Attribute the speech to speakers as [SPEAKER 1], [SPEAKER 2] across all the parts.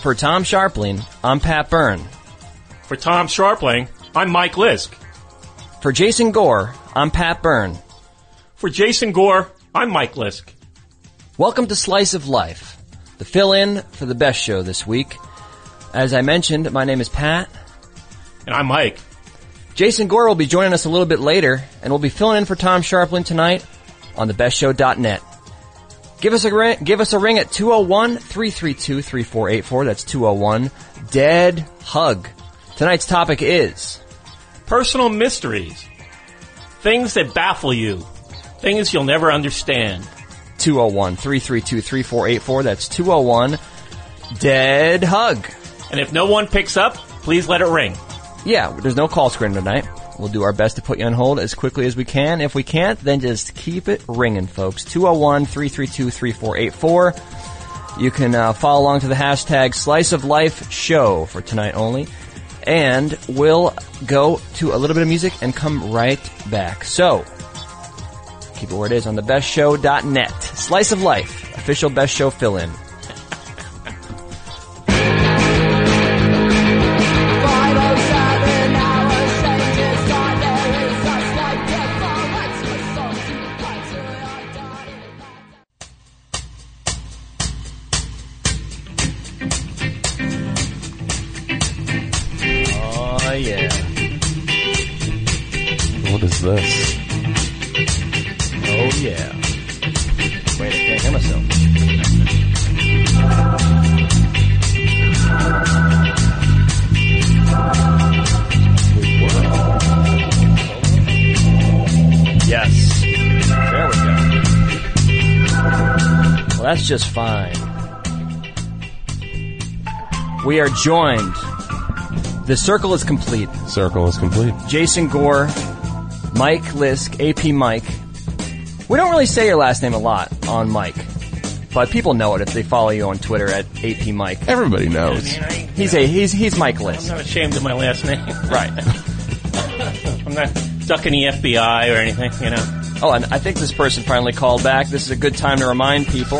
[SPEAKER 1] For Tom Sharpling, I'm Pat Byrne.
[SPEAKER 2] For Tom Sharpling, I'm Mike Lisk.
[SPEAKER 1] For Jason Gore, I'm Pat Byrne.
[SPEAKER 2] For Jason Gore, I'm Mike Lisk.
[SPEAKER 1] Welcome to Slice of Life, the fill in for the best show this week. As I mentioned, my name is Pat.
[SPEAKER 2] And I'm Mike.
[SPEAKER 1] Jason Gore will be joining us a little bit later, and we'll be filling in for Tom Sharpling tonight on thebestshow.net. Give us a ring, give us a ring at 201-332-3484. That's 201 Dead Hug. Tonight's topic is
[SPEAKER 2] Personal mysteries. Things that baffle you. Things you'll never understand.
[SPEAKER 1] 201-332-3484. That's 201 Dead Hug.
[SPEAKER 2] And if no one picks up, please let it ring.
[SPEAKER 1] Yeah, there's no call screen tonight. We'll do our best to put you on hold as quickly as we can. If we can't, then just keep it ringing, folks. 201 332 3484. You can uh, follow along to the hashtag Slice of Life Show for tonight only. And we'll go to a little bit of music and come right back. So, keep it where it is on thebestshow.net. Slice of Life, official best show fill in. Oh, yeah.
[SPEAKER 3] What is this?
[SPEAKER 1] Oh, yeah. Wait, I can't hear myself.
[SPEAKER 2] Yes.
[SPEAKER 1] There we go. Well, that's just fine. We are joined. The circle is complete.
[SPEAKER 3] Circle is complete.
[SPEAKER 1] Jason Gore, Mike Lisk, AP Mike. We don't really say your last name a lot on Mike, but people know it if they follow you on Twitter at AP Mike.
[SPEAKER 3] Everybody knows.
[SPEAKER 1] He's a he's he's Mike
[SPEAKER 2] I'm
[SPEAKER 1] Lisk.
[SPEAKER 2] not ashamed of my last name.
[SPEAKER 1] Right.
[SPEAKER 2] I'm not ducking the FBI or anything, you know.
[SPEAKER 1] Oh, and I think this person finally called back. This is a good time to remind people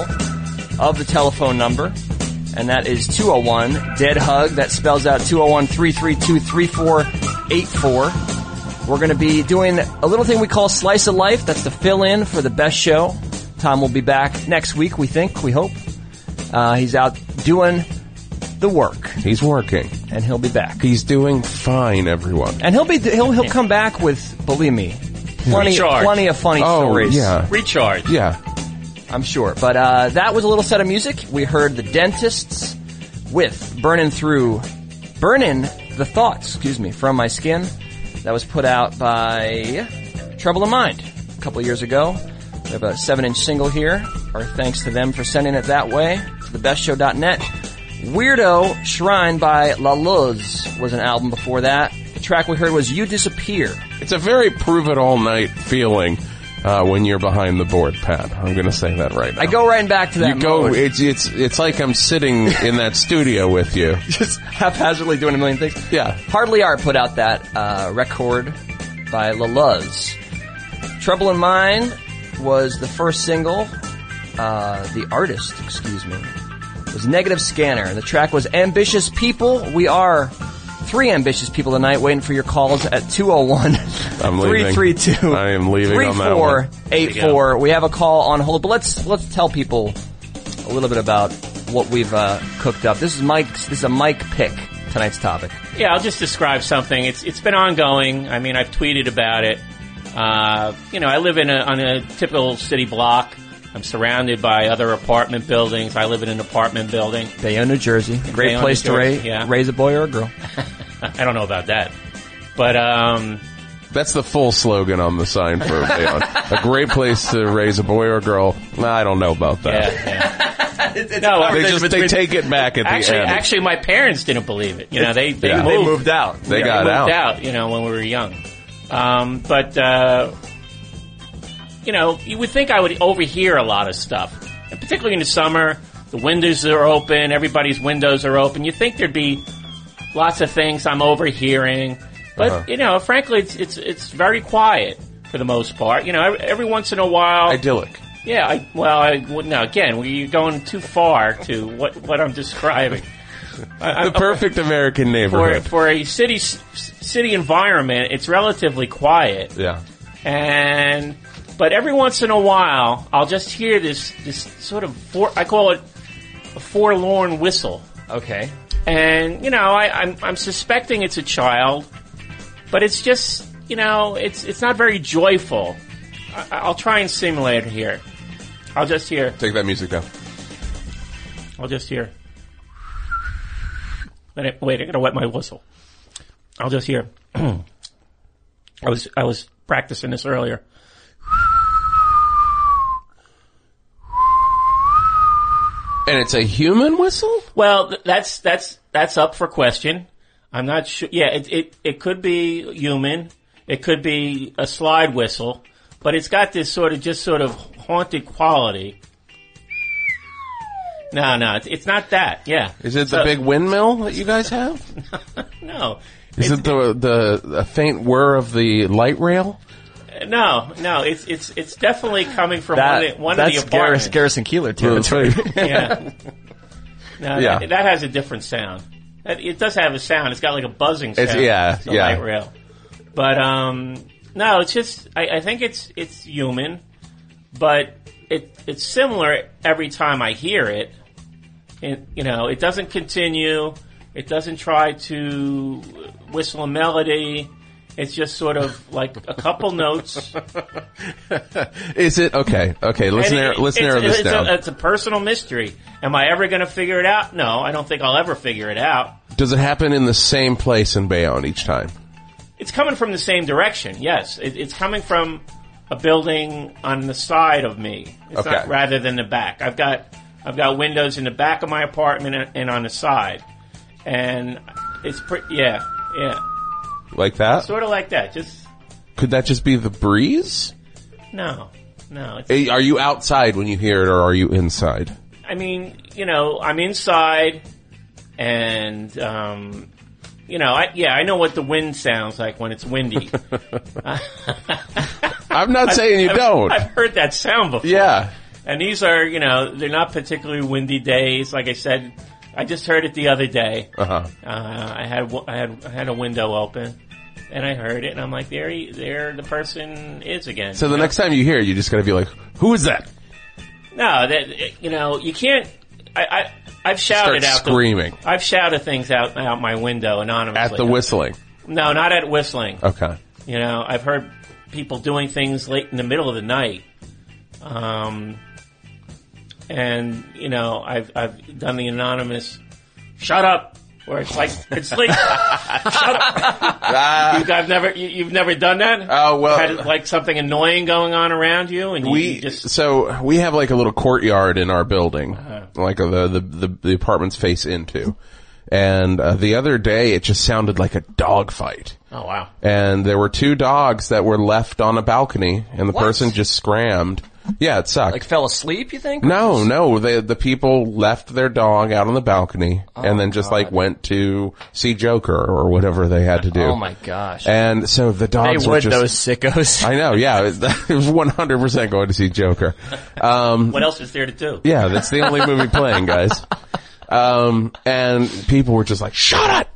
[SPEAKER 1] of the telephone number, and that is 201 Dead Hug. That spells out 201 332 3484. We're going to be doing a little thing we call Slice of Life. That's the fill in for the best show. Tom will be back next week, we think, we hope. Uh, he's out doing the work,
[SPEAKER 3] He's working.
[SPEAKER 1] and he'll be back.
[SPEAKER 3] He's doing fine, everyone.
[SPEAKER 1] And he'll be he'll he'll come back with believe me, plenty
[SPEAKER 2] Recharge.
[SPEAKER 1] plenty of funny
[SPEAKER 3] Oh,
[SPEAKER 1] stories.
[SPEAKER 3] yeah.
[SPEAKER 2] Recharge.
[SPEAKER 3] Yeah.
[SPEAKER 1] I'm sure. But uh, that was a little set of music. We heard the dentists with Burning Through, Burning the Thoughts, excuse me, from my skin. That was put out by Trouble in Mind a couple years ago. We have a seven inch single here. Our thanks to them for sending it that way to thebestshow.net. Weirdo Shrine by La Luz was an album before that. The track we heard was You Disappear.
[SPEAKER 3] It's a very prove it all night feeling uh, when you're behind the board, Pat. I'm going to say that right now.
[SPEAKER 1] I go right back to that.
[SPEAKER 3] You go.
[SPEAKER 1] mode.
[SPEAKER 3] It's it's it's like I'm sitting in that studio with you.
[SPEAKER 1] just haphazardly doing a million things.
[SPEAKER 3] Yeah.
[SPEAKER 1] Hardly Art put out that uh, record by La Luz. Trouble in Mind was the first single. Uh, the artist, excuse me, was Negative Scanner. and The track was Ambitious People. We are three ambitious people tonight waiting for your calls at 201
[SPEAKER 3] I'm leaving.
[SPEAKER 1] 332
[SPEAKER 3] I am leaving on that one.
[SPEAKER 1] 3484. We have a call on hold, but let's let's tell people a little bit about what we've uh, cooked up. This is Mike's. This is a Mike pick tonight's topic.
[SPEAKER 2] Yeah, I'll just describe something. It's it's been ongoing. I mean, I've tweeted about it. Uh, you know, I live in a, on a typical city block. I'm surrounded by other apartment buildings. I live in an apartment building.
[SPEAKER 1] Bayonne, New Jersey, great
[SPEAKER 2] Bayonne,
[SPEAKER 1] place
[SPEAKER 2] New
[SPEAKER 1] to
[SPEAKER 2] Jersey,
[SPEAKER 1] raise
[SPEAKER 2] yeah.
[SPEAKER 1] raise a boy or a girl.
[SPEAKER 2] I don't know about that, but um,
[SPEAKER 3] That's the full slogan on the sign for Leon. a great place to raise a boy or girl. Nah, I don't know about
[SPEAKER 2] yeah,
[SPEAKER 3] that.
[SPEAKER 2] yeah. no,
[SPEAKER 3] They just they take it back at the
[SPEAKER 2] actually,
[SPEAKER 3] end.
[SPEAKER 2] actually, my parents didn't believe it. You know, they they,
[SPEAKER 3] Yeah.
[SPEAKER 2] moved.
[SPEAKER 3] They
[SPEAKER 1] out.
[SPEAKER 3] they
[SPEAKER 2] Yeah,
[SPEAKER 3] got
[SPEAKER 2] moved
[SPEAKER 3] out.
[SPEAKER 2] You know, when we were young. Um, but uh, you know, you would think I would overhear a lot of stuff, and particularly in the summer, the windows are open, everybody's windows are open. You think there'd be lots of things I'm overhearing, but
[SPEAKER 3] Uh-huh.
[SPEAKER 2] you know, frankly, it's it's it's very quiet for the most part. You know, every, every once in a while,
[SPEAKER 3] Idyllic.
[SPEAKER 2] yeah, I, well, I, well, now again, we- you're going too far to what, what I'm describing. I- I-
[SPEAKER 3] the perfect American
[SPEAKER 2] for,
[SPEAKER 3] neighborhood.
[SPEAKER 2] for a city s- city environment, it's relatively quiet.
[SPEAKER 3] yeah.
[SPEAKER 2] and but every once in a while I'll just hear this this sort of for, I call it a forlorn whistle,
[SPEAKER 4] Okay.
[SPEAKER 2] and you know I, I'm I'm suspecting it's a child, but it's just you know it's it's not very joyful. I, I'll try and simulate it here. I'll just hear.
[SPEAKER 3] Take that music down.
[SPEAKER 2] I'll just hear. Let it, wait, I gotta wet my whistle. I'll just hear. I was I was practicing this earlier.
[SPEAKER 3] And it's a human whistle?
[SPEAKER 2] Well, th- that's that's that's up for question. I'm not sure. Yeah, it, it it could be human. It could be a slide whistle, but it's got this sort of just sort of haunted quality. No, no, it's- it's not that. Yeah,
[SPEAKER 3] Is it the
[SPEAKER 2] So-
[SPEAKER 3] big windmill that you guys have?
[SPEAKER 2] no,
[SPEAKER 3] Is it the the a faint whir of the light rail?
[SPEAKER 2] no, no. It's it's it's definitely coming from one of
[SPEAKER 4] That,
[SPEAKER 2] the, one of
[SPEAKER 4] that's
[SPEAKER 2] the apartments.
[SPEAKER 4] Garris, Garrison Keeler
[SPEAKER 3] That's
[SPEAKER 4] territory.
[SPEAKER 3] right.
[SPEAKER 2] Yeah, no,
[SPEAKER 3] Yeah.
[SPEAKER 2] That, that has a different sound. That, it does have a sound. It's got like a buzzing sound.
[SPEAKER 3] It's- yeah,
[SPEAKER 2] the
[SPEAKER 3] yeah.
[SPEAKER 2] light rail. But um, no, it's just I, I think it's it's human, but it it's similar every time I hear it. It you know it doesn't continue. It doesn't try to whistle a melody. It's just sort of like a couple notes.
[SPEAKER 3] Is it okay? Okay, let's
[SPEAKER 2] And
[SPEAKER 3] narrow
[SPEAKER 2] it-
[SPEAKER 3] let's
[SPEAKER 2] it's-
[SPEAKER 3] narrow this
[SPEAKER 2] it's
[SPEAKER 3] down.
[SPEAKER 2] A, it's a personal mystery. Am I ever going to figure it out? No, I don't think I'll ever figure it out.
[SPEAKER 3] Does it happen in the same place in Bayonne each time?
[SPEAKER 2] It's coming from the same direction. Yes, it, it's coming from a building on the side of me. It's
[SPEAKER 3] Okay.
[SPEAKER 2] not rather than the back. I've got I've got windows in the back of my apartment and, and on the side, and it's pretty. Yeah, yeah,
[SPEAKER 3] Like that?
[SPEAKER 2] sort of like that. Just
[SPEAKER 3] Could that just be the breeze?
[SPEAKER 2] no, no. It's,
[SPEAKER 3] Eh, Are you outside when you hear it, or are you inside?
[SPEAKER 2] I mean, you know, I'm inside, and um, you know, I, yeah, I know what the wind sounds like when it's windy.
[SPEAKER 3] I'm not saying you
[SPEAKER 2] I've-
[SPEAKER 3] don't.
[SPEAKER 2] I've heard that sound before.
[SPEAKER 3] yeah.
[SPEAKER 2] And these are, you know, they're not particularly windy days. Like I said, I just heard it the other day.
[SPEAKER 3] Uh-huh.
[SPEAKER 2] Uh, I had w- I had I had a window open, and I heard it, and I'm like, there, he, there, the person is again.
[SPEAKER 3] So the next time you hear it, you just gotta be like, "Who is that?"
[SPEAKER 2] no, that you know, you can't. I, I I've shouted
[SPEAKER 3] Start
[SPEAKER 2] out the-
[SPEAKER 3] screaming.
[SPEAKER 2] I've shouted things out out my window anonymously.
[SPEAKER 3] At the whistling.
[SPEAKER 2] no, not at whistling.
[SPEAKER 3] Okay.
[SPEAKER 2] You know, I've heard people doing things late in the middle of the night. Um, and you know, I've I've done the anonymous "shut up," where it's like it's like
[SPEAKER 3] Ah,
[SPEAKER 2] you- I've never you, you've never done that.
[SPEAKER 3] Oh, well-
[SPEAKER 2] had like something annoying going on around you, and you,
[SPEAKER 3] we
[SPEAKER 2] you just Uh-huh.
[SPEAKER 3] so we have like a little courtyard in our building, like uh, the, the the the apartments face into, and uh, the other day it just sounded like a dog fight.
[SPEAKER 2] oh wow.
[SPEAKER 3] and there were two dogs that were left on a balcony, and the
[SPEAKER 4] What?
[SPEAKER 3] person just scrammed. Yeah, it sucked.
[SPEAKER 4] Like fell asleep, you think?
[SPEAKER 3] no, no, the the people left their dog out on the balcony,
[SPEAKER 4] Oh,
[SPEAKER 3] and then just like went to see Joker or whatever they had to do.
[SPEAKER 4] Oh my gosh.
[SPEAKER 3] And so the
[SPEAKER 4] They
[SPEAKER 3] dogs were
[SPEAKER 4] would
[SPEAKER 3] just.
[SPEAKER 4] those sickos.
[SPEAKER 3] I know, yeah, it was one hundred percent going to see Joker. Um,
[SPEAKER 2] What else is there to do?
[SPEAKER 3] yeah, that's the only movie playing, guys. Um, and people were just like, "Shut up,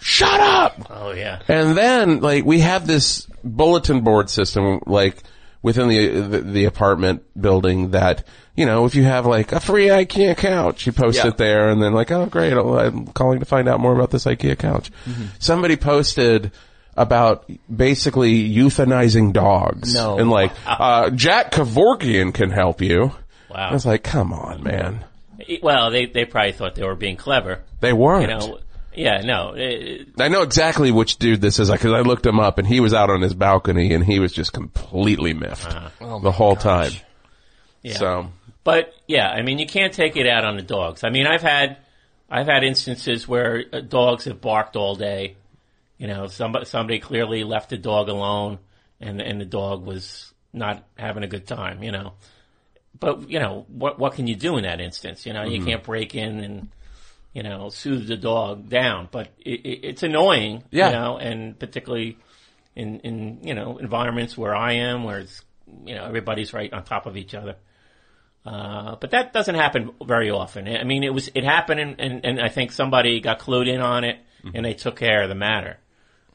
[SPEAKER 3] shut up."
[SPEAKER 2] Oh yeah.
[SPEAKER 3] And then, like, we have this bulletin board system, like, within the, the, the apartment building that, you know, if you have, like, a free IKEA couch, you post
[SPEAKER 4] Yeah.
[SPEAKER 3] it there, and then, like, oh, great, I'll- I'm calling to find out more about this IKEA couch. Somebody posted about basically euthanizing dogs.
[SPEAKER 4] No.
[SPEAKER 3] And, like, uh, Jack Kevorkian can help you.
[SPEAKER 2] Wow.
[SPEAKER 3] I was like, come on, man.
[SPEAKER 2] It- Well, they they probably thought they were being clever.
[SPEAKER 3] They weren't.
[SPEAKER 2] You know. Yeah. No. It,
[SPEAKER 3] I know exactly which dude this is because I looked him up and he was out on his balcony and he was just completely miffed
[SPEAKER 1] Uh-huh.
[SPEAKER 2] Oh
[SPEAKER 3] the whole time.
[SPEAKER 2] yeah.
[SPEAKER 3] So
[SPEAKER 2] But yeah, I mean, you can't take it out on the dogs. I mean, I've had I've had instances where uh, dogs have barked all day. You know, somebody somebody clearly left the dog alone, and and the dog was not having a good time. You know, but you know what what can you do in that instance? You know, you
[SPEAKER 3] Mm-hmm.
[SPEAKER 2] can't break in and you know soothe the dog down. But it, it, it's annoying.
[SPEAKER 3] Yeah.
[SPEAKER 2] You know, and particularly in in you know environments where I am, where it's you know everybody's right on top of each other. Uh, but that doesn't happen very often. I mean, it was it happened, and, and, and I think somebody got clued in on it, and they took care of the matter.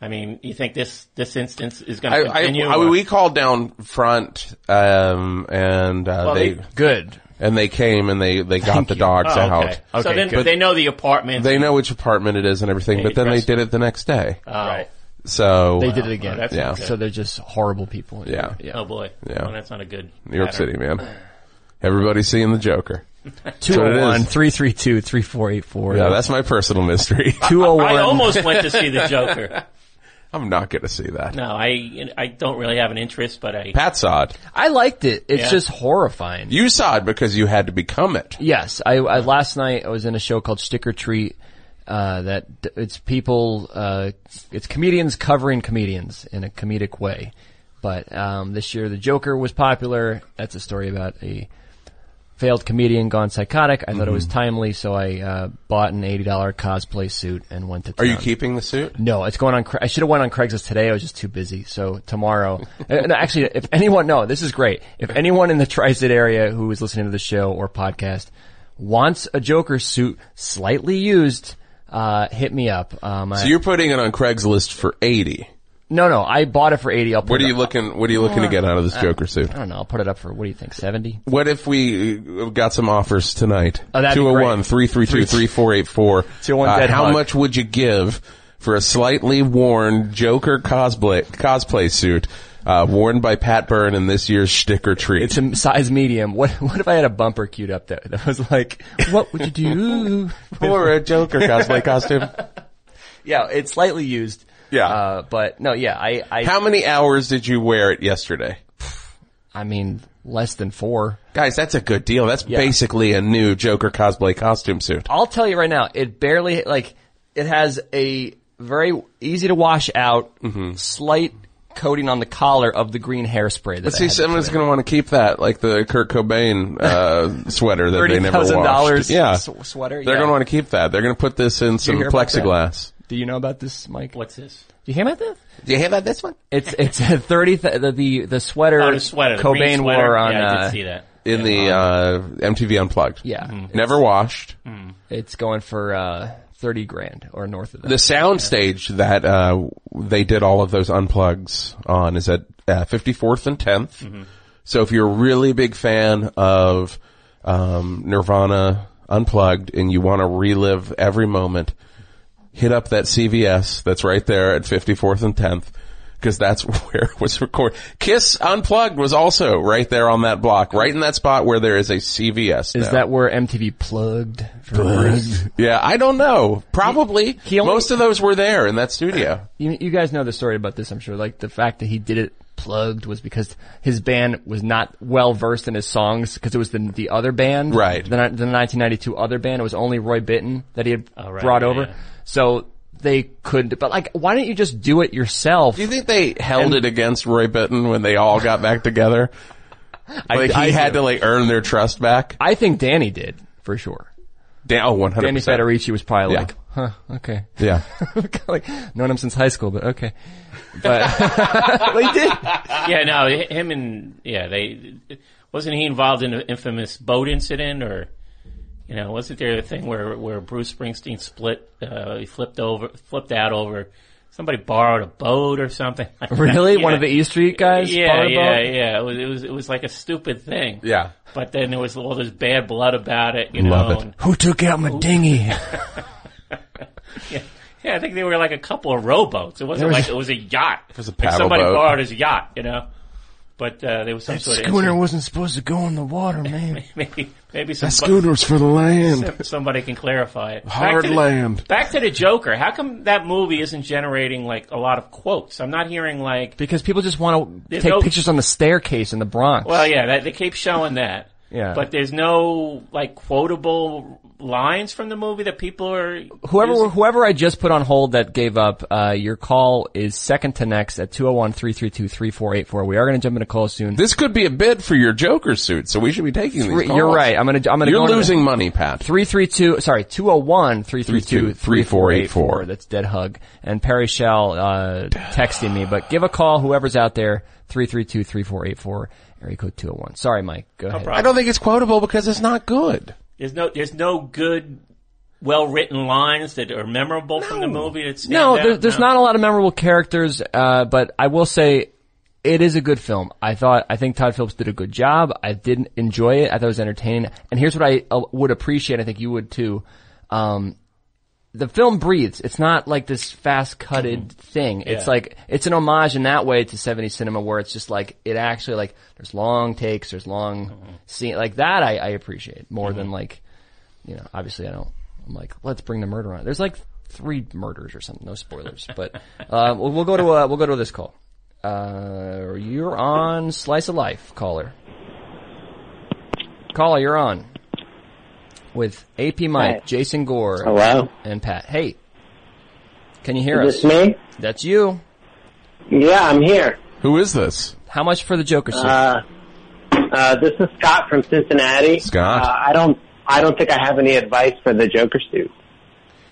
[SPEAKER 2] I mean, you think this this instance is going
[SPEAKER 3] I,
[SPEAKER 2] to
[SPEAKER 3] I,
[SPEAKER 2] continue?
[SPEAKER 3] I-
[SPEAKER 1] uh,
[SPEAKER 2] or-
[SPEAKER 3] we called down front, um, and uh, they,
[SPEAKER 2] they-
[SPEAKER 1] Good.
[SPEAKER 3] and they came and they they got the dogs
[SPEAKER 2] Oh,
[SPEAKER 3] out.
[SPEAKER 2] okay. So
[SPEAKER 1] Okay,
[SPEAKER 2] then
[SPEAKER 1] good.
[SPEAKER 2] they know the apartment.
[SPEAKER 3] They know which apartment it is and everything, but then they
[SPEAKER 2] Impressive.
[SPEAKER 3] did it the next day.
[SPEAKER 2] Oh. right.
[SPEAKER 3] So
[SPEAKER 1] They did it again.
[SPEAKER 2] that's
[SPEAKER 3] Yeah.
[SPEAKER 2] good.
[SPEAKER 1] So they're just horrible people.
[SPEAKER 3] Yeah.
[SPEAKER 2] Oh boy.
[SPEAKER 3] Yeah.
[SPEAKER 2] Well, that's not a good.
[SPEAKER 3] New York
[SPEAKER 2] pattern.
[SPEAKER 3] City, man. Everybody's seeing the Joker.
[SPEAKER 1] 201 332 3484.
[SPEAKER 3] Yeah, that's my personal mystery.
[SPEAKER 1] 201.
[SPEAKER 2] I almost went to see the Joker.
[SPEAKER 3] oh I'm not going to see that.
[SPEAKER 2] No, I I don't really have an interest, but I
[SPEAKER 3] Pat saw it.
[SPEAKER 1] I liked it. It's
[SPEAKER 2] Yeah.
[SPEAKER 1] just horrifying.
[SPEAKER 3] You saw it because you had to become it.
[SPEAKER 1] Yes, I, I last night I was in a show called Sticker Treat. Uh, that d- it's people, uh, it's comedians covering comedians in a comedic way. But um, this year, the Joker was popular. That's a story about a failed comedian gone psychotic. I thought it was
[SPEAKER 3] Mm-hmm.
[SPEAKER 1] timely, so I uh, bought an eighty dollar cosplay suit and went to.
[SPEAKER 3] Are
[SPEAKER 1] Town.
[SPEAKER 3] you keeping the suit?
[SPEAKER 1] No, it's going on. Cra- I should have went on Craigslist today. I was just too busy. So tomorrow, Uh, no, actually, if anyone, no, this is great. If anyone in the tri-state area who is listening to the show or podcast wants a Joker suit slightly used, uh, hit me up. Um, I-
[SPEAKER 3] So you're putting it on Craigslist for 80.
[SPEAKER 1] no, no, I bought it for 80. I'll put
[SPEAKER 3] What
[SPEAKER 1] it
[SPEAKER 3] are you
[SPEAKER 1] up- Uh,
[SPEAKER 3] looking, what are you looking to get out of this Joker suit?
[SPEAKER 1] I don't know. I'll put it up for, what do you think? 70?
[SPEAKER 3] What if we uh, got some offers tonight?
[SPEAKER 1] Oh, that'd be
[SPEAKER 3] 201 332 3484.
[SPEAKER 1] 201 dead
[SPEAKER 3] Uh, How
[SPEAKER 1] hog.
[SPEAKER 3] much would you give for a slightly worn Joker cosplay, cosplay suit, uh, worn by Pat Byrne in this year's sticker treat?
[SPEAKER 1] It's a size medium. What, what if I had a bumper queued up that, that was like, what would you do?
[SPEAKER 3] for a Joker cosplay costume.
[SPEAKER 1] yeah, it's slightly used.
[SPEAKER 3] Yeah.
[SPEAKER 1] Uh, but no, yeah, I, I,
[SPEAKER 3] How many hours did you wear it yesterday?
[SPEAKER 1] I mean, less than four.
[SPEAKER 3] Guys, that's a good deal. That's basically a new Joker cosplay costume suit.
[SPEAKER 1] I'll tell you right now, it barely like it has a very easy to wash out
[SPEAKER 3] Mm-hmm.
[SPEAKER 1] slight coating on the collar of the green hairspray. That
[SPEAKER 3] Let's see, someone's going to want to keep that, like the Kurt Cobain uh, sweater that they
[SPEAKER 1] thirty
[SPEAKER 3] never washed.
[SPEAKER 1] thousand dollars
[SPEAKER 3] Yeah,
[SPEAKER 1] sweater.
[SPEAKER 3] they're
[SPEAKER 1] yeah.
[SPEAKER 3] going to want to keep that. They're going to put this in some
[SPEAKER 1] hear about that?
[SPEAKER 3] plexiglass.
[SPEAKER 1] Do you know about this, Mike? Do
[SPEAKER 2] what's this?
[SPEAKER 1] you hear about that?
[SPEAKER 3] Do you hear about this one?
[SPEAKER 1] It's it's a thirty th- the, the the sweater,
[SPEAKER 2] Oh, the sweater. the green
[SPEAKER 1] Cobain
[SPEAKER 2] sweater.
[SPEAKER 1] wore on.
[SPEAKER 2] Yeah, I
[SPEAKER 1] uh,
[SPEAKER 2] did see that.
[SPEAKER 3] In the uh, MTV Unplugged.
[SPEAKER 1] yeah,
[SPEAKER 3] Never washed.
[SPEAKER 1] it's going for uh, thirty grand or north of that.
[SPEAKER 3] The soundstage that uh, they did all of those unplugs on is at uh, 54th and 10th.
[SPEAKER 1] Mm-hmm.
[SPEAKER 3] So if you're a really big fan of um, Nirvana Unplugged and you want to relive every moment, hit up that CVS that's right there at 54th and 10th because that's where it was recorded. Kiss Unplugged was also right there on that block, right in that spot where there is a CVS.
[SPEAKER 1] Is
[SPEAKER 3] now.
[SPEAKER 1] that where MTV plugged? For plugged.
[SPEAKER 3] Yeah, I don't know. Probably.
[SPEAKER 1] he only-
[SPEAKER 3] Most of those were there in that studio.
[SPEAKER 1] You, you guys know the story about this, I'm sure. Like the fact that he did it plugged was because his band was not well versed in his songs because it was the the other band,
[SPEAKER 3] Right.
[SPEAKER 1] The, ni- the 1992 other band. It was only Roy Bittan that he had
[SPEAKER 2] right,
[SPEAKER 1] brought
[SPEAKER 2] yeah,
[SPEAKER 1] over,
[SPEAKER 2] yeah.
[SPEAKER 1] so they couldn't. But like, why don't you just do it yourself?
[SPEAKER 3] Do you think they held it against Roy Bittan when they all got back together? Like
[SPEAKER 1] I
[SPEAKER 3] he had
[SPEAKER 1] do.
[SPEAKER 3] to like earn their trust back.
[SPEAKER 1] I think Danny did for sure.
[SPEAKER 3] Down one hundred
[SPEAKER 1] Danny
[SPEAKER 3] percent.
[SPEAKER 1] Federici was probably
[SPEAKER 3] Yeah.
[SPEAKER 1] like, huh, okay.
[SPEAKER 3] Yeah,
[SPEAKER 1] like known him since high school, but okay. But they did.
[SPEAKER 2] Yeah, no, hi- him and yeah, they wasn't he involved in the infamous boat incident or you know wasn't there a thing where where Bruce Springsteen split uh, he flipped over flipped out over somebody borrowed a boat or something like that.
[SPEAKER 1] Really,
[SPEAKER 2] Yeah.
[SPEAKER 1] one of the E Street guys.
[SPEAKER 2] yeah
[SPEAKER 1] Powerball?
[SPEAKER 2] yeah yeah it was, it was it was like a stupid thing
[SPEAKER 3] yeah.
[SPEAKER 2] but then there was all this bad blood about it you
[SPEAKER 3] Love
[SPEAKER 2] know
[SPEAKER 3] it.
[SPEAKER 2] and-
[SPEAKER 1] Who took out my dinghy?
[SPEAKER 2] yeah I think they were like a couple of rowboats it wasn't
[SPEAKER 1] There was-
[SPEAKER 2] like it was a yacht it
[SPEAKER 3] was a paddle
[SPEAKER 2] somebody
[SPEAKER 3] boat.
[SPEAKER 2] borrowed his yacht you know but uh, there was some sort of incident.
[SPEAKER 1] wasn't supposed to go in the water, man.
[SPEAKER 2] maybe maybe some
[SPEAKER 3] Scooters for the land.
[SPEAKER 2] Somebody can clarify it. Back
[SPEAKER 3] Hard
[SPEAKER 2] to the-
[SPEAKER 3] land.
[SPEAKER 2] Back to the Joker. How come that movie isn't generating like a lot of quotes? I'm not hearing like,
[SPEAKER 1] because people just want to
[SPEAKER 2] There's
[SPEAKER 1] take
[SPEAKER 2] no-
[SPEAKER 1] pictures on the staircase in the Bronx.
[SPEAKER 2] well, yeah, that, they keep showing that.
[SPEAKER 1] Yeah.
[SPEAKER 2] But there's no like quotable lines from the movie that people are.
[SPEAKER 1] whoever
[SPEAKER 2] using.
[SPEAKER 1] whoever I just put on hold that gave up, uh, your call is second to next at 201-332-3484. We are going to jump into call soon.
[SPEAKER 3] This could be a bid for your Joker suit, so we should be taking these.
[SPEAKER 1] You're
[SPEAKER 3] calls.
[SPEAKER 1] right. I'm going to I'm going to
[SPEAKER 3] You're losing money, Pat.
[SPEAKER 1] 332 sorry 201 332
[SPEAKER 3] 3484.
[SPEAKER 1] that's dead hug and Perry Shell uh texting me but give a call whoever's out there 332 3484 Area code 201. Sorry, Mike. Go ahead.
[SPEAKER 2] problem.
[SPEAKER 3] I don't think it's quotable because it's not good.
[SPEAKER 2] There's no there's no good, well written lines that are memorable from the movie. That stand
[SPEAKER 1] No,
[SPEAKER 2] out?
[SPEAKER 1] there, there's
[SPEAKER 2] No.
[SPEAKER 1] not a lot of memorable characters, uh, but I will say it is a good film. I thought, I think Todd Phillips did a good job. I didn't enjoy it. I thought it was entertaining. And here's what I uh, would appreciate. I think you would too. Um, the film breathes. It's not like this fast cutted thing. It's
[SPEAKER 2] Yeah.
[SPEAKER 1] like, it's an homage in that way to 70s cinema where it's just like, it actually like, there's long takes, there's long scene, like that I, I appreciate more than like, you know, obviously I don't. I'm like, let's bring the murder on. There's like three murders or something. No spoilers, but uh, we'll, we'll go to uh, we'll go to this call. Uh, you're on Slice of Life, caller. Caller, you're on with AP Mike,
[SPEAKER 5] Hi.
[SPEAKER 1] Jason Gore,
[SPEAKER 5] Hello.
[SPEAKER 1] and Pat. Hey, can you hear
[SPEAKER 5] Is this
[SPEAKER 1] us?
[SPEAKER 5] me?
[SPEAKER 1] That's you.
[SPEAKER 5] Yeah, I'm here.
[SPEAKER 3] Who is this?
[SPEAKER 1] How much for the Joker suit?
[SPEAKER 5] Uh, uh, this is Scott from Cincinnati.
[SPEAKER 3] Scott.
[SPEAKER 5] Uh, I don't. I don't think I have any advice for the Joker suit.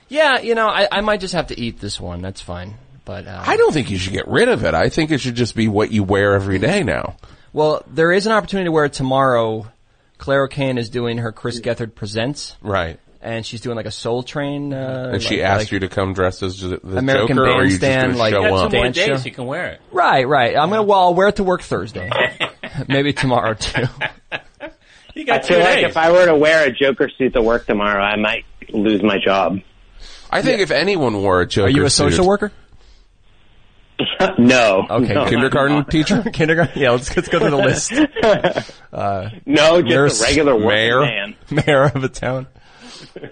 [SPEAKER 1] yeah, you know, I, I might just have to eat this one. That's fine. But uh,
[SPEAKER 3] I don't think you should get rid of it. I think it should just be what you wear every day now.
[SPEAKER 1] Well, there is an opportunity to wear it tomorrow. Claire O'Kane is doing her Chris Gethard Presents,
[SPEAKER 3] Right.
[SPEAKER 1] and she's doing like a Soul Train. Uh,
[SPEAKER 3] And she asked you to come dressed as the the
[SPEAKER 1] American
[SPEAKER 3] Joker, or are you just
[SPEAKER 1] Bandstand,
[SPEAKER 3] gonna
[SPEAKER 1] like-
[SPEAKER 3] show
[SPEAKER 2] You got
[SPEAKER 3] up?
[SPEAKER 2] two more
[SPEAKER 1] Dance
[SPEAKER 2] days
[SPEAKER 1] show.
[SPEAKER 2] you can wear it.
[SPEAKER 1] Right, right. I'm gonna. Well, I'll wear it to work Thursday, maybe tomorrow too.
[SPEAKER 2] You
[SPEAKER 5] I
[SPEAKER 2] got two
[SPEAKER 5] feel like
[SPEAKER 2] days.
[SPEAKER 5] if I were to wear a Joker suit to work tomorrow, I might lose my job.
[SPEAKER 3] I think if anyone wore a Joker,
[SPEAKER 1] Are you a social
[SPEAKER 3] suit-
[SPEAKER 1] worker?
[SPEAKER 5] no.
[SPEAKER 1] Okay,
[SPEAKER 5] No,
[SPEAKER 3] kindergarten teacher,
[SPEAKER 1] Kindergarten. Yeah, let's let's go through the list.
[SPEAKER 5] No, just
[SPEAKER 1] Nurse,
[SPEAKER 5] a regular
[SPEAKER 3] Uh,
[SPEAKER 5] working
[SPEAKER 3] mayor.
[SPEAKER 5] man.
[SPEAKER 1] Mayor of a town.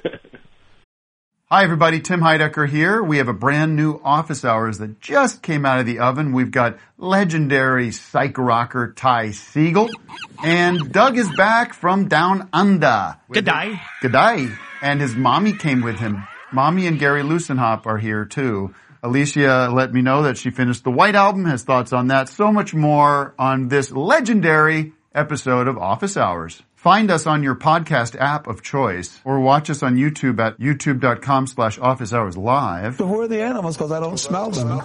[SPEAKER 6] Hi, everybody. Tim Heidecker here. We have a brand new office hours that just came out of the oven. We've got legendary psych rocker Ty Siegel. And Doug is back from down under. G'day. G'day. And his mommy came with him. Mommy and Gary Lusenhop are here too. Alicia let me know that she finished the White Album, has thoughts on that, so much more on this legendary episode of Office Hours. Find us on your podcast app of choice or watch us on YouTube at youtube.com slash office hours live.
[SPEAKER 7] Who are the animals? Because I don't smell them.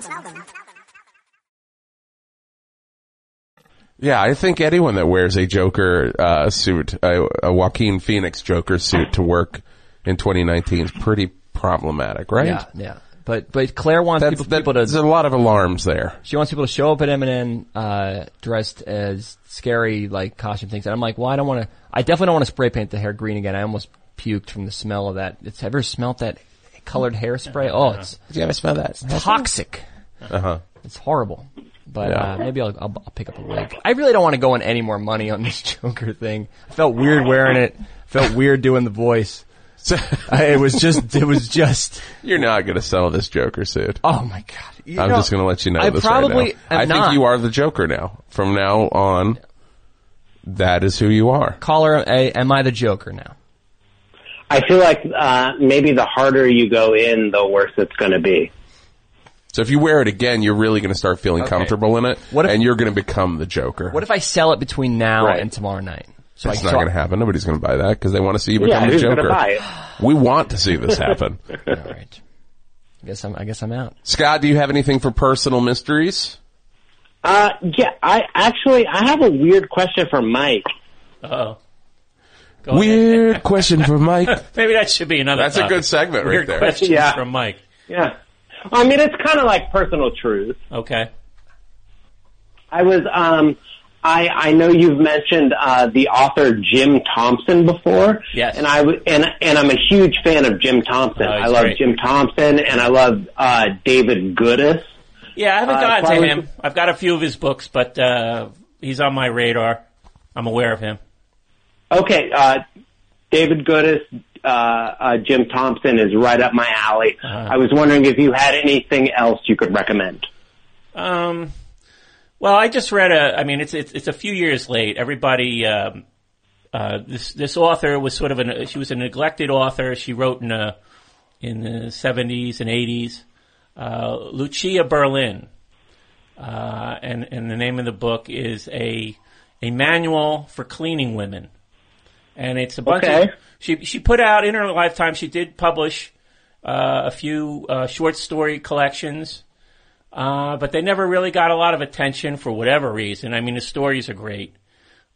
[SPEAKER 3] Yeah, I think anyone that wears a Joker uh, suit, a, a Joaquin Phoenix Joker suit to work in 2019 is pretty problematic, right?
[SPEAKER 1] Yeah, yeah. But but Claire wants
[SPEAKER 3] That's,
[SPEAKER 1] people,
[SPEAKER 3] that-
[SPEAKER 1] people
[SPEAKER 3] there's
[SPEAKER 1] to
[SPEAKER 3] a lot of alarms there.
[SPEAKER 1] she wants people to show up at Eminem uh, dressed as scary like costume things, and I'm like, well, I don't want to. I definitely don't want to spray paint the hair green again. I almost puked from the smell of that. It's ever smelt that colored hairspray? Oh, it's
[SPEAKER 3] Did you ever smell that?
[SPEAKER 1] toxic.
[SPEAKER 3] Uh huh.
[SPEAKER 1] It's horrible. But
[SPEAKER 3] Yeah.
[SPEAKER 1] uh, maybe I'll, I'll, I'll pick up a leg. I really don't want to go on any more money on this Joker thing. I felt weird wearing it. Felt weird doing the voice.
[SPEAKER 3] So,
[SPEAKER 1] I, it was just. It was just.
[SPEAKER 3] you're not going to sell this Joker suit.
[SPEAKER 1] Oh my god! You
[SPEAKER 3] I'm
[SPEAKER 1] know,
[SPEAKER 3] just going to let you know
[SPEAKER 1] I
[SPEAKER 3] this
[SPEAKER 1] probably
[SPEAKER 3] right now.
[SPEAKER 1] am
[SPEAKER 3] I
[SPEAKER 1] not.
[SPEAKER 3] think you are the Joker now. From now on, that is who you are.
[SPEAKER 1] call her. A, am I the Joker now?
[SPEAKER 5] I feel like uh, maybe the harder you go in, the worse it's going to be.
[SPEAKER 3] So if you wear it again, you're really going to start feeling comfortable in it,
[SPEAKER 1] What if-
[SPEAKER 3] and you're going to become the Joker.
[SPEAKER 1] What if I sell it between now
[SPEAKER 3] Right.
[SPEAKER 1] and tomorrow night? So
[SPEAKER 3] It's
[SPEAKER 1] I,
[SPEAKER 3] not
[SPEAKER 1] so I-
[SPEAKER 3] going to happen. Nobody's going to buy that because they want to see you
[SPEAKER 5] Yeah,
[SPEAKER 3] become the
[SPEAKER 5] who's
[SPEAKER 3] Joker.
[SPEAKER 5] gonna buy it?
[SPEAKER 3] We want to see this happen.
[SPEAKER 1] All right. I guess I'm. I guess I'm out.
[SPEAKER 3] Scott, do you have anything for personal mysteries?
[SPEAKER 5] Uh, yeah, I actually I have a weird question for Mike.
[SPEAKER 2] Uh-oh. Go ahead.
[SPEAKER 3] Weird question for Mike.
[SPEAKER 2] Maybe that should be another.
[SPEAKER 3] That's a
[SPEAKER 2] topic.
[SPEAKER 3] good segment right
[SPEAKER 2] Weird
[SPEAKER 3] there.
[SPEAKER 2] questions
[SPEAKER 5] Yeah.
[SPEAKER 2] from Mike.
[SPEAKER 5] Yeah. I mean, it's kind of like personal truth.
[SPEAKER 2] Okay.
[SPEAKER 5] I was um I I know you've mentioned uh the author Jim Thompson before.
[SPEAKER 2] Yes.
[SPEAKER 5] And I w- and and I'm a huge fan of Jim Thompson.
[SPEAKER 2] Oh, he's
[SPEAKER 5] I love
[SPEAKER 2] great.
[SPEAKER 5] Jim Thompson and I love uh David Goodis.
[SPEAKER 2] Yeah, I haven't
[SPEAKER 5] Uh,
[SPEAKER 2] gotten
[SPEAKER 5] so I
[SPEAKER 2] to
[SPEAKER 5] was-
[SPEAKER 2] him. I've got a few of his books, but uh, he's on my radar. I'm aware of him.
[SPEAKER 5] Okay, uh David Goodis uh, uh, Jim Thompson is right up my alley.
[SPEAKER 2] Uh-huh.
[SPEAKER 5] I was wondering if you had anything else you could recommend.
[SPEAKER 2] Um, well, I just read a. I mean, it's it's, it's a few years late. Everybody, um, uh, this this author was sort of an. She was a neglected author. She wrote in a, in the seventies and eighties. Uh, Lucia Berlin, uh, and and the name of the book is a a manual for cleaning women, and it's a bunch
[SPEAKER 5] Okay.
[SPEAKER 2] of. She she put out in her lifetime. She did publish uh, a few uh, short story collections. Uh, but they never really got a lot of attention for whatever reason. I mean, the stories are great.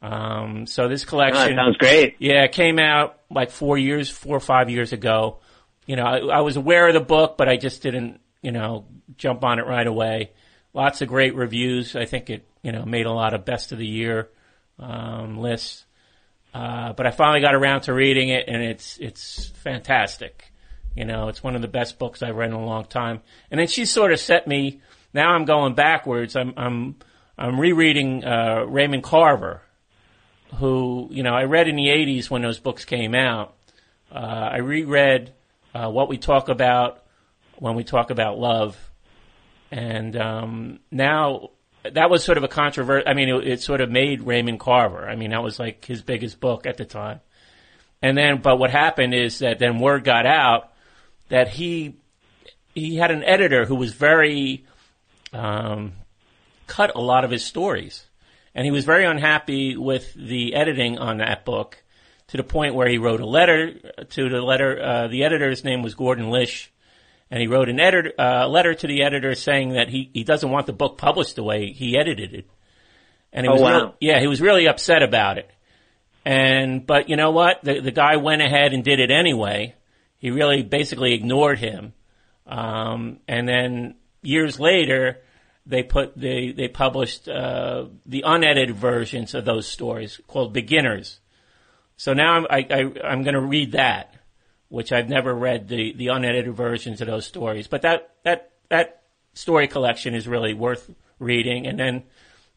[SPEAKER 2] Um, so this
[SPEAKER 5] Oh, that
[SPEAKER 2] collection,
[SPEAKER 5] sounds great.
[SPEAKER 2] yeah, it came out like four years, four or five years ago. You know, I, I was aware of the book, but I just didn't, you know, jump on it right away. Lots of great reviews. I think it, you know, made a lot of best of the year um, lists. Uh, but I finally got around to reading it, and it's it's fantastic. You know, it's one of the best books I've read in a long time. And then she sort of set me. Now I'm going backwards. I'm I'm I'm rereading uh, Raymond Carver, who you know I read in the '80s when those books came out. Uh, I reread uh, what we talk about when we talk about love, and um, now that was sort of a controversial. I mean, it, it sort of made Raymond Carver. I mean, that was like his biggest book at the time. And then, but what happened is that then word got out that he he had an editor who was very um, cut a lot of his stories, and he was very unhappy with the editing on that book. To the point where he wrote a letter to the letter. Uh, the editor's name was Gordon Lish, and he wrote an editor, uh, letter to the editor saying that he, he doesn't want the book published the way he edited it. And he
[SPEAKER 5] Oh,
[SPEAKER 2] was
[SPEAKER 5] wow.
[SPEAKER 2] real- yeah, he was really upset about it. And, but you know what? The, the guy went ahead and did it anyway. He really basically ignored him. Um, and then years later, they put, they, they published, uh, the unedited versions of those stories called beginners. So now I'm, I, I, I'm going to read that which I've never read the, the unedited versions of those stories. But that, that, that story collection is really worth reading. And then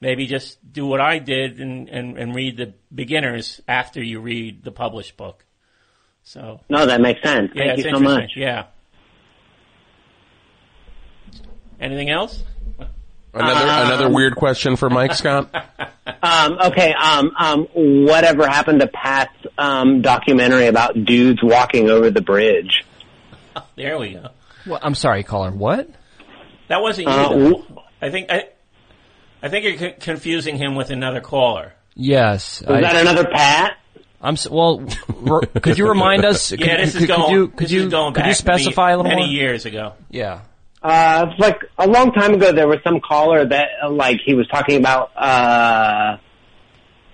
[SPEAKER 2] maybe just do what I did and, and, and read the beginners after you read the published book. So
[SPEAKER 5] No, that makes sense.
[SPEAKER 2] yeah,
[SPEAKER 5] Thank
[SPEAKER 2] it's
[SPEAKER 5] you so
[SPEAKER 2] interesting.
[SPEAKER 5] much.
[SPEAKER 2] Yeah. Anything else?
[SPEAKER 3] Another
[SPEAKER 5] Uh,
[SPEAKER 2] Um,
[SPEAKER 3] another weird question for Mike Scott.
[SPEAKER 5] Um, okay, um, um, whatever happened to Pat's um, documentary about dudes walking over the bridge?
[SPEAKER 2] There we go.
[SPEAKER 1] Well, I'm sorry, caller. What?
[SPEAKER 2] That wasn't you.
[SPEAKER 5] Uh,
[SPEAKER 2] though.
[SPEAKER 5] wh-
[SPEAKER 2] I think I, I think you're c- confusing him with another caller.
[SPEAKER 1] Yes.
[SPEAKER 5] Was
[SPEAKER 1] I-
[SPEAKER 5] that another Pat?
[SPEAKER 1] I'm s- well. r- could you remind us? Could,
[SPEAKER 2] Yeah, this
[SPEAKER 1] could,
[SPEAKER 2] is going.
[SPEAKER 1] Could you, could
[SPEAKER 2] this
[SPEAKER 1] you,
[SPEAKER 2] is going
[SPEAKER 1] could
[SPEAKER 2] back
[SPEAKER 1] you specify
[SPEAKER 2] many,
[SPEAKER 1] a little
[SPEAKER 2] many
[SPEAKER 1] more?
[SPEAKER 2] years ago.
[SPEAKER 1] Yeah.
[SPEAKER 5] Uh, it's like a long time ago, there was some caller that, uh, like, he was talking about, uh,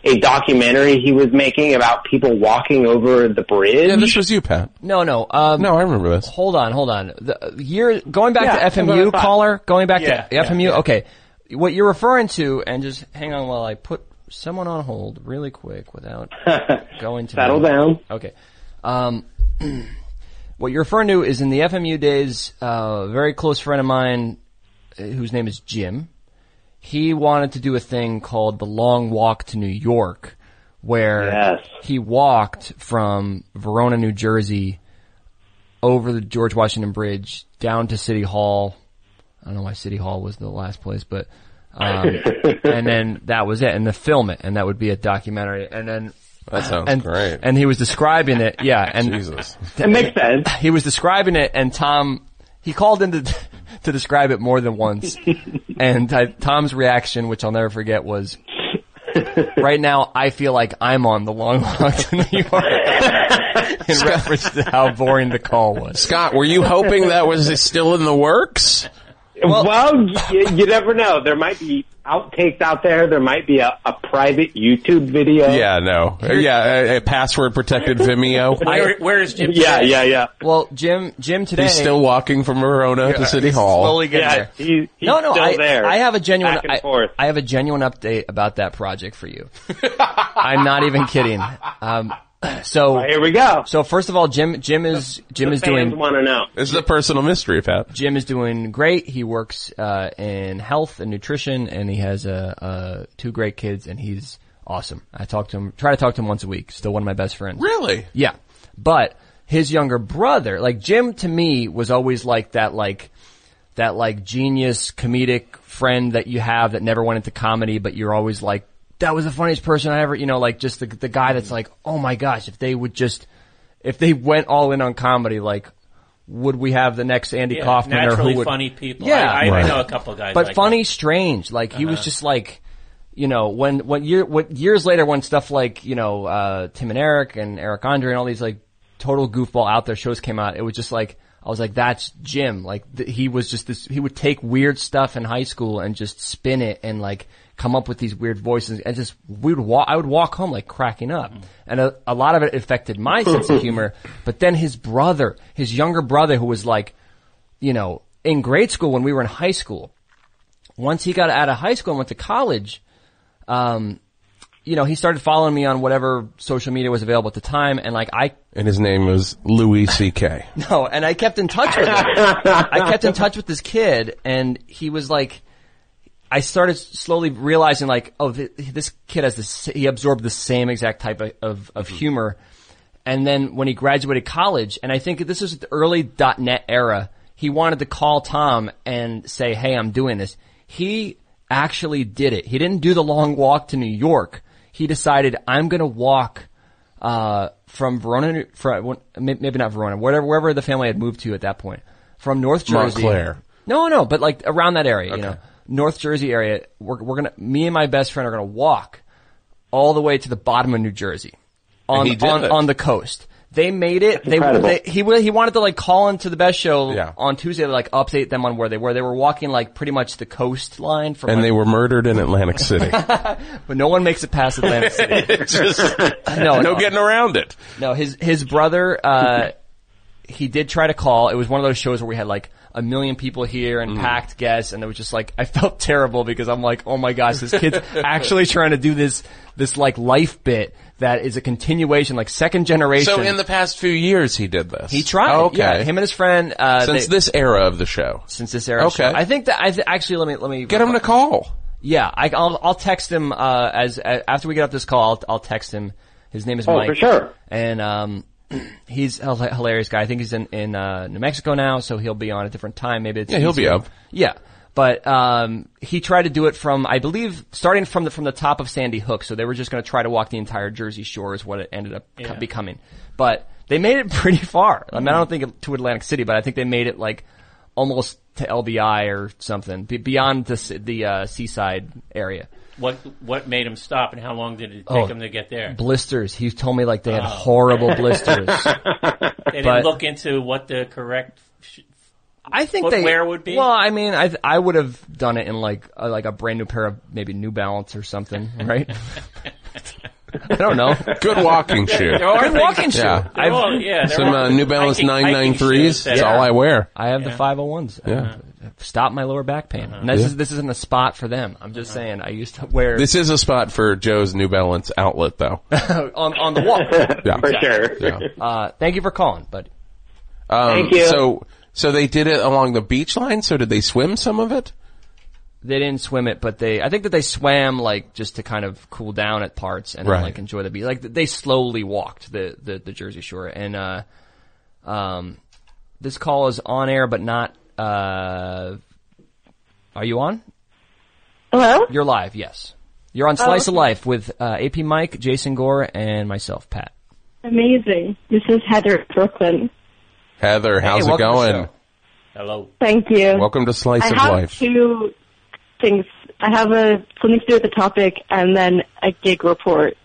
[SPEAKER 5] a documentary he was making about people walking over the bridge.
[SPEAKER 3] Yeah, this was you, Pat.
[SPEAKER 1] No, no. Um,
[SPEAKER 3] No, I remember this.
[SPEAKER 1] Hold on, hold on. The uh, year going back
[SPEAKER 5] Yeah,
[SPEAKER 1] to
[SPEAKER 5] hold on,
[SPEAKER 1] FMU
[SPEAKER 5] fine.
[SPEAKER 1] caller, going back
[SPEAKER 2] Yeah,
[SPEAKER 1] to
[SPEAKER 2] yeah,
[SPEAKER 1] FMU. Okay, what you're referring to, and just hang on while I put someone on hold really quick without going to
[SPEAKER 5] Settle
[SPEAKER 1] the-
[SPEAKER 5] down.
[SPEAKER 1] Okay. Um, what you're referring to is in the FMU days, uh, a very close friend of mine, uh, whose name is Jim, he wanted to do a thing called the Long Walk to New York, where
[SPEAKER 5] Yes.
[SPEAKER 1] he walked from Verona, New Jersey, over the George Washington Bridge down to City Hall. I don't know why City Hall was the last place, but um, and then that was it, and to film it, and that would be a documentary, and then
[SPEAKER 3] That sounds
[SPEAKER 1] and
[SPEAKER 3] great.
[SPEAKER 1] and he was describing it, yeah, and
[SPEAKER 3] Jesus.
[SPEAKER 5] It makes sense.
[SPEAKER 1] he was describing it, and Tom he called in to to describe it more than once, and I, Tom's reaction, which I'll never forget, was. Right now, I feel like I'm on the long walk to New York. in reference to how boring the call was.
[SPEAKER 3] Scott, were you hoping that was still in the works?
[SPEAKER 5] Well, you, you never know. There might be outtakes out there. There might be a, a private YouTube video.
[SPEAKER 3] Yeah, no. Yeah, a, a password protected Vimeo.
[SPEAKER 2] Where, where is Jim?
[SPEAKER 5] Yeah, yeah, yeah.
[SPEAKER 1] Well, Jim, Jim today
[SPEAKER 3] He's still walking from Verona to City Hall.
[SPEAKER 1] slowly getting
[SPEAKER 5] Yeah,
[SPEAKER 1] there.
[SPEAKER 5] he's, he's
[SPEAKER 1] no, no,
[SPEAKER 5] still
[SPEAKER 1] I,
[SPEAKER 5] there.
[SPEAKER 1] I have a genuine.
[SPEAKER 5] Back and
[SPEAKER 1] I,
[SPEAKER 5] forth.
[SPEAKER 1] I have a genuine update about that project for you. I'm not even kidding. Um, so,
[SPEAKER 5] Here we go.
[SPEAKER 1] so first of all, Jim, Jim is Jim is
[SPEAKER 5] Fans
[SPEAKER 1] doing
[SPEAKER 5] want to know.
[SPEAKER 3] This is a personal mystery, Pat.
[SPEAKER 1] Jim is doing great. He works uh, in health and nutrition, and he has a, a two great kids, and he's awesome. I talk to him, try to talk to him once a week. Still one of my best friends.
[SPEAKER 3] Really?
[SPEAKER 1] Yeah. But his younger brother, like Jim to me was always like that like that like genius comedic friend that you have that never went into comedy but you're always like that was the funniest person I ever, you know, like just the the guy that's like, "Oh my gosh, if they would just if they went all in on comedy like would we have the next Andy
[SPEAKER 2] Yeah,
[SPEAKER 1] Kaufman or
[SPEAKER 2] naturally
[SPEAKER 1] who would
[SPEAKER 2] funny people.
[SPEAKER 1] Yeah.
[SPEAKER 2] I, I,
[SPEAKER 3] Right.
[SPEAKER 2] I know a couple guys.
[SPEAKER 1] but
[SPEAKER 2] like
[SPEAKER 1] funny, strange. Like he was just like, you know, when when year what years later when stuff like you know uh, Tim and Eric and Eric Andre and all these like total goofball out there shows came out, it was just like. I was like, that's Jim. Like th- he was just this, he would take weird stuff in high school and just spin it and like come up with these weird voices and just, we would walk, I would walk home like cracking up. And a, a lot of it affected my sense of humor, but then his brother, his younger brother who was like, you know, in grade school when we were in high school, once he got out of high school and went to college, um, you know, he started following me on whatever social media was available at the time, and like I
[SPEAKER 3] And his name was Louis C.K.
[SPEAKER 1] no, and I kept in touch with him. I kept in touch with this kid, and he was like, I started slowly realizing like, oh, th- this kid has this, he absorbed the same exact type of, of, of humor. And then when he graduated college, and I think this was the early .NET era, he wanted to call Tom and say, hey, I'm doing this. He actually did it. He didn't do the long walk to New York. He decided, I'm gonna walk uh, from Verona, from, maybe not Verona, whatever, wherever the family had moved to at that point, from North Jersey.
[SPEAKER 3] Montclair.
[SPEAKER 1] No, no, but like around that area, you know, North Jersey area. We're, we're gonna, me and my best friend are gonna walk all the way to the bottom of New Jersey, on
[SPEAKER 3] he did
[SPEAKER 1] on,
[SPEAKER 3] it.
[SPEAKER 1] on the coast. They made it. They,
[SPEAKER 5] incredible.
[SPEAKER 1] they he wa- he wanted to like call into the best show
[SPEAKER 3] Yeah.
[SPEAKER 1] on Tuesday to like update them on where they were. They were walking like pretty much the coastline from,
[SPEAKER 3] And
[SPEAKER 1] like-
[SPEAKER 3] they were murdered in Atlantic City.
[SPEAKER 1] but no one makes it past Atlantic City.
[SPEAKER 3] Just
[SPEAKER 1] No,
[SPEAKER 3] no getting around it.
[SPEAKER 1] No, his his brother, uh, he did try to call. It was one of those shows where we had like a million people here
[SPEAKER 3] Mm.
[SPEAKER 1] and packed guests, and it was just like I felt terrible because I'm like, oh my gosh, this kid's actually trying to do this this like life bit that is a continuation, like second generation.
[SPEAKER 3] So in the past few years, he did this.
[SPEAKER 1] he tried,
[SPEAKER 3] Okay.
[SPEAKER 1] yeah, him and his friend. Uh,
[SPEAKER 3] Since
[SPEAKER 1] they-
[SPEAKER 3] this era of the show,
[SPEAKER 1] since this era,
[SPEAKER 3] Okay.
[SPEAKER 1] show. I think that I th- actually let me let me
[SPEAKER 3] get him to call.
[SPEAKER 1] Yeah, I, I'll I'll text him uh, as a after we get off this call. I'll, I'll text him. His name is Mike.
[SPEAKER 5] Oh, for sure.
[SPEAKER 1] And um, he's a hi- hilarious guy. I think he's in in uh, New Mexico now, so he'll be on a different time. Maybe it's
[SPEAKER 3] Yeah, he'll be
[SPEAKER 1] easier.
[SPEAKER 3] up.
[SPEAKER 1] Yeah, but um, he tried to do it from I believe starting from the from the top of Sandy Hook. So they were just going to try to walk the entire Jersey Shore is what it ended up co- becoming. But they made it pretty far. I mean, I don't think it- to Atlantic City, but I think they made it like almost to LBI or something be- beyond the s- the uh, seaside area. Oh,
[SPEAKER 2] What what made him stop, and how long did it take him to get there? Oh.
[SPEAKER 1] Blisters. He told me like they had horrible blisters.
[SPEAKER 2] They
[SPEAKER 1] but-
[SPEAKER 2] didn't look into what the correct. sh-
[SPEAKER 1] I think they
[SPEAKER 2] Footwear would be?
[SPEAKER 1] Well, I mean, I th- I would have done it in like a, like a brand new pair of maybe New Balance or something, right? I don't know.
[SPEAKER 3] Good walking shoe.
[SPEAKER 2] There are
[SPEAKER 1] Good walking shoe.
[SPEAKER 3] Yeah.
[SPEAKER 2] I've,
[SPEAKER 1] I've-
[SPEAKER 2] yeah, there
[SPEAKER 3] Some
[SPEAKER 2] are
[SPEAKER 3] uh, New Balance
[SPEAKER 2] hiking- hiking
[SPEAKER 3] 993s.
[SPEAKER 2] shoes Uh-huh. that
[SPEAKER 3] That's
[SPEAKER 2] are-
[SPEAKER 3] all I wear.
[SPEAKER 1] I have the five hundred ones.
[SPEAKER 3] Yeah.
[SPEAKER 1] Stop my lower back pain.
[SPEAKER 2] Uh-huh.
[SPEAKER 1] And this is this isn't a spot for them. I'm just saying. I used to wear
[SPEAKER 3] This is a spot for Joe's New Balance outlet, though.
[SPEAKER 1] on on the wall.
[SPEAKER 3] Yeah.
[SPEAKER 5] For sure.
[SPEAKER 3] Yeah.
[SPEAKER 1] Uh, thank you for calling, but
[SPEAKER 3] Um,
[SPEAKER 5] Thank you.
[SPEAKER 3] So, so they did it along the beach line. So did they swim some of it?
[SPEAKER 1] they didn't swim it. But they I think that they swam like just to kind of cool down at parts and
[SPEAKER 3] Right.
[SPEAKER 1] then, like enjoy the beach. Like they slowly walked the the, the Jersey Shore and. uh Um, this call is on air, but not. Uh, are you on?
[SPEAKER 8] Hello?
[SPEAKER 1] You're live. Yes, you're on Slice of Life with uh, AP Mike, Jason Gore, and myself, Pat.
[SPEAKER 8] Amazing. This is Heather Brooklyn.
[SPEAKER 3] Heather, how's
[SPEAKER 1] Hey, welcome to
[SPEAKER 3] it
[SPEAKER 1] the
[SPEAKER 3] going?
[SPEAKER 1] show.
[SPEAKER 2] Hello.
[SPEAKER 8] Thank you.
[SPEAKER 3] Welcome to Slice
[SPEAKER 8] I
[SPEAKER 3] of
[SPEAKER 8] have
[SPEAKER 3] Life.
[SPEAKER 8] two things. I have a something to do with the topic and then a gig report.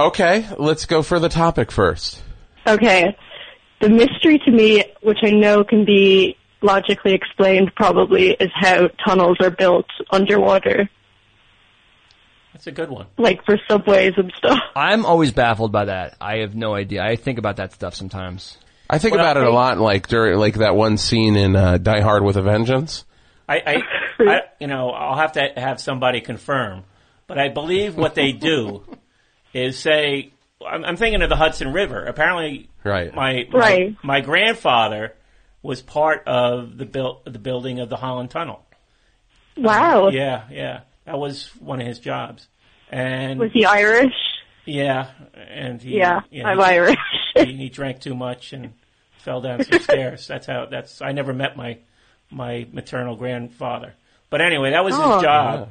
[SPEAKER 3] Okay, let's go for the topic first.
[SPEAKER 8] Okay. The mystery to me, which I know can be logically explained probably, is how tunnels are built underwater,
[SPEAKER 2] That's a good one.
[SPEAKER 8] like for subways and stuff.
[SPEAKER 1] I'm always baffled by that. I have no idea. I think about that stuff sometimes.
[SPEAKER 3] I think about it a lot, like during like that one scene in uh, Die Hard with a Vengeance.
[SPEAKER 2] I, I, I, you know, I'll have to have somebody confirm, but I believe what they do is say, I'm, I'm thinking of the Hudson River. Apparently,
[SPEAKER 3] Right.
[SPEAKER 2] My, my
[SPEAKER 8] Right.
[SPEAKER 2] my grandfather was part of the build the building of the Holland Tunnel.
[SPEAKER 8] Wow.
[SPEAKER 2] Yeah, yeah, that was one of his jobs, and
[SPEAKER 8] Was he Irish?
[SPEAKER 2] yeah, and he,
[SPEAKER 8] Yeah,
[SPEAKER 2] you know,
[SPEAKER 8] I'm Irish.
[SPEAKER 2] he, he drank too much and fell down some stairs. That's how. That's I never met my my maternal grandfather, but anyway, that was
[SPEAKER 8] Oh.
[SPEAKER 2] his job.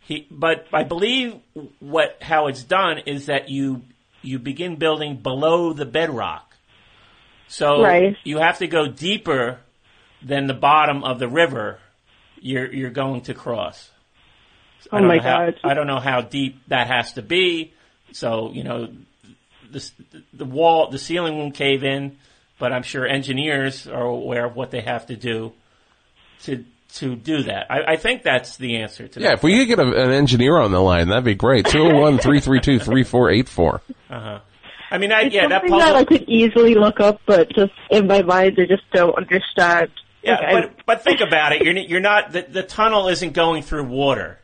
[SPEAKER 2] He, but I believe what how it's done is that you you begin building below the bedrock, so
[SPEAKER 8] Right.
[SPEAKER 2] you have to go deeper than the bottom of the river you're you're going to cross. I
[SPEAKER 8] Oh
[SPEAKER 2] don't
[SPEAKER 8] my
[SPEAKER 2] know how-
[SPEAKER 8] God.
[SPEAKER 2] I don't know how deep that has to be. So you know, the the wall, the ceiling won't cave in. but I'm sure engineers are aware of what they have to do to to do that. I, I think that's the answer to
[SPEAKER 3] Yeah,
[SPEAKER 2] that.
[SPEAKER 3] if we could get a, an engineer on the line, that'd be great. 201 332 3484.
[SPEAKER 2] Uh-huh. I mean, I,
[SPEAKER 8] It's
[SPEAKER 2] yeah, that
[SPEAKER 8] something
[SPEAKER 2] puzzle.
[SPEAKER 8] that I could easily look up, but just in my mind, I just don't understand.
[SPEAKER 2] yeah,
[SPEAKER 8] Like, I-
[SPEAKER 2] but but think about it. You're n- you're not the, the tunnel isn't going through water.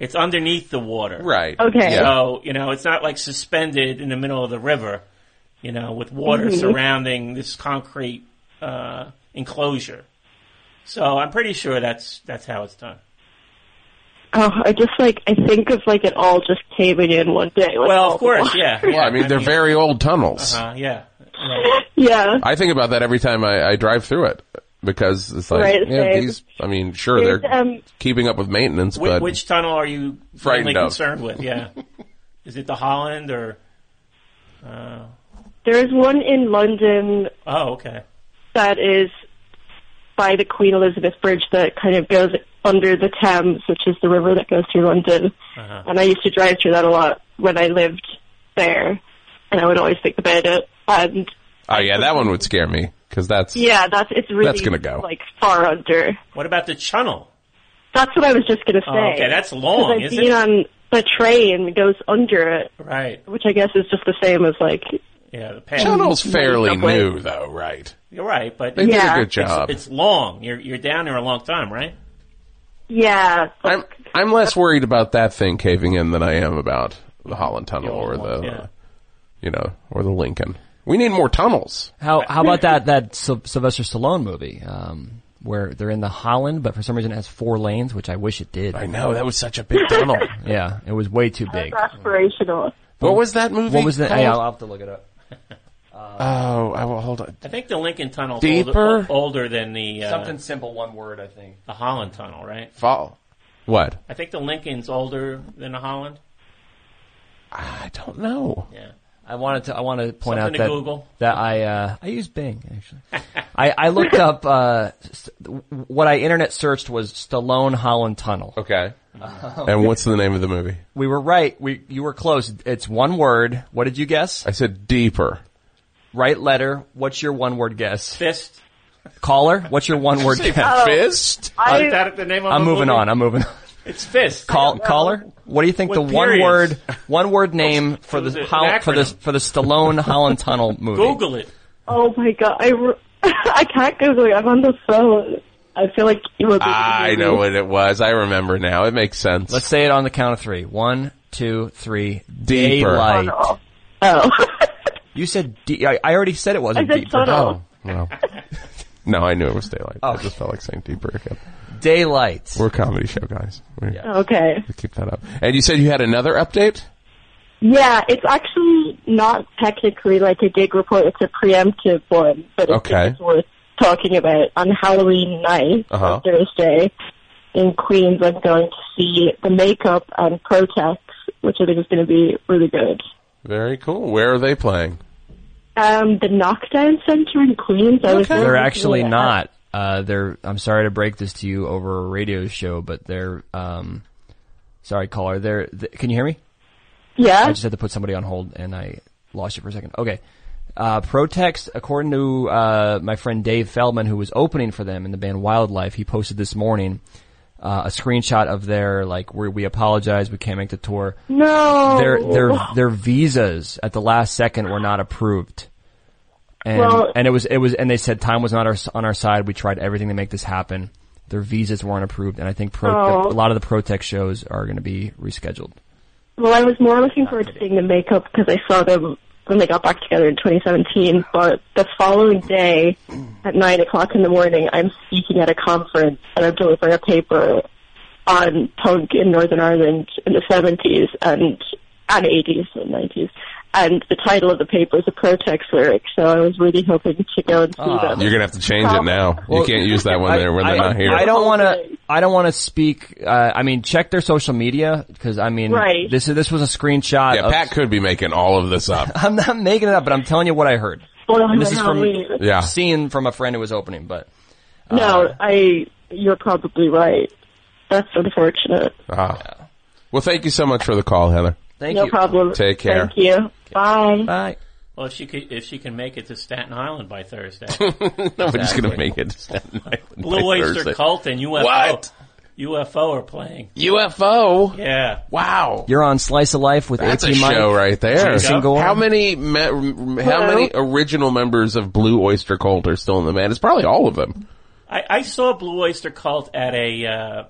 [SPEAKER 2] It's underneath the water.
[SPEAKER 3] Right.
[SPEAKER 8] Okay.
[SPEAKER 3] Yeah.
[SPEAKER 2] So you know, it's not like suspended in the middle of the river. You know, with water surrounding this concrete uh, enclosure. So I'm pretty sure that's that's how it's done.
[SPEAKER 8] oh, I just like I think of like it all just caving in one day. like,
[SPEAKER 2] Well,
[SPEAKER 8] all
[SPEAKER 2] of
[SPEAKER 8] the
[SPEAKER 2] course,
[SPEAKER 8] water.
[SPEAKER 2] yeah.
[SPEAKER 3] Well, I mean, they're very old tunnels.
[SPEAKER 2] Uh, yeah. Yeah.
[SPEAKER 8] yeah.
[SPEAKER 3] I think about that every time I, I drive through it because it's like,
[SPEAKER 8] Right,
[SPEAKER 3] yeah,
[SPEAKER 8] same.
[SPEAKER 3] these, I mean, sure,
[SPEAKER 8] There's,
[SPEAKER 3] they're
[SPEAKER 8] um,
[SPEAKER 3] keeping up with maintenance,
[SPEAKER 2] Whi-
[SPEAKER 3] but
[SPEAKER 2] which tunnel are you
[SPEAKER 3] Frightened
[SPEAKER 2] mainly
[SPEAKER 3] of.
[SPEAKER 2] concerned with? Yeah. Is it the Holland or? uh,
[SPEAKER 8] There is one in London
[SPEAKER 2] Oh, okay.
[SPEAKER 8] that is by the Queen Elizabeth Bridge that kind of goes under the Thames, which is the river that goes through London.
[SPEAKER 5] Uh-huh.
[SPEAKER 8] And I used to drive through that a lot when I lived there, and I would always think about it. And
[SPEAKER 3] oh yeah, that one would scare me because that's,
[SPEAKER 8] yeah, that's it's really
[SPEAKER 3] That's gonna go.
[SPEAKER 8] like far under.
[SPEAKER 2] What about the Chunnel?
[SPEAKER 8] That's what I was just gonna say.
[SPEAKER 2] Oh, okay, that's
[SPEAKER 8] Because
[SPEAKER 2] long,
[SPEAKER 8] I've
[SPEAKER 2] isn't
[SPEAKER 8] been
[SPEAKER 2] it?
[SPEAKER 8] on the train that goes under it,
[SPEAKER 2] Right.
[SPEAKER 8] which I guess is just the same as like
[SPEAKER 2] Yeah, the path.
[SPEAKER 3] tunnel's fairly
[SPEAKER 8] Subway.
[SPEAKER 3] new though, right?
[SPEAKER 2] You're right, but
[SPEAKER 3] They
[SPEAKER 8] Yeah.
[SPEAKER 3] did a good job.
[SPEAKER 2] it's long. You're you're down there a long time, right?
[SPEAKER 8] yeah,
[SPEAKER 3] I'm, I'm less worried about that thing caving in than I am about the Holland Tunnel
[SPEAKER 2] old
[SPEAKER 3] or
[SPEAKER 2] one,
[SPEAKER 3] the,
[SPEAKER 2] yeah.
[SPEAKER 3] you know, or the Lincoln. We need more tunnels.
[SPEAKER 1] How how about that that Syl- Sylvester Stallone movie um, where they're in the Holland, but for some reason it has four lanes, which I wish it did.
[SPEAKER 3] I know that was such a big tunnel.
[SPEAKER 1] Yeah, it was way too big.
[SPEAKER 8] aspirational.
[SPEAKER 3] what was that movie?
[SPEAKER 1] What was the?
[SPEAKER 3] called?
[SPEAKER 1] Hey, I'll I'll have to look it up.
[SPEAKER 3] Oh, I will hold on.
[SPEAKER 2] Uh, I think the Lincoln Tunnel's
[SPEAKER 3] Deeper?
[SPEAKER 2] Older, older than the uh,
[SPEAKER 1] simple, one word, I think.
[SPEAKER 2] the Holland Tunnel, right?
[SPEAKER 3] Fall. What?
[SPEAKER 2] I think the Lincoln's older than the Holland.
[SPEAKER 3] I don't know.
[SPEAKER 2] Yeah.
[SPEAKER 1] I wanted to. I want to point
[SPEAKER 2] Something
[SPEAKER 1] out
[SPEAKER 2] to
[SPEAKER 1] that
[SPEAKER 2] Google.
[SPEAKER 1] that I uh, I use Bing actually. I, I looked up uh, st- what I internet searched was Stallone Holland Tunnel. Uh,
[SPEAKER 3] Okay. and what's the name of the movie?
[SPEAKER 1] We were right. We you were close. It's one word. What did you guess?
[SPEAKER 3] I said deeper.
[SPEAKER 1] Right letter. What's your one word guess?
[SPEAKER 2] Fist.
[SPEAKER 1] Caller. What's your one word guess?
[SPEAKER 3] Fist?
[SPEAKER 2] Is
[SPEAKER 8] I
[SPEAKER 2] that the name of
[SPEAKER 1] I'm
[SPEAKER 2] the
[SPEAKER 1] moving
[SPEAKER 2] movie?
[SPEAKER 1] on. I'm moving. on.
[SPEAKER 2] It's Fist.
[SPEAKER 1] Call, caller. What do you think
[SPEAKER 2] With
[SPEAKER 1] the one
[SPEAKER 2] periods.
[SPEAKER 1] word one word name for
[SPEAKER 2] was
[SPEAKER 1] the
[SPEAKER 2] an
[SPEAKER 1] Hol- for the
[SPEAKER 2] acronym.
[SPEAKER 1] for the Stallone Holland Tunnel movie?
[SPEAKER 2] Google it.
[SPEAKER 8] oh my god, I re- I can't Google it. I'm on the phone. I feel like you will be.
[SPEAKER 3] I know what it was. I remember now. It makes sense.
[SPEAKER 1] Let's say it on the count of three. One, two, three.
[SPEAKER 3] Deeper.
[SPEAKER 1] Daylight.
[SPEAKER 8] Oh,
[SPEAKER 1] You said de- I, I already said it
[SPEAKER 8] I
[SPEAKER 1] wasn't
[SPEAKER 8] said
[SPEAKER 1] deeper.
[SPEAKER 8] tunnel.
[SPEAKER 3] no. no, I knew it was daylight.
[SPEAKER 1] Oh.
[SPEAKER 3] I just felt like saying deeper again.
[SPEAKER 1] Daylight.
[SPEAKER 3] We're a comedy show, guys. We
[SPEAKER 8] Oh, Okay.
[SPEAKER 3] we keep that up. And you said you had another update?
[SPEAKER 8] Yeah, it's actually not technically like a gig report. It's a preemptive one, but I
[SPEAKER 3] Okay.
[SPEAKER 8] think it's worth talking about. On Halloween night,
[SPEAKER 3] Uh-huh.
[SPEAKER 8] on Thursday, in Queens, I'm going to see The Makeup and Protex, which I think is going to be really good.
[SPEAKER 3] Very cool. Where are they playing?
[SPEAKER 8] Um, the Knockdown Center in Queens. I was
[SPEAKER 1] They're
[SPEAKER 8] really
[SPEAKER 1] actually
[SPEAKER 8] looking at.
[SPEAKER 1] not. Uh, they're. I'm sorry to break this to you over a radio show, but they're. Um, sorry, caller. They're. Th- can you hear me? I
[SPEAKER 8] Yeah.
[SPEAKER 1] just had to put somebody on hold, and I lost you for a second. Okay. Uh, Protext, according to uh, my friend Dave Feldman, who was opening for them in the band Wildlife, he posted this morning uh, a screenshot of their like, "We we apologize, we can't make the tour."
[SPEAKER 8] No.
[SPEAKER 1] their their their visas at the last second were not approved. And
[SPEAKER 8] Well-
[SPEAKER 1] and it was it was and they said time was not our, on our side. We tried everything to make this happen. Their visas weren't approved, and I think pro,
[SPEAKER 8] Oh.
[SPEAKER 1] a lot of the Protect shows are going to be rescheduled.
[SPEAKER 8] Well, I was more looking forward to seeing the makeup because I saw them when they got back together in 2017. But the following day, at nine o'clock in the morning, I'm speaking at a conference and I'm delivering a paper on punk in Northern Ireland in the 70s and and 80s and 90s. And the title of the paper is a protest lyric, so I was really hoping to go and see them.
[SPEAKER 3] Ah, You're going to have to change it now. you can't use that one there when they're
[SPEAKER 1] Ah. I,
[SPEAKER 3] not here.
[SPEAKER 1] I don't want to. I don't want to speak. Uh, I mean, check their social media because I mean,
[SPEAKER 8] Right.
[SPEAKER 1] this is this was a screenshot.
[SPEAKER 3] yeah,
[SPEAKER 1] of,
[SPEAKER 3] Pat could be making all of this up.
[SPEAKER 1] I'm not making it up, but I'm telling you what Oh, I heard.
[SPEAKER 8] Well, I'm
[SPEAKER 1] this is
[SPEAKER 8] not
[SPEAKER 1] from-
[SPEAKER 8] leaving.
[SPEAKER 3] Yeah.
[SPEAKER 1] Seen from a friend who was opening, but
[SPEAKER 8] No, I. You're probably right. That's unfortunate.
[SPEAKER 3] Ah. Well, thank you so much for the call, Heather.
[SPEAKER 1] thank
[SPEAKER 8] No
[SPEAKER 1] you.
[SPEAKER 8] problem.
[SPEAKER 3] Take care.
[SPEAKER 8] Thank you. Bye.
[SPEAKER 1] Bye.
[SPEAKER 2] Well, if she could, if she can make it to Staten Island by Thursday,
[SPEAKER 3] Nobody's going to make it. to Staten Island
[SPEAKER 2] Blue
[SPEAKER 3] by
[SPEAKER 2] Oyster
[SPEAKER 3] Thursday.
[SPEAKER 2] Cult and UFO,
[SPEAKER 3] What?
[SPEAKER 2] UFO are playing.
[SPEAKER 3] UFO.
[SPEAKER 2] Yeah,
[SPEAKER 3] Wow.
[SPEAKER 1] You're on Slice of Life with
[SPEAKER 3] That's a
[SPEAKER 1] AP Mike.
[SPEAKER 3] show right there.
[SPEAKER 2] Jason Gorn.
[SPEAKER 3] How many me- m- how
[SPEAKER 9] Hello?
[SPEAKER 3] many original members of Blue Oyster Cult are still in the band? It's probably all of them.
[SPEAKER 2] I, I saw Blue Oyster Cult at a uh,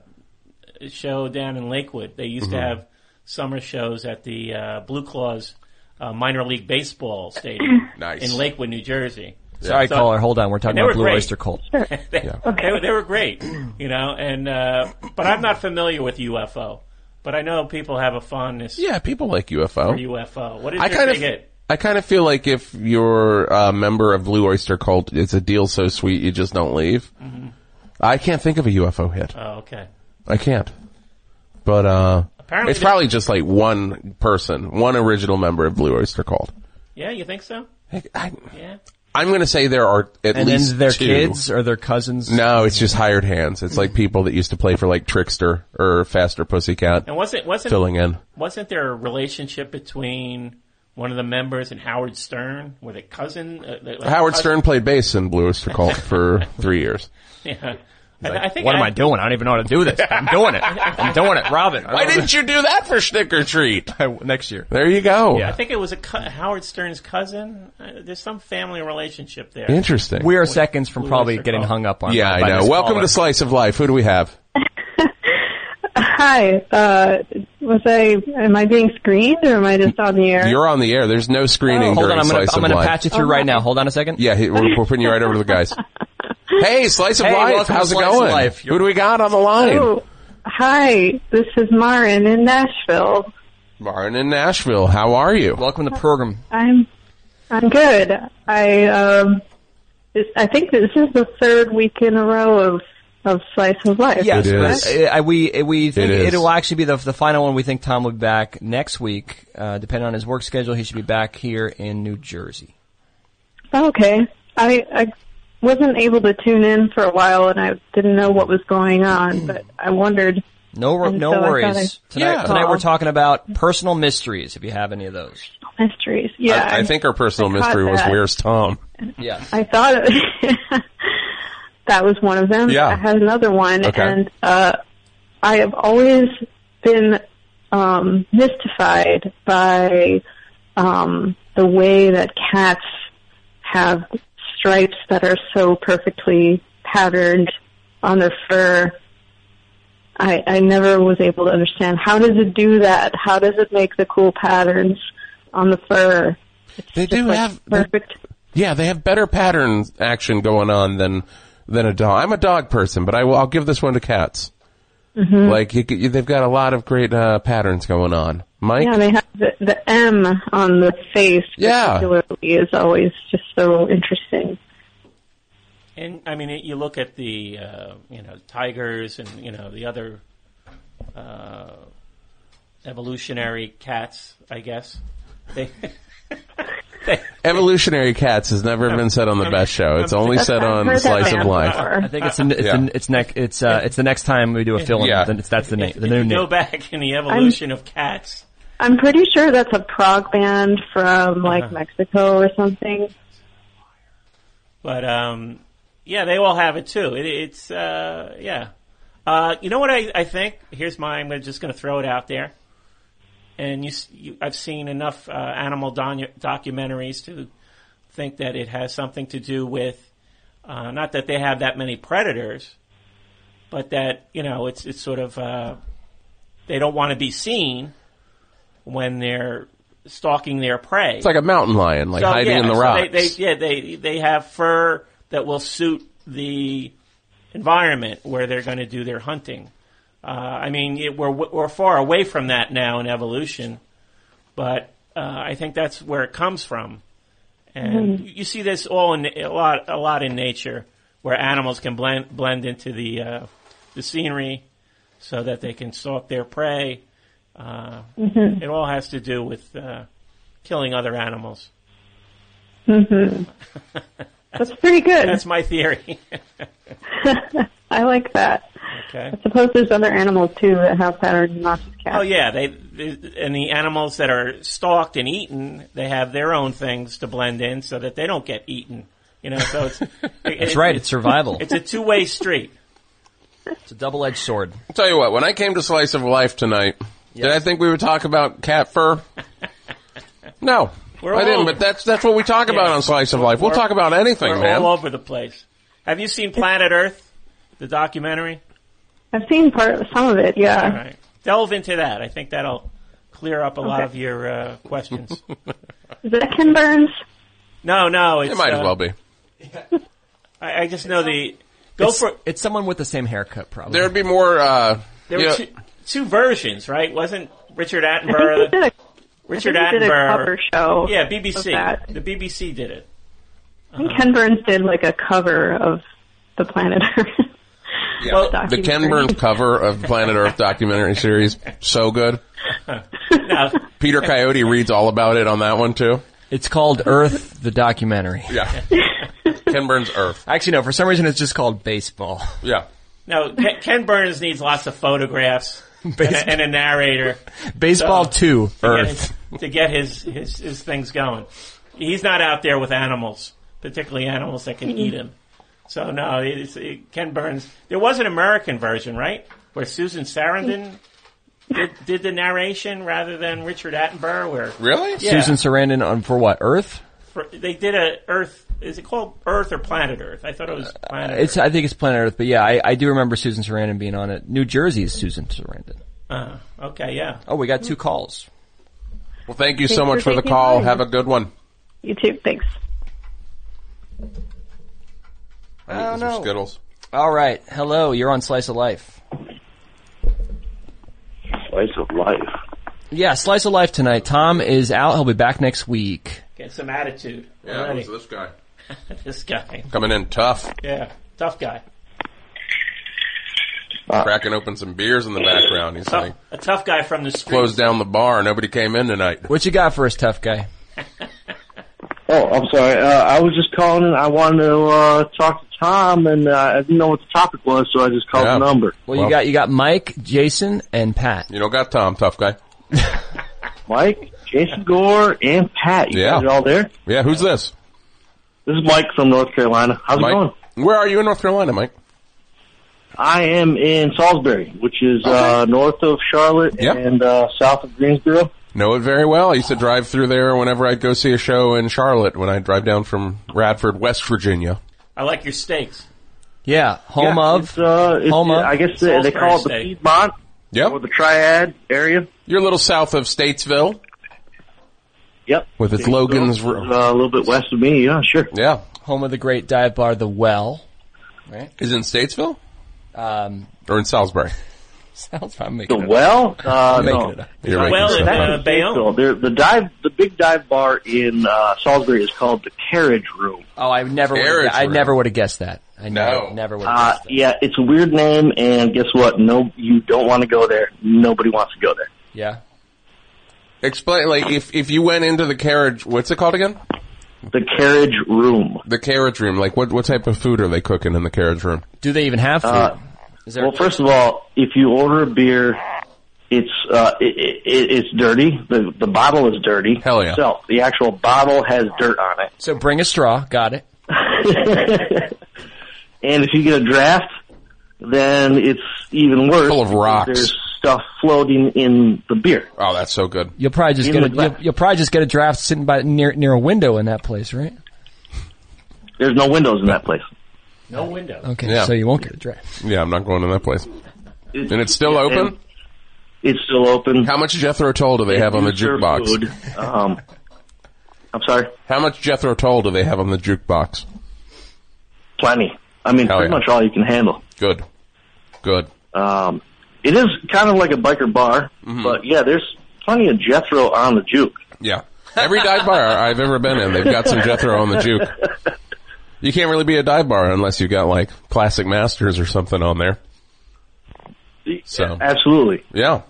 [SPEAKER 2] show down in Lakewood. They used to
[SPEAKER 1] Mm-hmm.
[SPEAKER 2] have summer shows at the uh, Blue Claws uh, minor league baseball stadium
[SPEAKER 3] Nice.
[SPEAKER 2] in Lakewood, New Jersey.
[SPEAKER 1] Sorry,
[SPEAKER 2] So-
[SPEAKER 1] caller. Hold on. We're talking
[SPEAKER 2] They
[SPEAKER 1] about
[SPEAKER 2] were
[SPEAKER 1] Blue
[SPEAKER 2] great.
[SPEAKER 1] Oyster Cult.
[SPEAKER 2] they, they, they were great, you know. And uh, but I'm not familiar with UFO, but I know people have a fondness
[SPEAKER 3] Yeah, people like UFO.
[SPEAKER 2] for UFO. What is
[SPEAKER 3] I
[SPEAKER 2] your
[SPEAKER 3] kind
[SPEAKER 2] big
[SPEAKER 3] of
[SPEAKER 2] hit?
[SPEAKER 3] I kind of feel like if you're a member of Blue Oyster Cult, it's a deal so sweet you just don't leave. I can't think of a UFO hit.
[SPEAKER 2] Mm-hmm. Oh, okay.
[SPEAKER 3] I can't. But uh
[SPEAKER 2] Apparently
[SPEAKER 3] it's
[SPEAKER 2] they-
[SPEAKER 3] probably just like one person, one original member of Blue Oyster Cult.
[SPEAKER 2] Yeah, you think so?
[SPEAKER 3] I, I,
[SPEAKER 2] Yeah.
[SPEAKER 3] am going to say there are at
[SPEAKER 1] And
[SPEAKER 3] least
[SPEAKER 1] then their
[SPEAKER 3] two.
[SPEAKER 1] kids or their cousins.
[SPEAKER 3] No, it's just hired hands. It's
[SPEAKER 2] Hmm.
[SPEAKER 3] like people that used to play for like Trickster or Faster Pussycat
[SPEAKER 2] And wasn't wasn't
[SPEAKER 3] filling in.
[SPEAKER 2] wasn't there a relationship between one of the members and Howard Stern? Were they cousin? Uh, they- like
[SPEAKER 3] Howard
[SPEAKER 2] cousin-
[SPEAKER 3] Stern played bass in Blue Oyster Cult for three years.
[SPEAKER 2] Yeah. I, I think
[SPEAKER 1] What am
[SPEAKER 2] I
[SPEAKER 1] I doing? I don't even know how to do this. I'm doing it. I'm doing it, Robin. I
[SPEAKER 3] Why
[SPEAKER 1] don't
[SPEAKER 3] didn't you do that for Snicker Treat?
[SPEAKER 1] know- next year?
[SPEAKER 3] There you go.
[SPEAKER 2] I think it was a cou- Howard Stern's cousin. Uh, there's some family relationship there.
[SPEAKER 3] Interesting.
[SPEAKER 1] We are seconds from
[SPEAKER 2] Blue
[SPEAKER 1] probably
[SPEAKER 2] Oyster
[SPEAKER 1] getting
[SPEAKER 2] Cult.
[SPEAKER 1] hung up on.
[SPEAKER 3] yeah,
[SPEAKER 1] by
[SPEAKER 3] I know.
[SPEAKER 1] this
[SPEAKER 3] Welcome
[SPEAKER 1] caller.
[SPEAKER 3] to Slice of Life. Who do we have?
[SPEAKER 9] Hi. Uh, was I? Am I being screened or am I just on the air?
[SPEAKER 3] You're on the air. There's no screening
[SPEAKER 1] Oh, Hold
[SPEAKER 3] during
[SPEAKER 1] on, I'm gonna,
[SPEAKER 3] Slice
[SPEAKER 1] I'm
[SPEAKER 3] of
[SPEAKER 1] gonna
[SPEAKER 3] Life.
[SPEAKER 1] patch you through right now. Hold on a second.
[SPEAKER 3] Yeah, he, we're, we're putting you right over to the guys. Hey, Slice of
[SPEAKER 1] Hey,
[SPEAKER 3] Life.
[SPEAKER 1] welcome to
[SPEAKER 3] How's it
[SPEAKER 1] Slice of
[SPEAKER 3] going?
[SPEAKER 1] Life.
[SPEAKER 3] Who do we got on the line?
[SPEAKER 9] Oh, hi. This is Marin in Nashville.
[SPEAKER 3] Martin in Nashville. How are you?
[SPEAKER 1] Welcome to the program.
[SPEAKER 9] I'm I'm good. I um, this, I think this is the third week in a row of of slice of life.
[SPEAKER 1] Yes,
[SPEAKER 3] It
[SPEAKER 1] but
[SPEAKER 3] is.
[SPEAKER 1] uh, I- we uh, we think
[SPEAKER 3] It is.
[SPEAKER 1] it will actually be the, the final one. We think Tom will be back next week, uh, depending on his work schedule. He should be back here in New Jersey.
[SPEAKER 9] Oh, Okay. I I wasn't able to tune in for a while, and I didn't know what was going on, but I wondered.
[SPEAKER 1] No, wor-
[SPEAKER 9] And
[SPEAKER 1] no
[SPEAKER 9] so I thought
[SPEAKER 1] worries.
[SPEAKER 9] I-
[SPEAKER 1] tonight,
[SPEAKER 3] Yeah.
[SPEAKER 1] tonight we're talking about personal mysteries. If you have any of those,
[SPEAKER 9] Mysteries. Yeah,
[SPEAKER 3] I, I think our personal
[SPEAKER 9] I caught
[SPEAKER 3] mystery was
[SPEAKER 9] that.
[SPEAKER 3] where's Tom?
[SPEAKER 1] yeah.
[SPEAKER 9] I thought it, that was one of them.
[SPEAKER 3] Yeah.
[SPEAKER 9] I had another one,
[SPEAKER 3] Okay.
[SPEAKER 9] and uh, I have always been um, mystified by um, the way that cats have stripes that are so perfectly patterned on their fur. I, I never was able to understand how does it do that? How does it make the cool patterns on the fur?
[SPEAKER 3] They do
[SPEAKER 9] Like
[SPEAKER 3] have
[SPEAKER 9] perfect.
[SPEAKER 3] Yeah, they have better pattern action going on than than a dog. I'm a dog person, but I will, I'll give this one to cats.
[SPEAKER 9] Mm. mm-hmm.
[SPEAKER 3] Like you, c- you, they've got a lot of great uh, patterns going on. Mike,
[SPEAKER 9] Yeah, they have the, the M on the face.
[SPEAKER 3] Yeah.
[SPEAKER 9] particularly is always just so interesting.
[SPEAKER 2] And I mean, you look at the uh, you know tigers and you know the other uh, evolutionary cats, I guess. They,
[SPEAKER 3] evolutionary cats has never been said on the best show. It's only said
[SPEAKER 9] I've
[SPEAKER 3] on
[SPEAKER 9] heard that
[SPEAKER 3] Slice of
[SPEAKER 9] band
[SPEAKER 3] Life.
[SPEAKER 9] before.
[SPEAKER 1] I think it's the, it's,
[SPEAKER 3] Yeah.
[SPEAKER 1] the, it's next it's uh it's the next time we do a fill in.
[SPEAKER 3] Yeah.
[SPEAKER 1] Then it's that's the name the new
[SPEAKER 2] if you go
[SPEAKER 1] name.
[SPEAKER 2] back in the evolution of cats.
[SPEAKER 9] I'm pretty sure that's a prog band from like
[SPEAKER 2] Uh-huh.
[SPEAKER 9] Mexico or something.
[SPEAKER 2] But um, yeah, they all have it too. It, it's uh, yeah. Uh, you know what I, I think? Here's my. I'm gonna- just going to throw it out there. And you, s- you I've seen enough uh, animal don- documentaries to think that it has something to do with uh, not that they have that many predators, but that you know it's it's sort of uh, they don't want to be seen when they're stalking their prey.
[SPEAKER 3] It's like a mountain lion, like
[SPEAKER 2] So,
[SPEAKER 3] hiding
[SPEAKER 2] yeah,
[SPEAKER 3] in the
[SPEAKER 2] so
[SPEAKER 3] rocks.
[SPEAKER 2] They, they, yeah, they they have fur that will suit the environment where they're going to do their hunting. Uh, I mean, it, we're we're far away from that now in evolution, but uh, I think that's where it comes from. And you- you see this all in a lot a lot in nature where animals can blend blend into the uh, the scenery so that they can stalk their prey. Uh, It all has to do with uh, killing other animals.
[SPEAKER 9] That's pretty good.
[SPEAKER 2] That's my theory.
[SPEAKER 9] I like that.
[SPEAKER 2] Okay.
[SPEAKER 9] I suppose there's other animals too that have patterns, not just cats.
[SPEAKER 2] Oh yeah, they, they and the animals that are stalked and eaten, they have their own things to blend in so that they don't get eaten. You know, so it's
[SPEAKER 1] That's right. It's survival.
[SPEAKER 2] It's a two way street.
[SPEAKER 1] It's a double-edged sword.
[SPEAKER 3] I'll tell you what, when I came to Slice of Life tonight, did I think we would talk about cat fur? No.
[SPEAKER 2] We're
[SPEAKER 3] I
[SPEAKER 2] all
[SPEAKER 3] didn't,
[SPEAKER 2] over-
[SPEAKER 3] but that's that's what we talk about on Slice of Life. We'll
[SPEAKER 2] We're-
[SPEAKER 3] talk about anything,
[SPEAKER 2] We're
[SPEAKER 3] man.
[SPEAKER 2] all over the place. Have you seen Planet Earth, the documentary?
[SPEAKER 9] I've seen part of some of it. Yeah.
[SPEAKER 2] All right, delve into that. I think that'll clear up a lot
[SPEAKER 9] Okay.
[SPEAKER 2] of your uh, questions.
[SPEAKER 9] Is that Ken Burns?
[SPEAKER 2] no, no, it's,
[SPEAKER 3] it might as
[SPEAKER 2] uh,
[SPEAKER 3] well be.
[SPEAKER 2] I, I just know the go
[SPEAKER 1] It's,
[SPEAKER 2] for.
[SPEAKER 1] it's someone with the same haircut, probably.
[SPEAKER 3] There'd be more. Uh,
[SPEAKER 2] There
[SPEAKER 3] you
[SPEAKER 2] were
[SPEAKER 3] know-
[SPEAKER 2] two, two versions, right? Wasn't Richard
[SPEAKER 9] I think
[SPEAKER 2] Attenborough?
[SPEAKER 9] he did a, I
[SPEAKER 2] Richard
[SPEAKER 9] think he did a
[SPEAKER 2] Attenborough.
[SPEAKER 9] cover show.
[SPEAKER 2] Yeah,
[SPEAKER 9] of
[SPEAKER 2] BBC.
[SPEAKER 9] that.
[SPEAKER 2] The BBC did it.
[SPEAKER 9] I think
[SPEAKER 2] Uh-huh.
[SPEAKER 9] Ken Burns did like a cover of the Planet Earth.
[SPEAKER 3] yeah,
[SPEAKER 2] well,
[SPEAKER 3] the Ken Burns cover of the Planet Earth documentary series, so good.
[SPEAKER 2] No,
[SPEAKER 3] Peter Coyote reads all about it on that one too.
[SPEAKER 1] It's called Earth, the documentary.
[SPEAKER 3] Yeah, Ken Burns Earth.
[SPEAKER 1] Actually, no. For some reason, it's just called baseball.
[SPEAKER 3] Yeah,
[SPEAKER 2] no. Ken- Ken Burns needs lots of photographs and a, and a narrator
[SPEAKER 1] Baseball
[SPEAKER 2] So-
[SPEAKER 1] two,
[SPEAKER 2] to get
[SPEAKER 1] Earth.
[SPEAKER 2] his, to get his, his his things going. He's not out there with animals, particularly animals that can eat him. So no, it's, it, Ken Burns. There was an American version, right, where Susan Sarandon did, did the narration rather than Richard Attenborough. Where
[SPEAKER 3] really?
[SPEAKER 2] Yeah.
[SPEAKER 1] Susan Sarandon on for what? Earth.
[SPEAKER 2] for, they did a Earth. Is it called Earth or Planet Earth? I thought it was Planet.
[SPEAKER 1] Uh, It's.
[SPEAKER 2] Earth.
[SPEAKER 1] I think it's Planet Earth, but yeah, I, I do remember Susan Sarandon being on it. New Jersey is Susan Sarandon.
[SPEAKER 2] Uh, okay, yeah.
[SPEAKER 1] Oh, we got two calls.
[SPEAKER 3] Well, thank you so
[SPEAKER 9] Thanks
[SPEAKER 3] much for
[SPEAKER 9] for
[SPEAKER 3] the
[SPEAKER 9] taking
[SPEAKER 3] call.
[SPEAKER 9] mine.
[SPEAKER 3] Have a good one.
[SPEAKER 9] You too. Thanks.
[SPEAKER 3] I need some Skittles.
[SPEAKER 1] All right. Hello. You're on Slice of Life.
[SPEAKER 10] Slice of life.
[SPEAKER 1] Yeah, Slice of Life tonight. Tom is out. He'll be back next week.
[SPEAKER 2] Get some attitude.
[SPEAKER 3] Yeah,
[SPEAKER 2] already.
[SPEAKER 3] who's this guy
[SPEAKER 2] this guy.
[SPEAKER 3] coming in tough,
[SPEAKER 2] Yeah, tough guy.
[SPEAKER 10] Uh,
[SPEAKER 3] cracking open some beers in the background. He's
[SPEAKER 2] Tough,
[SPEAKER 3] like,
[SPEAKER 2] a tough Oh, guy from the street.
[SPEAKER 3] closed down the bar. Nobody came in tonight.
[SPEAKER 1] What you got for us, tough guy?
[SPEAKER 10] Oh, I'm sorry. Uh, I was just calling. in. I wanted to uh, talk to Tom, and uh, I didn't know what the topic was, so I just called
[SPEAKER 3] Yeah.
[SPEAKER 10] the number.
[SPEAKER 1] Well,
[SPEAKER 3] Well-
[SPEAKER 1] you got you got Mike, Jason, and Pat.
[SPEAKER 3] You don't got Tom, tough guy.
[SPEAKER 10] Mike, Jason Gore, and Pat. You
[SPEAKER 3] Yeah.
[SPEAKER 10] guys are all there.
[SPEAKER 3] Yeah, who's this?
[SPEAKER 10] This is Mike from North Carolina. How's
[SPEAKER 3] Mike.
[SPEAKER 10] it going?
[SPEAKER 3] Where are you in North Carolina, Mike?
[SPEAKER 10] I am in Salisbury, which is uh, north of Charlotte
[SPEAKER 3] Yep.
[SPEAKER 10] and uh, south of Greensboro.
[SPEAKER 3] Know it very well. I used to drive through there whenever I'd go see a show in Charlotte when I drive down from Radford, West Virginia.
[SPEAKER 2] I like your steaks.
[SPEAKER 1] Yeah, home
[SPEAKER 10] Yeah,
[SPEAKER 1] of
[SPEAKER 10] It's, uh, it's,
[SPEAKER 1] Home of
[SPEAKER 10] I guess they, they call it the
[SPEAKER 2] Salisbury State.
[SPEAKER 10] Piedmont or
[SPEAKER 3] Yep.
[SPEAKER 10] the Triad area.
[SPEAKER 3] You're a little south of Statesville
[SPEAKER 10] Yep.
[SPEAKER 3] with its
[SPEAKER 10] So,
[SPEAKER 3] Logan's
[SPEAKER 10] uh,
[SPEAKER 3] Room.
[SPEAKER 10] a little bit west of me. Yeah, sure.
[SPEAKER 3] Yeah.
[SPEAKER 1] home of the great dive bar, the Well.
[SPEAKER 3] Is it in Statesville
[SPEAKER 1] Um,
[SPEAKER 3] or in Salisbury?
[SPEAKER 1] sounds fine.
[SPEAKER 10] The
[SPEAKER 1] Making it up.
[SPEAKER 10] well, uh,
[SPEAKER 1] making
[SPEAKER 10] no.
[SPEAKER 1] it up.
[SPEAKER 3] You're right.
[SPEAKER 2] Well, in
[SPEAKER 10] That's
[SPEAKER 2] uh,
[SPEAKER 10] in Statesville.
[SPEAKER 2] Bayonne.
[SPEAKER 10] There, the dive, the big dive bar in uh, Salisbury is called the Carriage Room.
[SPEAKER 1] Oh, I never.
[SPEAKER 3] Carriage
[SPEAKER 1] Would've, I
[SPEAKER 3] room.
[SPEAKER 1] never would have guessed that. I
[SPEAKER 3] No.
[SPEAKER 1] never, never would have.
[SPEAKER 10] Uh,
[SPEAKER 1] guessed that.
[SPEAKER 10] yeah, it's a weird name, and guess what? No, you don't want to go there. Nobody wants to go there.
[SPEAKER 1] Yeah.
[SPEAKER 3] Explain, like, if, if you went into the carriage, what's it called again?
[SPEAKER 10] The Carriage Room.
[SPEAKER 3] The carriage room. Like, what, what type of food are they cooking in the carriage room?
[SPEAKER 1] Do they even have food?
[SPEAKER 10] Uh,
[SPEAKER 1] Is there?
[SPEAKER 10] Well, first of all, if you order a beer, it's uh, it, it, it's dirty. The the bottle is dirty.
[SPEAKER 3] Hell yeah.
[SPEAKER 10] So the actual bottle has dirt on it.
[SPEAKER 1] so bring a straw. Got it.
[SPEAKER 10] and if you get a draft, then it's even worse.
[SPEAKER 3] Full of rocks.
[SPEAKER 10] There's stuff floating in the beer.
[SPEAKER 3] Oh, that's so good.
[SPEAKER 1] You'll probably just
[SPEAKER 10] In
[SPEAKER 1] get a
[SPEAKER 10] the glass.
[SPEAKER 1] you'll, you'll probably just get a draft sitting by near near a window in that place, right?
[SPEAKER 10] There's no windows in that place.
[SPEAKER 2] No window.
[SPEAKER 1] Okay,
[SPEAKER 3] Yeah.
[SPEAKER 1] so you won't get a draft.
[SPEAKER 3] Yeah, I'm not going to that place. And it's still open?
[SPEAKER 10] and It's still open.
[SPEAKER 3] How much Jethro Tull do they have on the
[SPEAKER 10] Serve
[SPEAKER 3] jukebox?
[SPEAKER 10] food. Um, I'm sorry.
[SPEAKER 3] How much Jethro Tull do they have on the jukebox?
[SPEAKER 10] Plenty. I mean,
[SPEAKER 3] Hell
[SPEAKER 10] pretty
[SPEAKER 3] yeah.
[SPEAKER 10] much all you can handle.
[SPEAKER 3] Good. Good.
[SPEAKER 10] Um, it is kind of like a biker bar,
[SPEAKER 3] Mm-hmm.
[SPEAKER 10] but yeah, there's plenty of Jethro on the juke.
[SPEAKER 3] Yeah. Every dive bar I've ever been in, they've got some Jethro on the juke. You can't really be a dive bar unless you've got like classic masters or something on there. So.
[SPEAKER 10] Absolutely.
[SPEAKER 3] Yeah.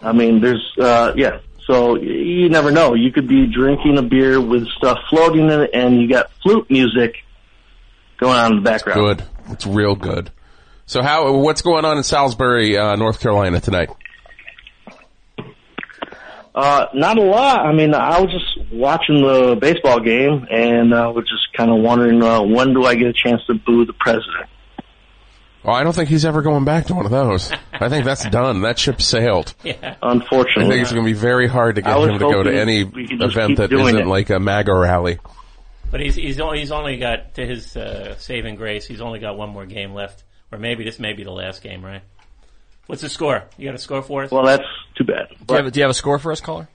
[SPEAKER 10] I mean, there's, uh, yeah. So y- you never know. You could be drinking a beer with stuff floating in it, and you got flute music going on in the background.
[SPEAKER 3] Good. It's real good. So how what's going on in Salisbury, uh, North Carolina tonight?
[SPEAKER 4] Uh, not a lot. I mean, I was just watching the baseball game, and uh, was just kind of wondering uh, when do I get a chance to boo the president?
[SPEAKER 3] Well, Oh, I don't think he's ever going back to one of those. I think that's done. That ship sailed. I
[SPEAKER 4] Unfortunately,
[SPEAKER 3] think it's going to be very hard to
[SPEAKER 4] I
[SPEAKER 3] get
[SPEAKER 4] was
[SPEAKER 3] him to go to
[SPEAKER 4] hoping
[SPEAKER 3] any
[SPEAKER 4] we could just
[SPEAKER 3] event
[SPEAKER 4] keep
[SPEAKER 3] that
[SPEAKER 4] doing
[SPEAKER 3] isn't
[SPEAKER 4] it.
[SPEAKER 3] like a MAGA rally.
[SPEAKER 2] But he's he's only, he's only got to his uh, saving grace. He's only got one more game left, or maybe this may be the last game, right? What's the score? You got a score for us?
[SPEAKER 4] well, that's too bad.
[SPEAKER 1] Do you,
[SPEAKER 4] But
[SPEAKER 1] have, do you have a score for us, caller?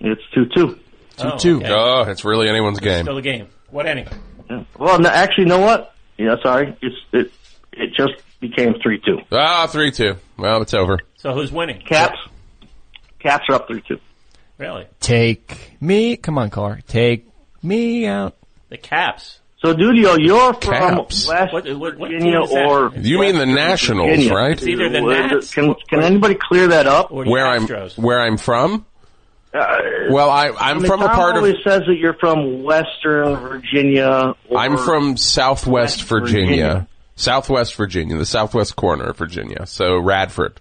[SPEAKER 4] it's two two.
[SPEAKER 2] Oh,
[SPEAKER 1] two.
[SPEAKER 2] okay.
[SPEAKER 3] Oh, it's really anyone's game.
[SPEAKER 2] Still a game. What inning?
[SPEAKER 4] Yeah. Well, no, actually, you know what? Yeah, sorry. It's it. It just became three two.
[SPEAKER 3] Ah, three two. Well, it's over.
[SPEAKER 2] So who's winning?
[SPEAKER 4] Caps. Caps are up three two.
[SPEAKER 2] Really?
[SPEAKER 1] Take me. Come on, caller. Take me out.
[SPEAKER 2] The Caps.
[SPEAKER 4] So, Dudio, you're from
[SPEAKER 3] Caps.
[SPEAKER 4] West
[SPEAKER 2] What- what- what
[SPEAKER 4] Virginia
[SPEAKER 2] team is that?
[SPEAKER 4] or
[SPEAKER 3] You mean the Nationals,
[SPEAKER 4] Virginia.
[SPEAKER 3] right?
[SPEAKER 2] It's either the
[SPEAKER 4] Uh,
[SPEAKER 2] Nats
[SPEAKER 4] Can,
[SPEAKER 2] or-
[SPEAKER 4] can anybody clear that up?
[SPEAKER 2] Or the
[SPEAKER 3] Where I'm
[SPEAKER 2] Astros?
[SPEAKER 3] where I'm from?
[SPEAKER 4] Uh,
[SPEAKER 3] Well, I I'm
[SPEAKER 4] mean,
[SPEAKER 3] from a
[SPEAKER 4] Tom
[SPEAKER 3] part
[SPEAKER 4] always
[SPEAKER 3] of
[SPEAKER 4] says that you're from Western Virginia. Or
[SPEAKER 3] I'm from Southwest
[SPEAKER 4] West
[SPEAKER 3] Virginia.
[SPEAKER 4] Virginia.
[SPEAKER 3] Southwest Virginia, the southwest corner of Virginia. So Radford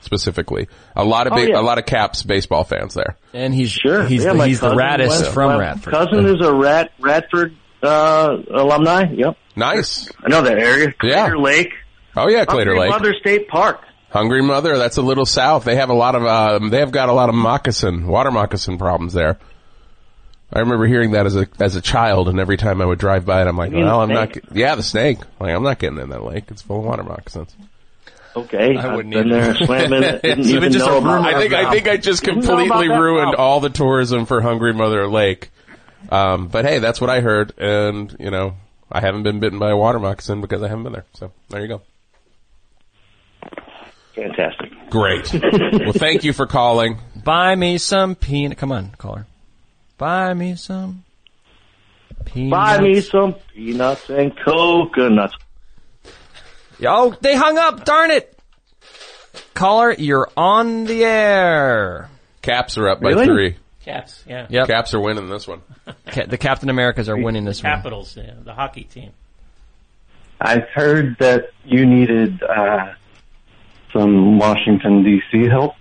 [SPEAKER 3] specifically. A lot of
[SPEAKER 4] Oh,
[SPEAKER 3] big,
[SPEAKER 4] yeah.
[SPEAKER 3] a lot of Caps baseball fans there.
[SPEAKER 1] And he's
[SPEAKER 4] Sure.
[SPEAKER 1] he's
[SPEAKER 4] yeah,
[SPEAKER 1] the,
[SPEAKER 4] my
[SPEAKER 1] he's the
[SPEAKER 4] cousin
[SPEAKER 1] raddest
[SPEAKER 4] was-
[SPEAKER 1] from
[SPEAKER 4] my
[SPEAKER 1] Radford.
[SPEAKER 4] Cousin is a Rat Radford uh, alumni. Yep,
[SPEAKER 3] Nice.
[SPEAKER 4] I know that area.
[SPEAKER 3] Yeah.
[SPEAKER 4] Clear Lake,
[SPEAKER 3] Oh yeah, Clater
[SPEAKER 4] Hungry
[SPEAKER 3] Lake.
[SPEAKER 4] Mother State Park.
[SPEAKER 3] Hungry Mother, that's a little south. They have a lot of, um, they have got a lot of moccasin, water moccasin problems there. I remember hearing that as a, as a child and every time I would drive by it, I'm like,
[SPEAKER 4] You mean
[SPEAKER 3] well, I'm
[SPEAKER 4] the
[SPEAKER 3] not,
[SPEAKER 4] snake?
[SPEAKER 3] ge- yeah, the snake. Like, I'm not getting in that lake. It's full of water moccasins.
[SPEAKER 4] Okay,
[SPEAKER 3] I wouldn't
[SPEAKER 4] I've been
[SPEAKER 3] either.
[SPEAKER 4] there, swam in, it, didn't
[SPEAKER 3] It's
[SPEAKER 4] even
[SPEAKER 3] just a
[SPEAKER 4] know about
[SPEAKER 3] rumor.
[SPEAKER 4] it.
[SPEAKER 3] I think I think I just
[SPEAKER 4] Didn't know about
[SPEAKER 3] completely
[SPEAKER 4] that?
[SPEAKER 3] ruined
[SPEAKER 4] Wow.
[SPEAKER 3] all the tourism for Hungry Mother Lake. Um, but hey, that's what I heard, and you know, I haven't been bitten by a water moccasin because I haven't been there. So there you go.
[SPEAKER 4] Fantastic.
[SPEAKER 3] Great. well, thank you for calling.
[SPEAKER 1] Buy me some peanut. Come on, caller. Buy me some peanuts.
[SPEAKER 4] Buy me some peanuts and coconuts.
[SPEAKER 1] Oh, they hung up. Darn it. Caller, you're on the air.
[SPEAKER 3] Caps are up by
[SPEAKER 4] Really?
[SPEAKER 3] three.
[SPEAKER 2] Caps. Yeah.
[SPEAKER 1] Yep.
[SPEAKER 3] Caps are winning this one.
[SPEAKER 1] Ca- the Captain Americas are winning this one.
[SPEAKER 2] Capitals. Yeah, the hockey team.
[SPEAKER 10] I've heard that you needed uh, some Washington D.C. help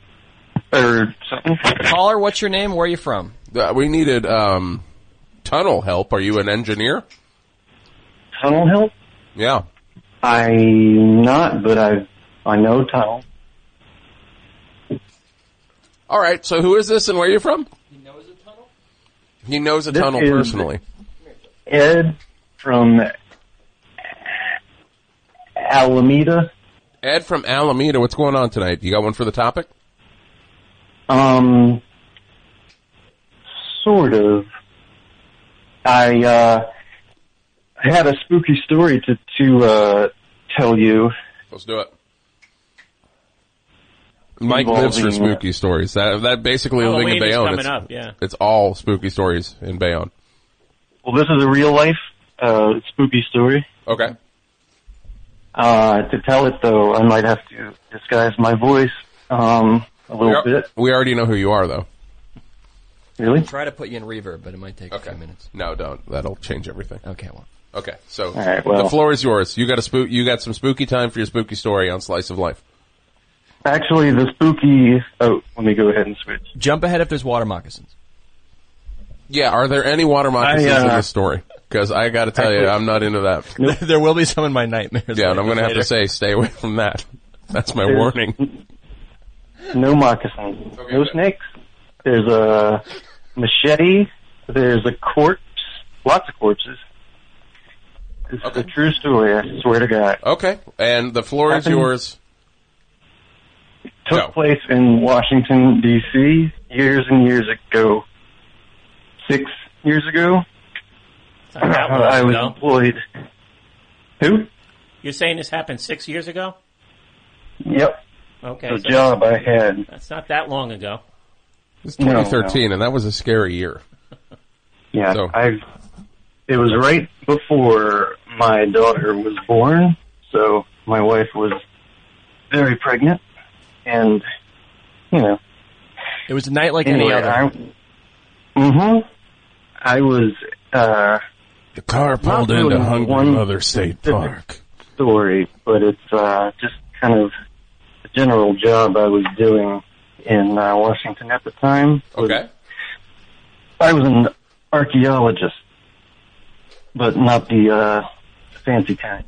[SPEAKER 10] or something.
[SPEAKER 1] Caller, what's your name? Where are you from?
[SPEAKER 3] Uh, we needed um, tunnel help. Are you an engineer?
[SPEAKER 10] Tunnel help?
[SPEAKER 3] Yeah.
[SPEAKER 10] I'm not, but I I know tunnel.
[SPEAKER 3] All right. So who is this, and where are you from? He knows a
[SPEAKER 10] This
[SPEAKER 3] tunnel. He
[SPEAKER 10] is-
[SPEAKER 3] knows a tunnel personally.
[SPEAKER 10] Ed from Alameda.
[SPEAKER 3] Ed from Alameda, what's going on tonight? You got one for the topic?
[SPEAKER 10] Um, sort of. I uh, had a spooky story to to uh, tell you.
[SPEAKER 3] Let's do it. Mike
[SPEAKER 10] Involving- uh,
[SPEAKER 3] lives for spooky stories. That that basically living
[SPEAKER 2] Halloween
[SPEAKER 3] in
[SPEAKER 2] is
[SPEAKER 3] Bayonne.
[SPEAKER 2] coming
[SPEAKER 3] It's,
[SPEAKER 2] up. Yeah.
[SPEAKER 3] it's all spooky stories in Bayonne.
[SPEAKER 10] Well, this is a real life uh, spooky story.
[SPEAKER 3] Okay.
[SPEAKER 10] Uh, to tell it though, I might have to disguise my voice um, a
[SPEAKER 3] We,
[SPEAKER 10] little
[SPEAKER 3] are-
[SPEAKER 10] bit.
[SPEAKER 3] we already know who you are, though.
[SPEAKER 10] Really?
[SPEAKER 1] Try to put you in reverb, but it might take a
[SPEAKER 3] Okay.
[SPEAKER 1] few minutes.
[SPEAKER 3] No, don't. That'll change everything.
[SPEAKER 1] Okay, well.
[SPEAKER 3] Okay. So
[SPEAKER 10] right, well-
[SPEAKER 3] the floor is yours. You got a spook. You got some spooky time for your spooky story on Slice of Life.
[SPEAKER 10] Actually, the spooky. Oh, let me go ahead and switch.
[SPEAKER 1] Jump ahead if there's water moccasins.
[SPEAKER 3] Yeah. Are there any water moccasins
[SPEAKER 10] I, uh,
[SPEAKER 3] in this story? Because I got to tell you, I'm not into that.
[SPEAKER 1] there will be some in my nightmares.
[SPEAKER 3] Yeah, and I'm going to have
[SPEAKER 1] later.
[SPEAKER 3] to say, stay away from that. That's my
[SPEAKER 10] There's-
[SPEAKER 3] warning.
[SPEAKER 10] No moccasins.
[SPEAKER 3] Okay,
[SPEAKER 10] no
[SPEAKER 3] good.
[SPEAKER 10] snakes. There's a machete. There's a corpse. Lots of corpses. This
[SPEAKER 3] Okay.
[SPEAKER 10] is a true story, I swear to God.
[SPEAKER 3] Okay. And the floor is
[SPEAKER 10] Happened-
[SPEAKER 3] yours.
[SPEAKER 10] Took
[SPEAKER 3] No.
[SPEAKER 10] place in Washington, D.C. years and years ago. Six years ago,
[SPEAKER 2] It's not that long
[SPEAKER 10] I was
[SPEAKER 2] ago.
[SPEAKER 10] employed. Who?
[SPEAKER 2] You're saying this happened six years ago?
[SPEAKER 10] Yep.
[SPEAKER 2] Okay.
[SPEAKER 10] The
[SPEAKER 2] so
[SPEAKER 10] job I had.
[SPEAKER 2] That's not that long ago.
[SPEAKER 3] It's
[SPEAKER 10] No, no.
[SPEAKER 3] 2013, and that was a scary year.
[SPEAKER 10] Yeah,
[SPEAKER 3] So-
[SPEAKER 10] I. It was right before my daughter was born, so my wife was very pregnant, and you know,
[SPEAKER 1] It was a night like
[SPEAKER 10] anyway,
[SPEAKER 1] any other.
[SPEAKER 10] I. Mm-hmm. I was uh,
[SPEAKER 3] The car
[SPEAKER 10] pulled Not really into Hungry one- Mother
[SPEAKER 3] State
[SPEAKER 10] Park. story, but it's uh, just kind of a general job I was doing in uh, Washington at the time.
[SPEAKER 3] Okay.
[SPEAKER 10] I was an archaeologist, but not the uh, fancy kind.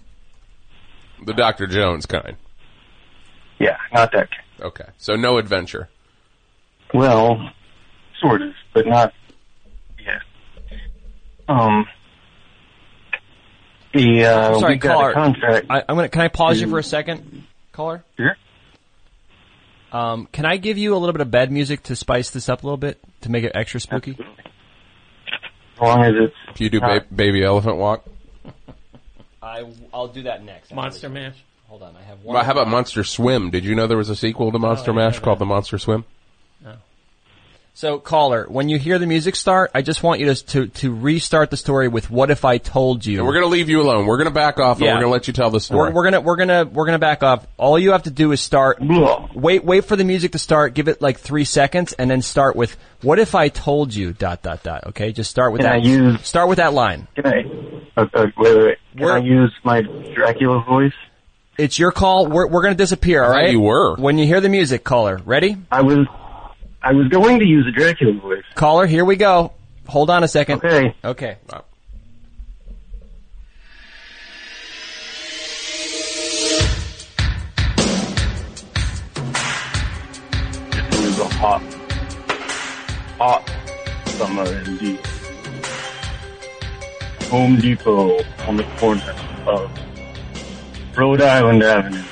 [SPEAKER 3] The Dr. Jones kind.
[SPEAKER 10] Yeah, not that kind.
[SPEAKER 3] Okay. So no adventure.
[SPEAKER 10] Well, sort of, but not. Yeah. Um. The uh,
[SPEAKER 1] I'm sorry,
[SPEAKER 10] we got
[SPEAKER 1] caller.
[SPEAKER 10] a contract.
[SPEAKER 1] I, I'm gonna. Can I pause you for a second, caller?
[SPEAKER 10] Sure.
[SPEAKER 1] Um, can I give you a little bit of bed music to spice this up a little bit to make it extra spooky?
[SPEAKER 10] As long as it's.
[SPEAKER 3] Can you do ba- baby elephant walk?
[SPEAKER 1] I I'll do that next.
[SPEAKER 2] Monster Mash.
[SPEAKER 1] Hold on, I have
[SPEAKER 3] Well, how about Monster Swim? Did you know there was a sequel to
[SPEAKER 2] Oh,
[SPEAKER 3] Monster Mash called The Monster Swim?
[SPEAKER 1] So, caller, when you hear the music start, I just want you to to, to restart the story with "What if I told you?"
[SPEAKER 3] We're gonna leave you alone. We're gonna back off and
[SPEAKER 1] Yeah.
[SPEAKER 3] we're gonna let you tell the
[SPEAKER 1] We're,
[SPEAKER 3] story.
[SPEAKER 1] we're gonna we're gonna we're gonna back off. All you have to do is start. Wait wait for the music to start. Give it like three seconds, and then start with "What if I told you?" Dot dot dot. Okay, just start with
[SPEAKER 10] Can I
[SPEAKER 1] that.
[SPEAKER 10] use-
[SPEAKER 1] start with that line.
[SPEAKER 10] Can I? Uh, uh, wait, wait, wait. Can I
[SPEAKER 1] We're-
[SPEAKER 10] use my Dracula voice?
[SPEAKER 1] It's your call. We're we're gonna disappear. All right.
[SPEAKER 3] you were.
[SPEAKER 1] When you hear the music, caller, ready?
[SPEAKER 10] I was. I was going to use a Dracula voice.
[SPEAKER 1] Caller, here we go. Hold on a second.
[SPEAKER 10] Okay.
[SPEAKER 1] Okay.
[SPEAKER 10] It was a hot, hot summer indeed. Home Depot on the corner of Rhode Island Avenue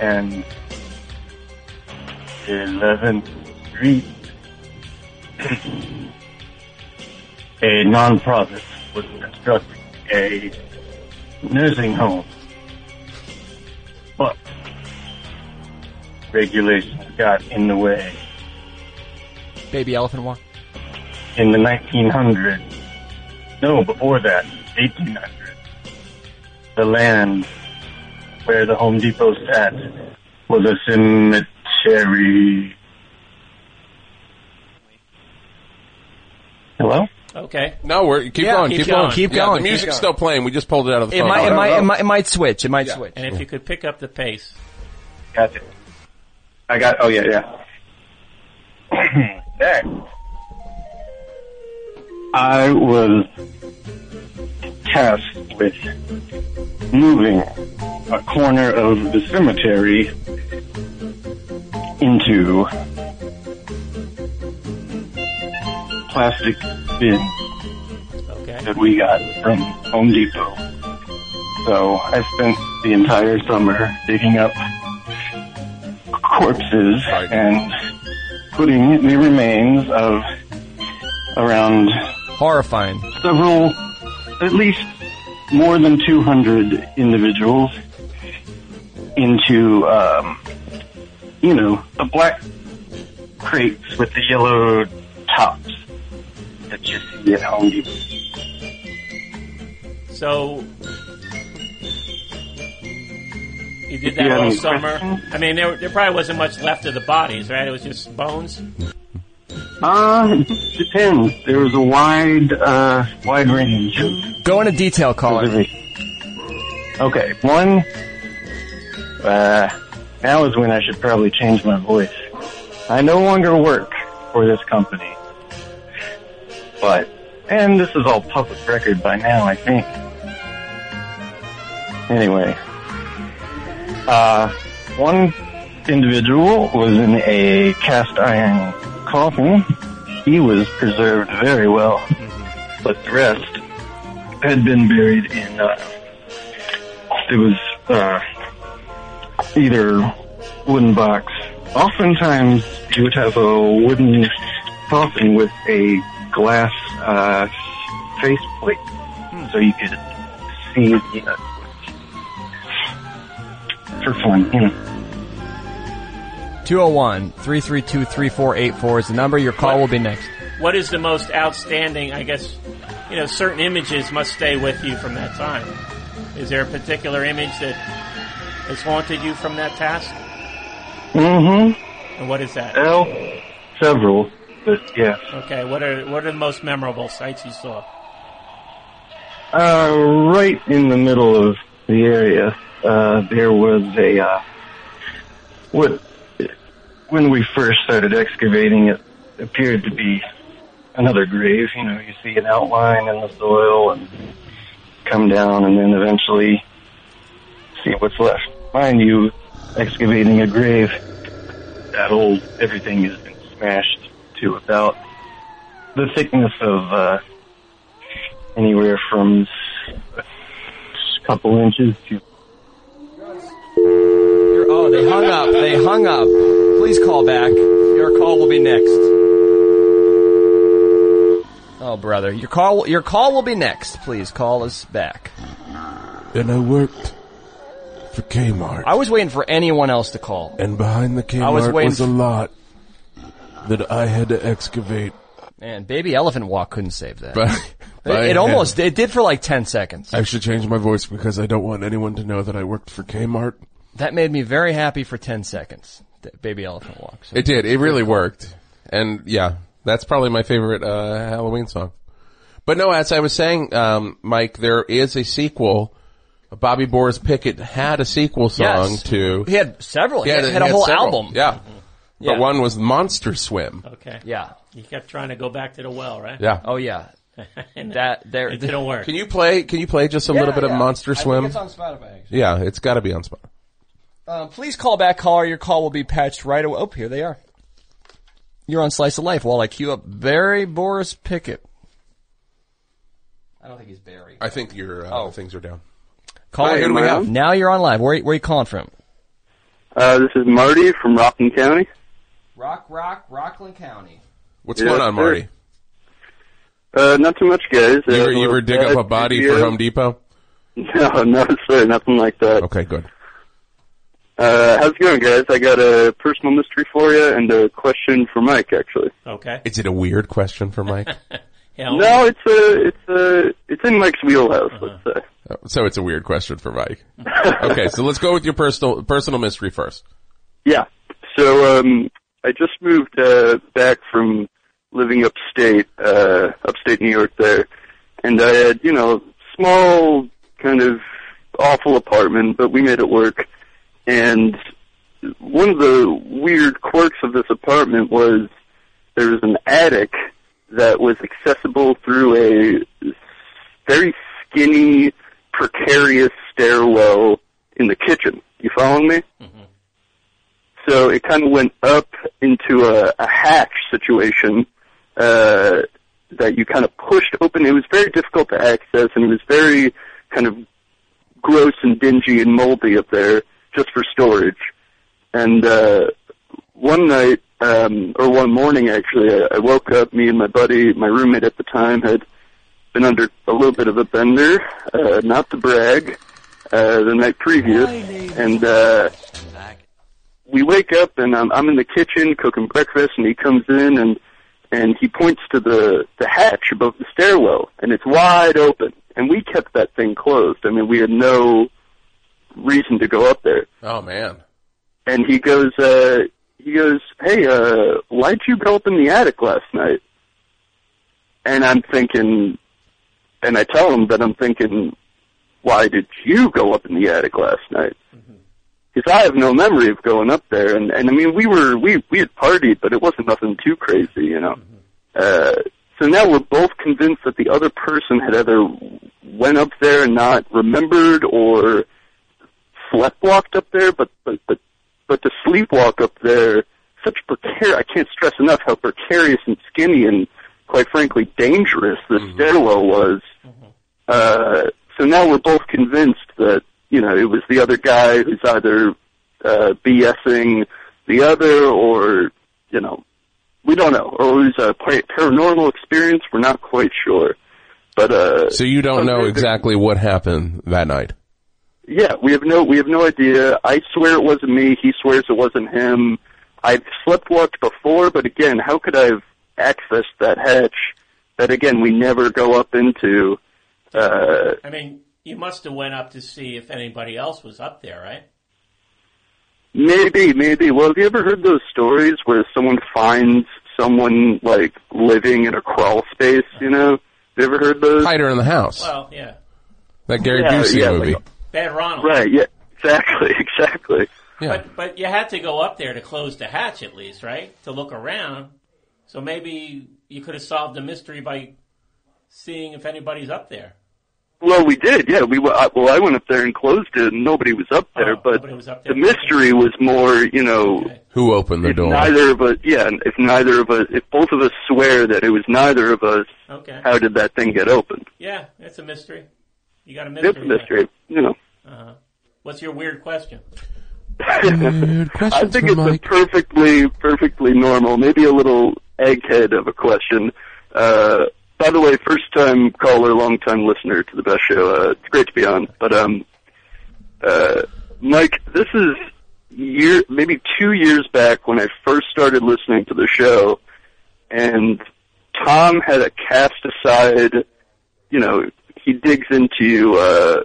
[SPEAKER 10] and 11th Street. a nonprofit was constructing a nursing home, but regulations got in the way.
[SPEAKER 1] Baby elephant walk.
[SPEAKER 10] in the 1900s. No, before that, 1800s. The land where the Home Depot sat was a cemetery. Hello?
[SPEAKER 2] Okay.
[SPEAKER 3] no, Oh, we're keep
[SPEAKER 1] Yeah,
[SPEAKER 3] going,
[SPEAKER 2] keep
[SPEAKER 3] keep, going,
[SPEAKER 2] going. Keep
[SPEAKER 3] Yeah,
[SPEAKER 1] going,
[SPEAKER 3] The
[SPEAKER 1] keep
[SPEAKER 3] music's
[SPEAKER 1] going.
[SPEAKER 3] still playing. We just pulled it out of the
[SPEAKER 1] It
[SPEAKER 3] phone.
[SPEAKER 1] might it might, it might it might switch. It might switch.
[SPEAKER 2] And if you could pick up the pace.
[SPEAKER 10] Gotcha. I got. Oh yeah, yeah. there. I was tasked with moving a corner of the cemetery into plastic bin
[SPEAKER 2] Okay.
[SPEAKER 10] that we got from Home Depot. So I spent the entire summer digging up corpses
[SPEAKER 3] Right.
[SPEAKER 10] and putting the remains of around
[SPEAKER 1] Horrifying.
[SPEAKER 10] several, at least more than 200 individuals into, um, you know, the black crates with the yellow tops that you see at Home Depot.
[SPEAKER 2] So you did
[SPEAKER 10] Do you
[SPEAKER 2] that
[SPEAKER 10] have
[SPEAKER 2] all
[SPEAKER 10] any
[SPEAKER 2] summer.
[SPEAKER 10] questions?
[SPEAKER 2] I mean, there, there probably wasn't much left of the bodies, right? It was just bones.
[SPEAKER 10] Uh, it depends. There was a wide, uh, wide range of
[SPEAKER 1] Go into detail, caller.
[SPEAKER 10] Okay, one. Uh, now is when I should probably change my voice. I no longer work for this company. But, and this is all public record by now, I think. Anyway, uh, one individual was in a cast iron coffin. He was preserved very well, but the rest had been buried in, uh, it was uh, either wooden box. Oftentimes, you would have a wooden coffin with a glass uh, faceplate,
[SPEAKER 2] Hmm.
[SPEAKER 10] so you could see the uh, perform. You know,
[SPEAKER 1] 201-332-3484 is the number. Your call will be next.
[SPEAKER 2] What is the most outstanding? I guess you know certain images must stay with you from that time. Is there a particular image that has haunted you from that task?
[SPEAKER 10] mm-hmm.
[SPEAKER 2] And what is that?
[SPEAKER 10] Well, several, but yes.
[SPEAKER 2] Okay. What are what are the most memorable sights you saw?
[SPEAKER 10] Uh, right in the middle of the area uh, there was a uh, what when we first started excavating, it appeared to be another grave. You know, you see an outline in the soil and come down, and then eventually see what's left. Mind you, excavating a grave that old, everything has been smashed to about the thickness of uh, anywhere from s- a couple inches to
[SPEAKER 4] Oh, they hung up. They hung up. Please call back. Your call will be next. Oh, brother, your call your call will be next. Please call us back.
[SPEAKER 11] And I worked for Kmart.
[SPEAKER 4] I was waiting for anyone else to call.
[SPEAKER 11] And behind the Kmart
[SPEAKER 4] I was
[SPEAKER 11] was,
[SPEAKER 4] waiting
[SPEAKER 11] a
[SPEAKER 4] f-
[SPEAKER 11] lot that I had to excavate.
[SPEAKER 4] Man, baby elephant walk couldn't save that.
[SPEAKER 11] But- but
[SPEAKER 4] it, it
[SPEAKER 11] I-
[SPEAKER 4] almost it did for like ten seconds.
[SPEAKER 11] I should change my voice because I don't want anyone to know that I worked for Kmart.
[SPEAKER 4] That made me very happy for ten seconds. that baby elephant walk. So-
[SPEAKER 3] It did. It really worked. And yeah, that's probably my favorite uh, Halloween song. But no, as I was saying, um, Mike, there is a sequel. Bobby Boris Pickett had a sequel song
[SPEAKER 4] Yes.
[SPEAKER 3] to.
[SPEAKER 4] He had several. He had- had a whole album.
[SPEAKER 3] Yeah.
[SPEAKER 4] Yeah.
[SPEAKER 3] But one was Monster Swim.
[SPEAKER 2] Okay.
[SPEAKER 4] Yeah.
[SPEAKER 2] You kept trying to go back to the well, right?
[SPEAKER 3] Yeah.
[SPEAKER 4] Oh yeah.
[SPEAKER 2] And
[SPEAKER 4] that there
[SPEAKER 2] it didn't work.
[SPEAKER 3] Can you play? Can you play just a little bit of Monster Swim?
[SPEAKER 4] it's on Spotify, actually.
[SPEAKER 3] Yeah, it's got to be on Spotify.
[SPEAKER 4] Uh, please call back, caller. Your call will be patched right away. Oh, here they are. You're on Slice of Life while I queue up Barry Boris Pickett. I don't think he's Oh. Barry.
[SPEAKER 3] I think your uh, things are down.
[SPEAKER 4] Caller,
[SPEAKER 12] Hi,
[SPEAKER 4] who do we
[SPEAKER 12] am I
[SPEAKER 4] have?
[SPEAKER 12] on?
[SPEAKER 4] Now you're on live. Where, where are you calling from?
[SPEAKER 12] Uh, this is Marty from Rockland County.
[SPEAKER 4] Rock, rock, Rockland County.
[SPEAKER 3] What's
[SPEAKER 12] Yes,
[SPEAKER 3] going on,
[SPEAKER 12] sir.
[SPEAKER 3] Marty?
[SPEAKER 12] Uh, not too much, guys.
[SPEAKER 3] You
[SPEAKER 12] Uh,
[SPEAKER 3] ever, you ever dig up
[SPEAKER 12] bad
[SPEAKER 3] a body
[SPEAKER 12] video.
[SPEAKER 3] for Home Depot?
[SPEAKER 12] No, no, sir, nothing like that.
[SPEAKER 3] Okay, good.
[SPEAKER 12] Uh, how's it going, guys? I got a personal mystery for you and a question for Mike, actually.
[SPEAKER 2] Okay.
[SPEAKER 3] Is it a weird question for Mike?
[SPEAKER 12] No, it's a, it's a, it's in Mike's wheelhouse. Let's say.
[SPEAKER 3] Oh, so it's a weird question for Mike. okay, so let's go with your personal personal mystery first.
[SPEAKER 12] Yeah. So um, I just moved uh, back from living upstate, uh, upstate New York there, and I had you know small kind of awful apartment, but we made it work. And one of the weird quirks of this apartment was there was an attic that was accessible through a very skinny, precarious stairwell in the kitchen. You following me? So it kind of went up into a, a hatch situation uh, that you kind of pushed open. It was very difficult to access, and it was very kind of gross and dingy and moldy up there just for storage. And uh, one night, um, or one morning actually, I, I woke up. Me and my buddy, my roommate at the time, had been under a little bit of a bender, uh, not to brag, uh, the night previous, and. Uh, we wake up and I'm, I'm in the kitchen cooking breakfast and he comes in and and he points to the the hatch above the stairwell and it's wide open and we kept that thing closed i mean we had no reason to go up there
[SPEAKER 3] Oh man.
[SPEAKER 12] and he goes uh he goes hey uh why'd you go up in the attic last night and i'm thinking and i tell him that i'm thinking why did you go up in the attic last night because I have no memory of going up there. And, and I mean, we were we we had partied, but it wasn't nothing too crazy, you know. Uh, so now we're both convinced that the other person had either went up there and not remembered, or sleptwalked up there. But but but but to sleepwalk up there, such precar I can't stress enough how precarious and skinny and quite frankly dangerous the stairwell was. Uh, so now we're both convinced that you know it was the other guy who's either uh, BSing the other, or you know, we don't know, or it was a par- paranormal experience. We're not quite sure, but uh,
[SPEAKER 3] So you don't know exactly what happened that night.
[SPEAKER 12] yeah, we have no we have no idea. I swear it wasn't me. He swears it wasn't him. I've sleptwalked before, but again, how could I have accessed that hatch that again we never go up into? Uh,
[SPEAKER 2] I mean, you must have went up to see if anybody else was up there, right?
[SPEAKER 12] Maybe, maybe. Well, have you ever heard those stories where someone finds someone like living in a crawl space? You know, you ever heard those?
[SPEAKER 3] Hider in the house.
[SPEAKER 2] Well, yeah.
[SPEAKER 3] That Gary
[SPEAKER 12] Yeah,
[SPEAKER 3] Busey
[SPEAKER 12] yeah,
[SPEAKER 3] movie.
[SPEAKER 12] like-
[SPEAKER 2] Bad Ronald.
[SPEAKER 12] Right. Yeah. Exactly, exactly.
[SPEAKER 2] But but you had to go up there to close the hatch at least, right? To look around. So maybe you could have solved the mystery by seeing if anybody's up there.
[SPEAKER 12] Well, we did, yeah. We were, I- well, I went up there and closed it, and Oh, nobody was up there. but the mystery was more, you know,
[SPEAKER 3] Who opened the door?
[SPEAKER 12] neither of us. Yeah, if neither of us, if both of us swear that it was neither of us,
[SPEAKER 2] Okay.
[SPEAKER 12] how did that thing get open?
[SPEAKER 2] Yeah, it's a mystery. You got a mystery.
[SPEAKER 12] It's a mystery, you know.
[SPEAKER 2] Uh-huh. What's your weird question?
[SPEAKER 12] I think it's a perfectly, perfectly normal, maybe a little egghead of a question. Uh, by the way, first time caller, long time listener to the best show. Uh, it's great to be on. But um, uh, Mike, this is year, maybe two years back when I first started listening to the show, and Tom had a cast aside. You know, he digs into uh,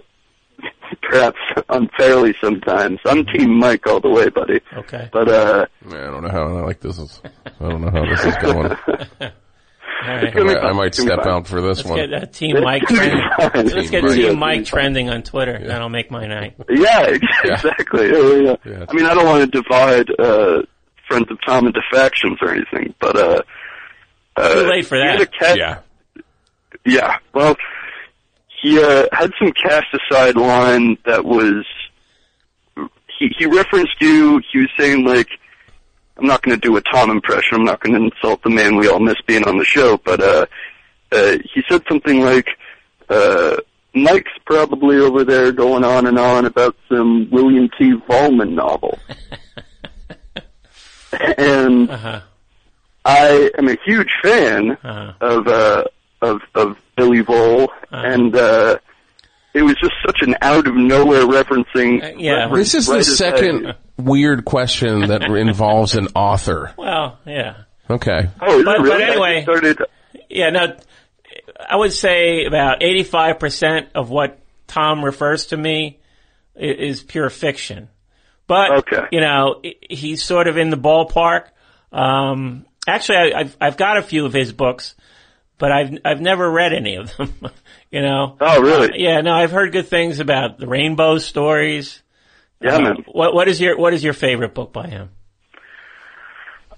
[SPEAKER 12] perhaps unfairly sometimes. I'm Team Mike all the way, buddy.
[SPEAKER 2] Okay.
[SPEAKER 12] But uh,
[SPEAKER 3] I don't know how like this is. I don't know how this is going.
[SPEAKER 2] right.
[SPEAKER 3] I, might, I might step out for this
[SPEAKER 2] Let's
[SPEAKER 3] one.
[SPEAKER 2] get uh, Team Mike trending. Let's get Team Mike trending on Twitter. That'll make my night.
[SPEAKER 12] Yeah, ex- exactly. Yeah, yeah, yeah. I mean, I don't want to divide uh, friends of Tom into factions or anything, but uh, uh,
[SPEAKER 2] Too late for
[SPEAKER 12] he had
[SPEAKER 2] that.
[SPEAKER 12] a cat-
[SPEAKER 3] yeah,
[SPEAKER 12] yeah. Well, he uh, had some cast aside line that was he he referenced you. He was saying like, "I'm not going to do a Tom impression. I'm not going to insult the man we all miss being on the show." But uh, uh, he said something like, uh, "Mike's probably over there going on and on about some William T. Volman novel," and.
[SPEAKER 2] Uh-huh.
[SPEAKER 12] I am a huge fan of uh of of Billy Vole, and uh it was just such an out of nowhere referencing. reference
[SPEAKER 3] This is
[SPEAKER 12] right
[SPEAKER 3] the
[SPEAKER 12] as I-
[SPEAKER 3] second weird question that involves an author.
[SPEAKER 2] Well, yeah.
[SPEAKER 3] Okay.
[SPEAKER 12] Oh,
[SPEAKER 2] but,
[SPEAKER 12] really?
[SPEAKER 2] but anyway,
[SPEAKER 12] started...
[SPEAKER 2] yeah. No, I would say about eighty-five percent of what Tom refers to me i- is pure fiction. But you know, i- he's sort of in the ballpark. Um, actually, I, I've I've got a few of his books, but I've I've never read any of them. you know.
[SPEAKER 12] Oh, really?
[SPEAKER 2] Uh, yeah. No, I've heard good things about the Rainbow Stories.
[SPEAKER 12] Yeah,
[SPEAKER 2] Uh,
[SPEAKER 12] man.
[SPEAKER 2] What what is your what is your favorite book by him?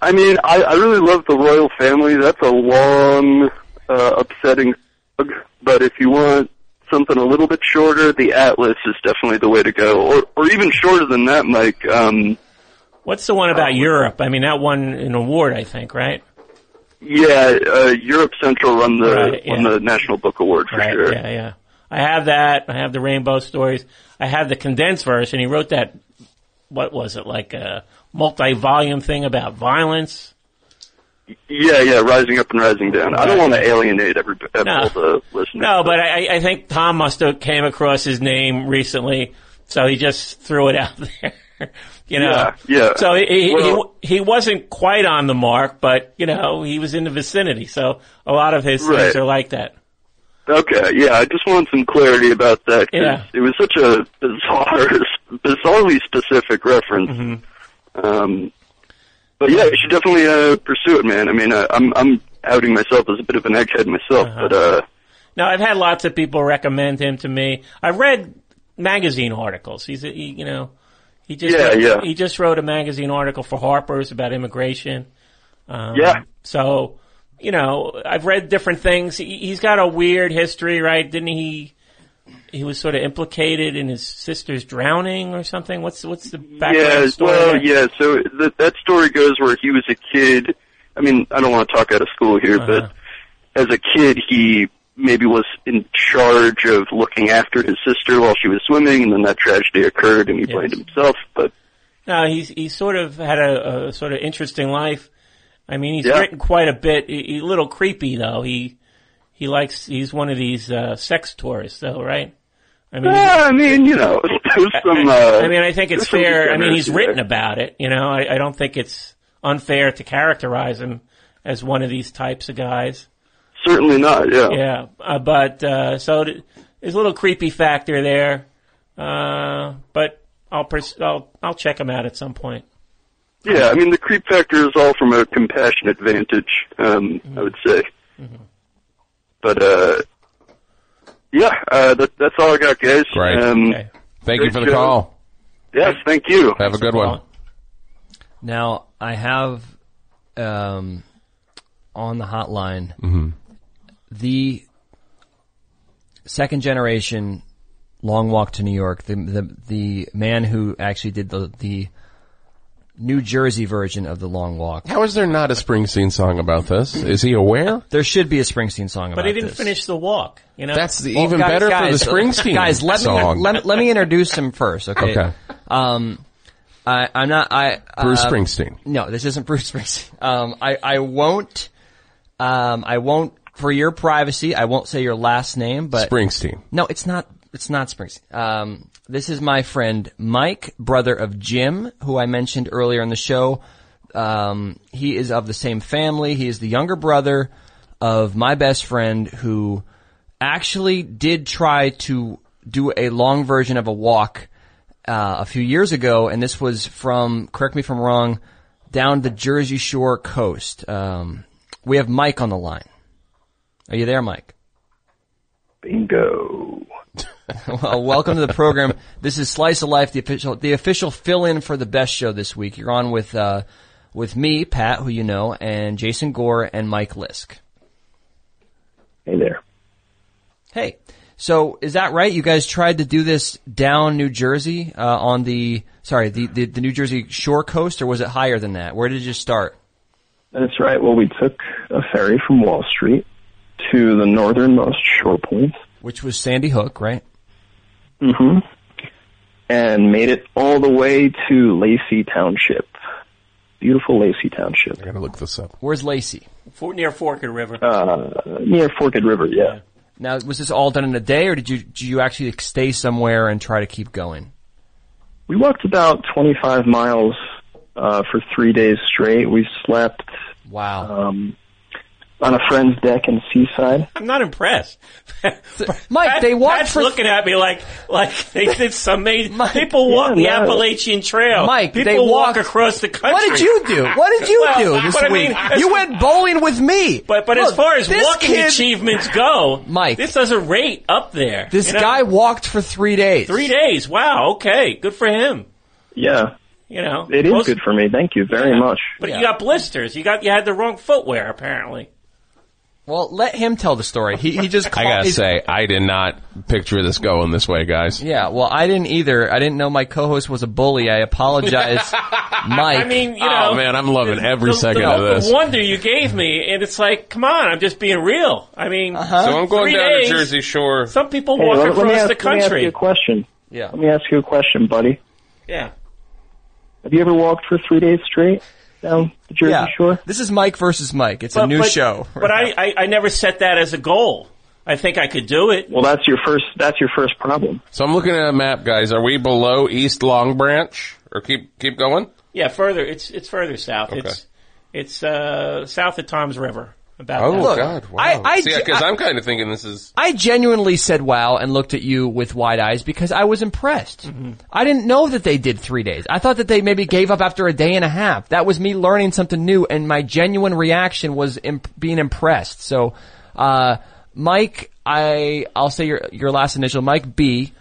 [SPEAKER 12] I mean, I, I really love the royal family. That's a long, uh, upsetting. slog. But if you want something a little bit shorter, the Atlas is definitely the way to go. Or, or even shorter than that, Mike. Um,
[SPEAKER 2] What's the one about Europe? I mean, that won an award, I think, right?
[SPEAKER 12] yeah, uh, Europe Central won the
[SPEAKER 2] Right,
[SPEAKER 12] won the National Book Award for
[SPEAKER 2] Right,
[SPEAKER 12] sure.
[SPEAKER 2] Yeah, yeah. I have that. I have the Rainbow Stories. I have the condensed version. He wrote that. What was it like a multi-volume thing about violence?
[SPEAKER 12] Yeah, yeah, rising up and rising down. I don't
[SPEAKER 2] Right.
[SPEAKER 12] want to alienate every all
[SPEAKER 2] No.
[SPEAKER 12] the listeners.
[SPEAKER 2] No, but I, I think Tom must have came across his name recently, so he just threw it out there. you know,
[SPEAKER 12] Yeah, yeah.
[SPEAKER 2] So he he,
[SPEAKER 12] Well-
[SPEAKER 2] he he wasn't quite on the mark, but you know he was in the vicinity. So a lot of his
[SPEAKER 12] Right.
[SPEAKER 2] things are like that.
[SPEAKER 12] Okay, yeah, I just want some clarity about that. 'cause
[SPEAKER 2] Yeah.
[SPEAKER 12] It was such a bizarre, bizarrely specific reference.
[SPEAKER 2] Mm-hmm.
[SPEAKER 12] Um, but yeah, you should definitely uh, pursue it, man. I mean, uh, I'm I'm outing myself as a bit of an egghead myself,
[SPEAKER 2] Uh-huh.
[SPEAKER 12] but uh,
[SPEAKER 2] No, I've had lots of people recommend him to me. I've read magazine articles. He's, a, he, you know, he just
[SPEAKER 12] Yeah,
[SPEAKER 2] wrote,
[SPEAKER 12] yeah.
[SPEAKER 2] he just wrote a magazine article for Harper's about immigration. Um,
[SPEAKER 12] Yeah.
[SPEAKER 2] So, you know, I've read different things. He, he's got a weird history, right? Didn't he? He was sort of implicated in his sister's drowning or something. What's what's the background
[SPEAKER 12] yeah,
[SPEAKER 2] story?
[SPEAKER 12] well,
[SPEAKER 2] there?
[SPEAKER 12] yeah. So th- that story goes where he was a kid. I mean, I don't want to talk out of school here,
[SPEAKER 2] Uh-huh.
[SPEAKER 12] but as a kid, he maybe was in charge of looking after his sister while she was swimming, and then that tragedy occurred, and he blamed himself. But
[SPEAKER 2] No, he's he sort of had a, a sort of interesting life. I mean, he's
[SPEAKER 12] Yeah.
[SPEAKER 2] written quite a bit. He, he- a little creepy though. He he likes he's one of these uh, sex tourists though, right? I mean,
[SPEAKER 12] Yeah, I mean, you know, there's some. Uh,
[SPEAKER 2] I mean, I think it's
[SPEAKER 12] there's some
[SPEAKER 2] fair. I mean, he's
[SPEAKER 12] degeneracy
[SPEAKER 2] written
[SPEAKER 12] there.
[SPEAKER 2] about it. You know, I, I don't think it's unfair to characterize him as one of these types of guys.
[SPEAKER 12] Certainly not. Yeah.
[SPEAKER 2] Yeah, uh, but uh, so th- there's a little creepy factor there. Uh, but I'll pers- I'll I'll check him out at some point.
[SPEAKER 12] Yeah, I mean, the creep factor is all from a compassionate vantage, um, I would say.
[SPEAKER 2] Mm-hmm.
[SPEAKER 12] But uh, yeah, uh, that, that's all I got, guys.
[SPEAKER 3] Great.
[SPEAKER 12] Um,
[SPEAKER 3] Thank you
[SPEAKER 12] great
[SPEAKER 3] for the
[SPEAKER 12] show.
[SPEAKER 3] call.
[SPEAKER 12] Yes, thank you.
[SPEAKER 3] Have a good one.
[SPEAKER 1] Now I have um, on the hotline
[SPEAKER 3] Mhm.
[SPEAKER 1] the second generation long walk to New York. The the the man who actually did the the New Jersey version of the long walk.
[SPEAKER 3] How is there not a Springsteen song about this? Is he aware?
[SPEAKER 1] There should be a Springsteen song
[SPEAKER 2] But he didn't finish the walk. You know,
[SPEAKER 3] That's the-
[SPEAKER 2] Well,
[SPEAKER 3] even
[SPEAKER 1] guys,
[SPEAKER 3] better
[SPEAKER 1] guys,
[SPEAKER 3] for the Springsteen
[SPEAKER 1] guys, let
[SPEAKER 3] song.
[SPEAKER 1] Me, let, let me introduce him first, okay?
[SPEAKER 3] Okay.
[SPEAKER 1] Um, I, I'm not. I
[SPEAKER 3] Bruce
[SPEAKER 1] uh,
[SPEAKER 3] Springsteen.
[SPEAKER 1] No, this isn't Bruce Springsteen. Um, I I won't. Um, I won't for your privacy. I won't say your last name, but
[SPEAKER 3] Springsteen.
[SPEAKER 1] No, it's not. It's not Springsteen. Um, this is my friend Mike, brother of Jim, who I mentioned earlier in the show. Um, he is of the same family. He is the younger brother of my best friend who actually did try to do a long version of a walk uh, a few years ago, and this was from, correct me if I'm wrong, down the Jersey Shore coast. Um, we have Mike on the line. Are you there, Mike?
[SPEAKER 10] Bingo.
[SPEAKER 1] well, welcome to the program. This is Slice of Life, the official the official fill in for the best show this week. You're on with uh, with me, Pat, who you know, and Jason Gore and Mike Lisk.
[SPEAKER 10] Hey there.
[SPEAKER 1] Hey, so is that right? You guys tried to do this down New Jersey uh, on the sorry the, the the New Jersey shore coast, or was it higher than that? Where did you start?
[SPEAKER 10] That's right. Well, we took a ferry from Wall Street to the northernmost shore point
[SPEAKER 1] Which was Sandy Hook, right?
[SPEAKER 10] hmm and made it all the way to Lacey Township. Beautiful Lacey Township. I
[SPEAKER 3] gotta look this up.
[SPEAKER 1] Where's Lacey?
[SPEAKER 2] for- near Forked River.
[SPEAKER 10] Uh, near Forked River, yeah.
[SPEAKER 1] Now, was this all done in a day, or did you did you actually stay somewhere and try to keep going?
[SPEAKER 10] We walked about 25 miles uh, for three days straight. We slept.
[SPEAKER 1] Wow.
[SPEAKER 10] Um, on a friend's deck in Seaside.
[SPEAKER 2] I'm not impressed.
[SPEAKER 1] Mike, they walked
[SPEAKER 2] Pat's
[SPEAKER 1] for-
[SPEAKER 2] looking at me like like they did some amazing. people walk
[SPEAKER 1] Yeah,
[SPEAKER 2] the
[SPEAKER 1] no.
[SPEAKER 2] Appalachian Trail.
[SPEAKER 1] Mike,
[SPEAKER 2] people
[SPEAKER 1] they
[SPEAKER 2] walk
[SPEAKER 1] walked-
[SPEAKER 2] across the country.
[SPEAKER 1] What did you do? What did you
[SPEAKER 2] Well,
[SPEAKER 1] do this
[SPEAKER 2] but I
[SPEAKER 1] week?
[SPEAKER 2] mean, as-
[SPEAKER 1] you went bowling with me.
[SPEAKER 2] But but as
[SPEAKER 1] Look,
[SPEAKER 2] far as
[SPEAKER 1] this
[SPEAKER 2] walking
[SPEAKER 1] kid-
[SPEAKER 2] achievements go,
[SPEAKER 1] Mike,
[SPEAKER 2] this doesn't rate up there.
[SPEAKER 1] This
[SPEAKER 2] You know?
[SPEAKER 1] guy walked for three days.
[SPEAKER 2] three days. Wow. Okay, good for him.
[SPEAKER 10] Yeah.
[SPEAKER 2] You know,
[SPEAKER 10] It is
[SPEAKER 2] most-
[SPEAKER 10] good for me. Thank you very much.
[SPEAKER 2] But you got blisters. You got you had the wrong footwear apparently.
[SPEAKER 1] Well, let him tell the story. He he just
[SPEAKER 3] I
[SPEAKER 1] called-
[SPEAKER 3] gotta
[SPEAKER 1] he's-
[SPEAKER 3] say, I did not picture this going this way, guys.
[SPEAKER 1] Yeah, well, I didn't either. I didn't know my co-host was a bully. I apologize, Mike.
[SPEAKER 2] I mean, you know,
[SPEAKER 3] oh man, I'm loving every
[SPEAKER 2] the-
[SPEAKER 3] second
[SPEAKER 2] the,
[SPEAKER 3] of this.
[SPEAKER 2] The wonder you gave me, and it's like, come on, I'm just being real. I mean,
[SPEAKER 3] Uh-huh. So I'm going
[SPEAKER 2] three
[SPEAKER 3] down
[SPEAKER 2] days,
[SPEAKER 3] to Jersey Shore.
[SPEAKER 2] Some people
[SPEAKER 10] Hey,
[SPEAKER 2] walk
[SPEAKER 10] let, let
[SPEAKER 2] across
[SPEAKER 10] me
[SPEAKER 2] the
[SPEAKER 10] ask, Let me ask
[SPEAKER 2] country.
[SPEAKER 10] you a question.
[SPEAKER 1] Yeah.
[SPEAKER 10] Let me ask you a question, buddy.
[SPEAKER 2] Yeah.
[SPEAKER 10] Have you ever walked for three days straight down the Jersey
[SPEAKER 1] Yeah.
[SPEAKER 10] Shore?
[SPEAKER 1] This is Mike versus Mike. It's a
[SPEAKER 2] But-
[SPEAKER 1] new
[SPEAKER 2] but-
[SPEAKER 1] show.
[SPEAKER 2] But I, I, I never set that as a goal. I think I could do it.
[SPEAKER 10] Well, that's your first. That's your first problem.
[SPEAKER 3] So I'm looking at a map, guys. Are we below East Long Branch, or keep keep going?
[SPEAKER 2] Yeah, further. It's it's further south.
[SPEAKER 3] Okay.
[SPEAKER 2] It's it's uh, south of Tom's River. About
[SPEAKER 3] Oh
[SPEAKER 2] that.
[SPEAKER 3] God! Wow.
[SPEAKER 1] I- I ge-
[SPEAKER 3] because
[SPEAKER 1] I-
[SPEAKER 3] I'm kind of thinking this is
[SPEAKER 1] I genuinely said wow and looked at you with wide eyes because I was impressed. I didn't know that they did three days. I thought that they maybe gave up after a day and a half. That was me learning something new and my genuine reaction was imp- being impressed. So, uh, Mike, I, I'll say your, your last initial, Mike B.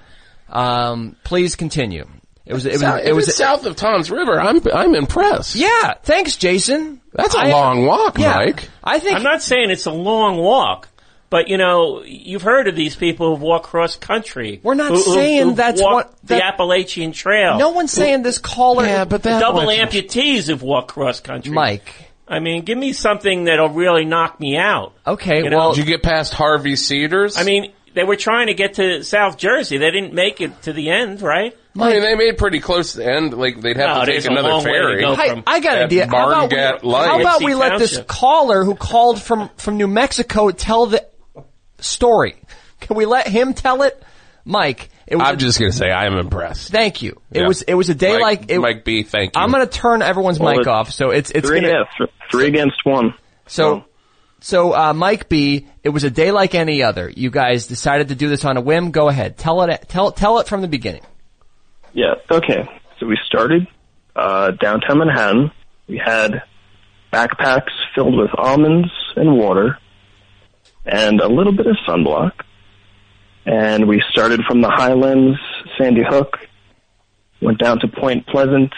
[SPEAKER 1] Um, please continue. It was, it was,
[SPEAKER 3] South-
[SPEAKER 1] it was,
[SPEAKER 3] if it's south of Tom's River. I'm I'm impressed.
[SPEAKER 1] yeah, thanks Jason.
[SPEAKER 3] That's a
[SPEAKER 1] a
[SPEAKER 3] long walk, Mike.
[SPEAKER 1] I think
[SPEAKER 2] I'm not saying it's a long walk, but you know, you've heard of these people who walk cross country. We're
[SPEAKER 1] not saying that's what- that-
[SPEAKER 2] the Appalachian Trail.
[SPEAKER 1] No one's saying this caller. Yeah, but
[SPEAKER 2] the double amputees have walked cross country.
[SPEAKER 1] Mike.
[SPEAKER 2] I mean, give me something that'll really knock me out.
[SPEAKER 1] Okay,
[SPEAKER 2] You know? well-
[SPEAKER 3] did you get past Harvey Cedars?
[SPEAKER 2] I mean, they were trying to get to South Jersey. They didn't make it to the end, right?
[SPEAKER 3] I mean, they made pretty close to the end. Like they'd have
[SPEAKER 2] No,
[SPEAKER 3] to
[SPEAKER 2] there's
[SPEAKER 3] take
[SPEAKER 2] a
[SPEAKER 3] another
[SPEAKER 2] long way to
[SPEAKER 3] ferry.
[SPEAKER 2] go
[SPEAKER 1] Hey, I got an
[SPEAKER 3] At
[SPEAKER 1] idea. How about, we,
[SPEAKER 3] Barnegat
[SPEAKER 1] how
[SPEAKER 3] Light.
[SPEAKER 1] about we let this
[SPEAKER 2] Township.
[SPEAKER 1] caller who called from, from New Mexico tell the story? Can we let him tell it, Mike? It was
[SPEAKER 3] I'm
[SPEAKER 1] a-
[SPEAKER 3] just gonna say I am impressed.
[SPEAKER 1] Thank you. It
[SPEAKER 3] Yeah.
[SPEAKER 1] was it was a day
[SPEAKER 3] Mike,
[SPEAKER 1] like it,
[SPEAKER 3] Mike B. Thank you.
[SPEAKER 1] I'm going to turn everyone's
[SPEAKER 10] Well,
[SPEAKER 1] mic
[SPEAKER 10] it's
[SPEAKER 1] off, so it's it's
[SPEAKER 10] three,
[SPEAKER 1] gonna,
[SPEAKER 10] yeah, th- three against one.
[SPEAKER 1] so so uh, Mike B. It was a day like any other. You guys decided to do this on a whim. Go ahead, tell it tell tell it from the beginning.
[SPEAKER 10] Yeah. Okay. So we started uh, downtown Manhattan. We had backpacks filled with almonds and water, and a little bit of sunblock. And we started from the Highlands, Sandy Hook, went down to Point Pleasant.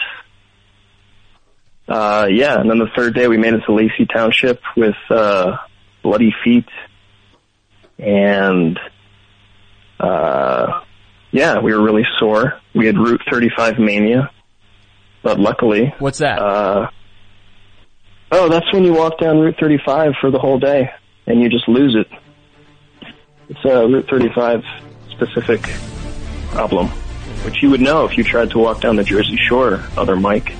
[SPEAKER 10] Uh, yeah, and then the third day we made it to Lacey Township with uh, bloody feet, and uh, yeah, we were really sore. We had Route 35 mania, but luckily,
[SPEAKER 1] what's that?
[SPEAKER 10] Uh, oh, that's when you walk down Route 35 for the whole day and you just lose it. It's a Route 35 specific problem, which you would know if you tried to walk down the Jersey Shore, other Mike.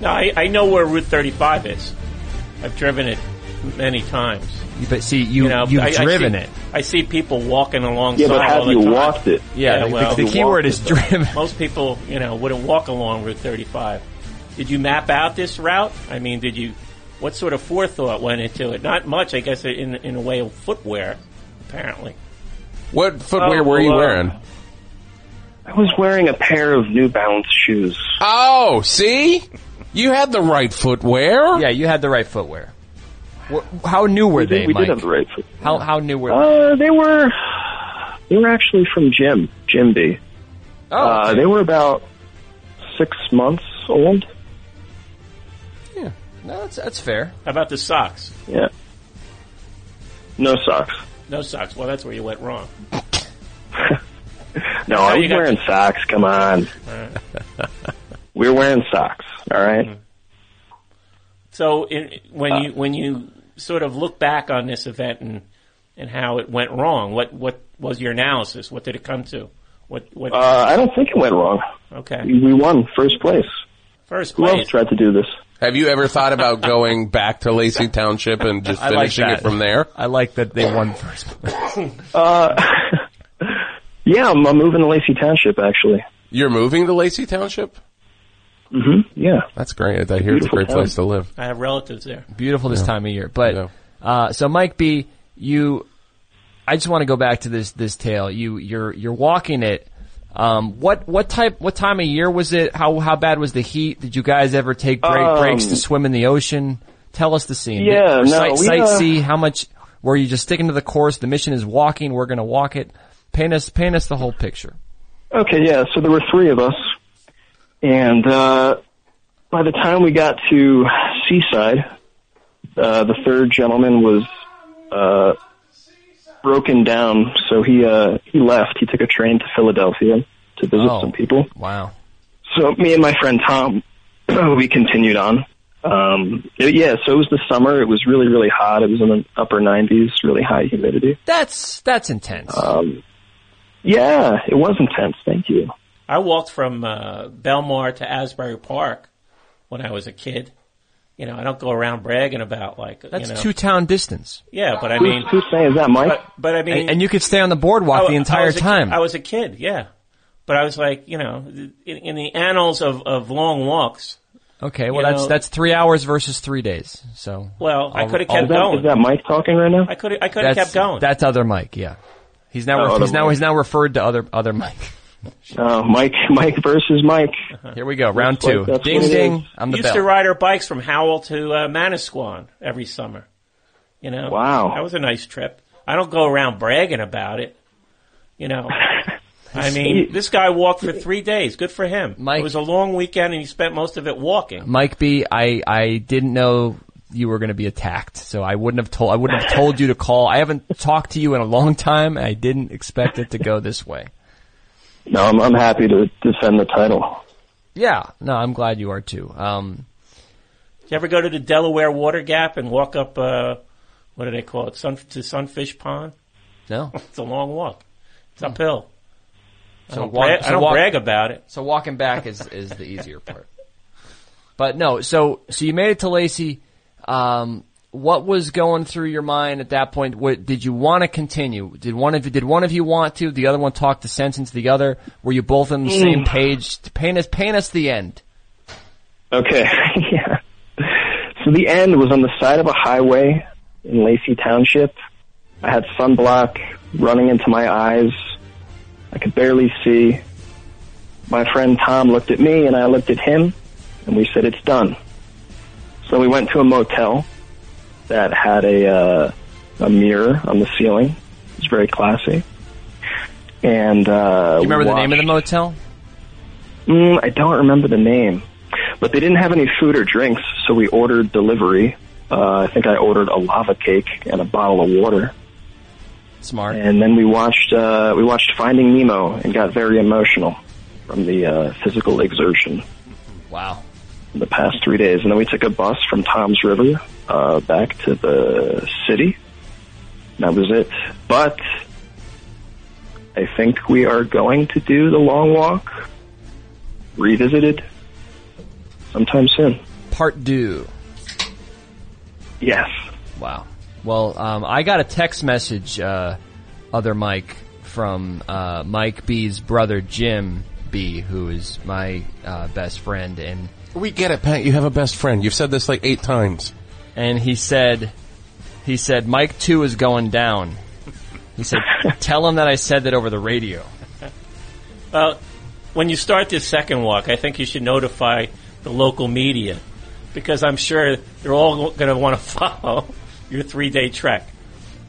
[SPEAKER 2] No, I, I know where Route 35 is. I've driven it many times.
[SPEAKER 1] But see, you, you
[SPEAKER 2] know,
[SPEAKER 1] have
[SPEAKER 2] I- I see-
[SPEAKER 1] driven it.
[SPEAKER 2] I see people walking alongside.
[SPEAKER 1] Yeah, but have
[SPEAKER 2] all the
[SPEAKER 1] you
[SPEAKER 2] time.
[SPEAKER 1] walked it? Yeah, the-
[SPEAKER 2] well,
[SPEAKER 1] the key You word walked is it, though. driven.
[SPEAKER 2] Most people, you know, wouldn't walk along Route 35. Did you map out this route? I mean, did you? What sort of forethought went into it? Not much, I guess, in in a way of footwear, apparently.
[SPEAKER 3] What footwear
[SPEAKER 2] Oh,
[SPEAKER 3] were you
[SPEAKER 2] well,
[SPEAKER 3] wearing?
[SPEAKER 10] I was wearing a pair of New Balance shoes.
[SPEAKER 3] Oh, see? You had the right footwear.
[SPEAKER 1] Yeah, you had the right footwear. Wh- How new were
[SPEAKER 10] We did-
[SPEAKER 1] they,
[SPEAKER 10] we did
[SPEAKER 1] Mike?
[SPEAKER 10] have the right footwear.
[SPEAKER 1] How, how new were they?
[SPEAKER 10] Uh, they were they were actually from Jim, Jim B.
[SPEAKER 1] Oh,
[SPEAKER 10] uh, they were about six months old.
[SPEAKER 1] No, that's, that's fair.
[SPEAKER 2] How about the socks?
[SPEAKER 10] Yeah, no socks.
[SPEAKER 2] No socks. Well, that's where you went wrong.
[SPEAKER 10] No,
[SPEAKER 2] How
[SPEAKER 10] I
[SPEAKER 2] you
[SPEAKER 10] was
[SPEAKER 2] got-
[SPEAKER 10] wearing socks. Come on, we were wearing socks. All right?
[SPEAKER 2] Mm. So in, when
[SPEAKER 10] Uh,
[SPEAKER 2] you when you sort of look back on this event and and how it went wrong, what what was your analysis? What did it come to? What what
[SPEAKER 10] Uh, I don't think it went wrong.
[SPEAKER 2] Okay.
[SPEAKER 10] We, we won first place.
[SPEAKER 2] First
[SPEAKER 10] Who else
[SPEAKER 2] place.
[SPEAKER 10] tried to do this?
[SPEAKER 3] Have you ever thought about going back to Lacey Township and just
[SPEAKER 1] I like
[SPEAKER 3] finishing
[SPEAKER 1] that.
[SPEAKER 3] it from there?
[SPEAKER 1] I like that they won first.
[SPEAKER 10] Uh, yeah, I'm, I'm moving to Lacey Township actually.
[SPEAKER 3] You're moving to Lacey Township?
[SPEAKER 10] Mm-hmm. Yeah.
[SPEAKER 3] That's great. I hear it's a great place to live.
[SPEAKER 2] I have relatives there.
[SPEAKER 1] Beautiful this
[SPEAKER 3] Yeah.
[SPEAKER 1] time of year. But uh, so, Mike B, you, I just want to go back to this this tale. You you're you're walking it. Um, what what type what time of year was it? How how bad was the heat? Did you guys ever take break,
[SPEAKER 10] Um,
[SPEAKER 1] breaks to swim in the ocean? Tell us the scene.
[SPEAKER 10] Yeah,
[SPEAKER 1] Did-
[SPEAKER 10] no,
[SPEAKER 1] sight,
[SPEAKER 10] we,
[SPEAKER 1] sight
[SPEAKER 10] uh,
[SPEAKER 1] see how much were you just sticking to the course? The mission is walking. We're gonna walk it. Paint us paint us the whole picture.
[SPEAKER 10] Okay, yeah. So there were three of us, and uh, by the time we got to Seaside, uh, the third gentleman was uh, broken down, so he uh, he left. He took a train to Philadelphia to visit
[SPEAKER 1] Oh.
[SPEAKER 10] some people.
[SPEAKER 1] Wow.
[SPEAKER 10] So me and my friend Tom, we continued on. Um, it- yeah, so it was the summer. It was really, really hot. It was in the upper 90s, really high humidity.
[SPEAKER 1] That's that's intense.
[SPEAKER 10] Um, yeah, it was intense. Thank you.
[SPEAKER 2] I walked from uh, Belmar to Asbury Park when I was a kid. You know, I don't go around bragging about like
[SPEAKER 1] That's
[SPEAKER 2] you know,
[SPEAKER 1] two town distance.
[SPEAKER 2] Yeah, but I mean,
[SPEAKER 10] who's, who's saying that, Mike?
[SPEAKER 2] but, but I mean,
[SPEAKER 1] And, and you could stay on the boardwalk
[SPEAKER 2] I-
[SPEAKER 1] the
[SPEAKER 2] I
[SPEAKER 1] entire
[SPEAKER 2] was a-
[SPEAKER 1] time.
[SPEAKER 2] I was a kid, yeah, but I was like, you know, in, in the annals of, of long walks.
[SPEAKER 1] Okay,
[SPEAKER 2] You
[SPEAKER 1] well that's
[SPEAKER 2] know-
[SPEAKER 1] that's three hours versus three days. So
[SPEAKER 2] Well, I
[SPEAKER 1] I'll-
[SPEAKER 2] could have
[SPEAKER 1] I'll-
[SPEAKER 2] kept
[SPEAKER 10] is, that,
[SPEAKER 2] going.
[SPEAKER 10] is that Mike talking right now?
[SPEAKER 2] I could I could have
[SPEAKER 1] That's-
[SPEAKER 2] kept going.
[SPEAKER 1] That's other Mike. Yeah, he's now
[SPEAKER 10] Oh,
[SPEAKER 1] ref-
[SPEAKER 10] other
[SPEAKER 1] he's now
[SPEAKER 10] Mike.
[SPEAKER 1] he's now referred to other other Mike.
[SPEAKER 10] Uh, Mike, Mike versus Mike.
[SPEAKER 1] Here we go, round
[SPEAKER 10] That's
[SPEAKER 1] two.
[SPEAKER 10] what- that's
[SPEAKER 1] ding
[SPEAKER 10] what it
[SPEAKER 1] ding.
[SPEAKER 10] is.
[SPEAKER 1] I'm
[SPEAKER 2] We
[SPEAKER 1] the
[SPEAKER 2] used to
[SPEAKER 1] bell.
[SPEAKER 2] ride our bikes from Howell to uh, Manasquan every summer. You know,
[SPEAKER 10] Wow.
[SPEAKER 2] that was a nice trip. I don't go around bragging about it. You know, I mean, this guy walked for three days. Good for him.
[SPEAKER 1] Mike-
[SPEAKER 2] it was a long weekend, and he spent most of it walking.
[SPEAKER 1] Mike B. I I didn't know you were going to be attacked, so I wouldn't have told I wouldn't have told you to call. I haven't talked to you in a long time. and I didn't expect it to go this way.
[SPEAKER 10] No, I'm, I'm happy to defend the title.
[SPEAKER 1] Yeah, no, I'm glad you are too. Um,
[SPEAKER 2] Did you ever go to the Delaware Water Gap and walk up? Uh, what do they call it? Sun to Sunfish Pond.
[SPEAKER 1] no.
[SPEAKER 2] It's a long walk. It's uphill. I
[SPEAKER 1] So
[SPEAKER 2] don't,
[SPEAKER 1] walk-
[SPEAKER 2] brag,
[SPEAKER 1] so
[SPEAKER 2] I don't
[SPEAKER 1] walk-
[SPEAKER 2] brag about it.
[SPEAKER 1] So walking back is is the easier part. But no, so so you made it to Lacey. Um, what was going through your mind at that point? What, did you want to continue? Did one of you, did one of you want to? The other one talked the sense into the other. Were you both on the same page? Paint us paint us the end.
[SPEAKER 10] Okay, yeah. So the end was on the side of a highway in Lacey Township. I had sunblock running into my eyes. I could barely see. My friend Tom looked at me and I looked at him and we said, it's done. So we went to a motel that had a, uh, a mirror on the ceiling. It was very classy. And, uh,
[SPEAKER 1] Do you remember
[SPEAKER 10] we
[SPEAKER 1] the name of the
[SPEAKER 10] watched-
[SPEAKER 1] motel?
[SPEAKER 10] Mm, I don't remember the name, but they didn't have any food or drinks, so we ordered delivery. Uh, I think I ordered a lava cake and a bottle of water.
[SPEAKER 1] Smart.
[SPEAKER 10] And then we watched uh, we watched Finding Nemo and got very emotional from the uh, physical exertion.
[SPEAKER 1] Wow.
[SPEAKER 10] in The past three days, and then we took a bus from Tom's River uh, back to the city. And that was it. But I think we are going to do the long walk revisited sometime soon.
[SPEAKER 1] Part due.
[SPEAKER 10] Yes.
[SPEAKER 1] Wow. Well, um, I got a text message, uh, other Mike, from uh, Mike B's brother Jim B, who is my uh, best friend, and
[SPEAKER 3] We get it, Pat. You have a best friend. You've said this like eight times.
[SPEAKER 1] and he said, he said Mike Two is going down. He said, tell him that I said that over the radio.
[SPEAKER 2] Well, when you start this second walk, I think you should notify the local media because I'm sure they're all going to want to follow your three day trek.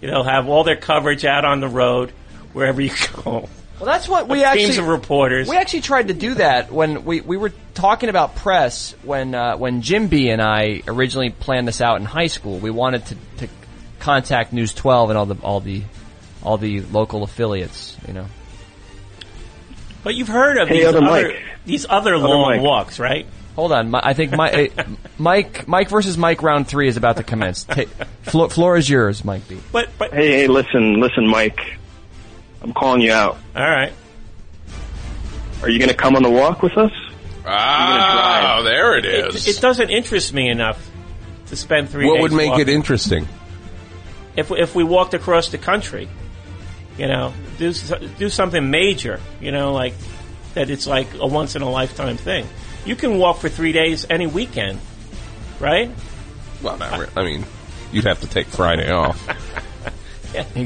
[SPEAKER 2] You know, have all their coverage out on the road wherever you go.
[SPEAKER 1] Well, that's what we
[SPEAKER 2] Teams
[SPEAKER 1] actually.
[SPEAKER 2] of reporters.
[SPEAKER 1] We actually tried to do that when we, we were talking about press when uh, when Jim B and I originally planned this out in high school. We wanted to, to contact News 12 and all the all the all the local affiliates. You know,
[SPEAKER 2] But you've heard of
[SPEAKER 1] Hey,
[SPEAKER 2] these
[SPEAKER 1] other
[SPEAKER 2] other
[SPEAKER 1] Mike.
[SPEAKER 2] these other
[SPEAKER 1] Other
[SPEAKER 2] long
[SPEAKER 1] Mike.
[SPEAKER 2] walks, right?
[SPEAKER 1] hold on. Mi- I think my, uh, Mike Mike versus Mike round three is about to commence. Ta- flo- floor is yours, Mike B.
[SPEAKER 2] But but
[SPEAKER 10] hey, hey, listen, listen, Mike. I'm calling you out.
[SPEAKER 2] All right.
[SPEAKER 10] Are you going to come on the walk with us?
[SPEAKER 3] Ah, there it
[SPEAKER 2] It, it doesn't interest me enough to spend three.
[SPEAKER 3] What
[SPEAKER 2] days
[SPEAKER 3] would make
[SPEAKER 2] walking.
[SPEAKER 3] it interesting?
[SPEAKER 2] if if we walked across the country, you know, do s- do something major, you know, like that. It's like a once in a lifetime thing. You can walk for three days any weekend, right?
[SPEAKER 3] Well, not re- I mean, you'd have to take Friday off.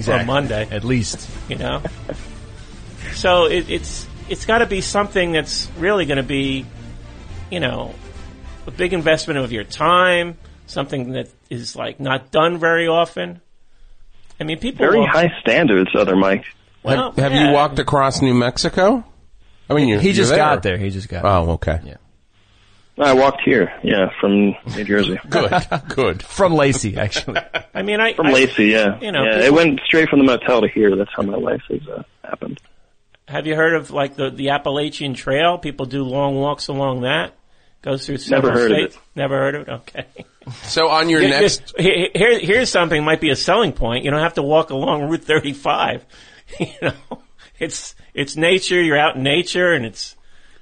[SPEAKER 2] Or Monday,
[SPEAKER 1] at least.
[SPEAKER 2] You know, so it, it's it's got to be something that's really going to be, you know, a big investment of your time. Something that is like not done very often. I mean, people
[SPEAKER 10] Very
[SPEAKER 2] walk-
[SPEAKER 10] high standards, other Mike.
[SPEAKER 2] Well,
[SPEAKER 3] have have
[SPEAKER 2] Oh, yeah.
[SPEAKER 3] you walked across New Mexico? I mean, you
[SPEAKER 10] He just got
[SPEAKER 1] there. He just got.
[SPEAKER 3] Oh, okay.
[SPEAKER 10] I walked here, yeah, from New Jersey.
[SPEAKER 3] good, good.
[SPEAKER 1] From Lacey, actually.
[SPEAKER 2] I mean, I
[SPEAKER 10] From
[SPEAKER 2] I-
[SPEAKER 10] Lacey, yeah.
[SPEAKER 2] You know,
[SPEAKER 10] yeah, it
[SPEAKER 2] people-
[SPEAKER 10] went straight from the motel to here. That's how my life has uh, happened.
[SPEAKER 2] Have you heard of like the the Appalachian Trail? People do long walks along that. Goes through several
[SPEAKER 3] heard of
[SPEAKER 2] states. Never heard of it. Okay.
[SPEAKER 3] So on your
[SPEAKER 2] You- you-
[SPEAKER 3] next,
[SPEAKER 2] he- here, here's something might be a selling point. You don't have to walk along Route 35. you know, it's it's nature. You're out in nature, and it's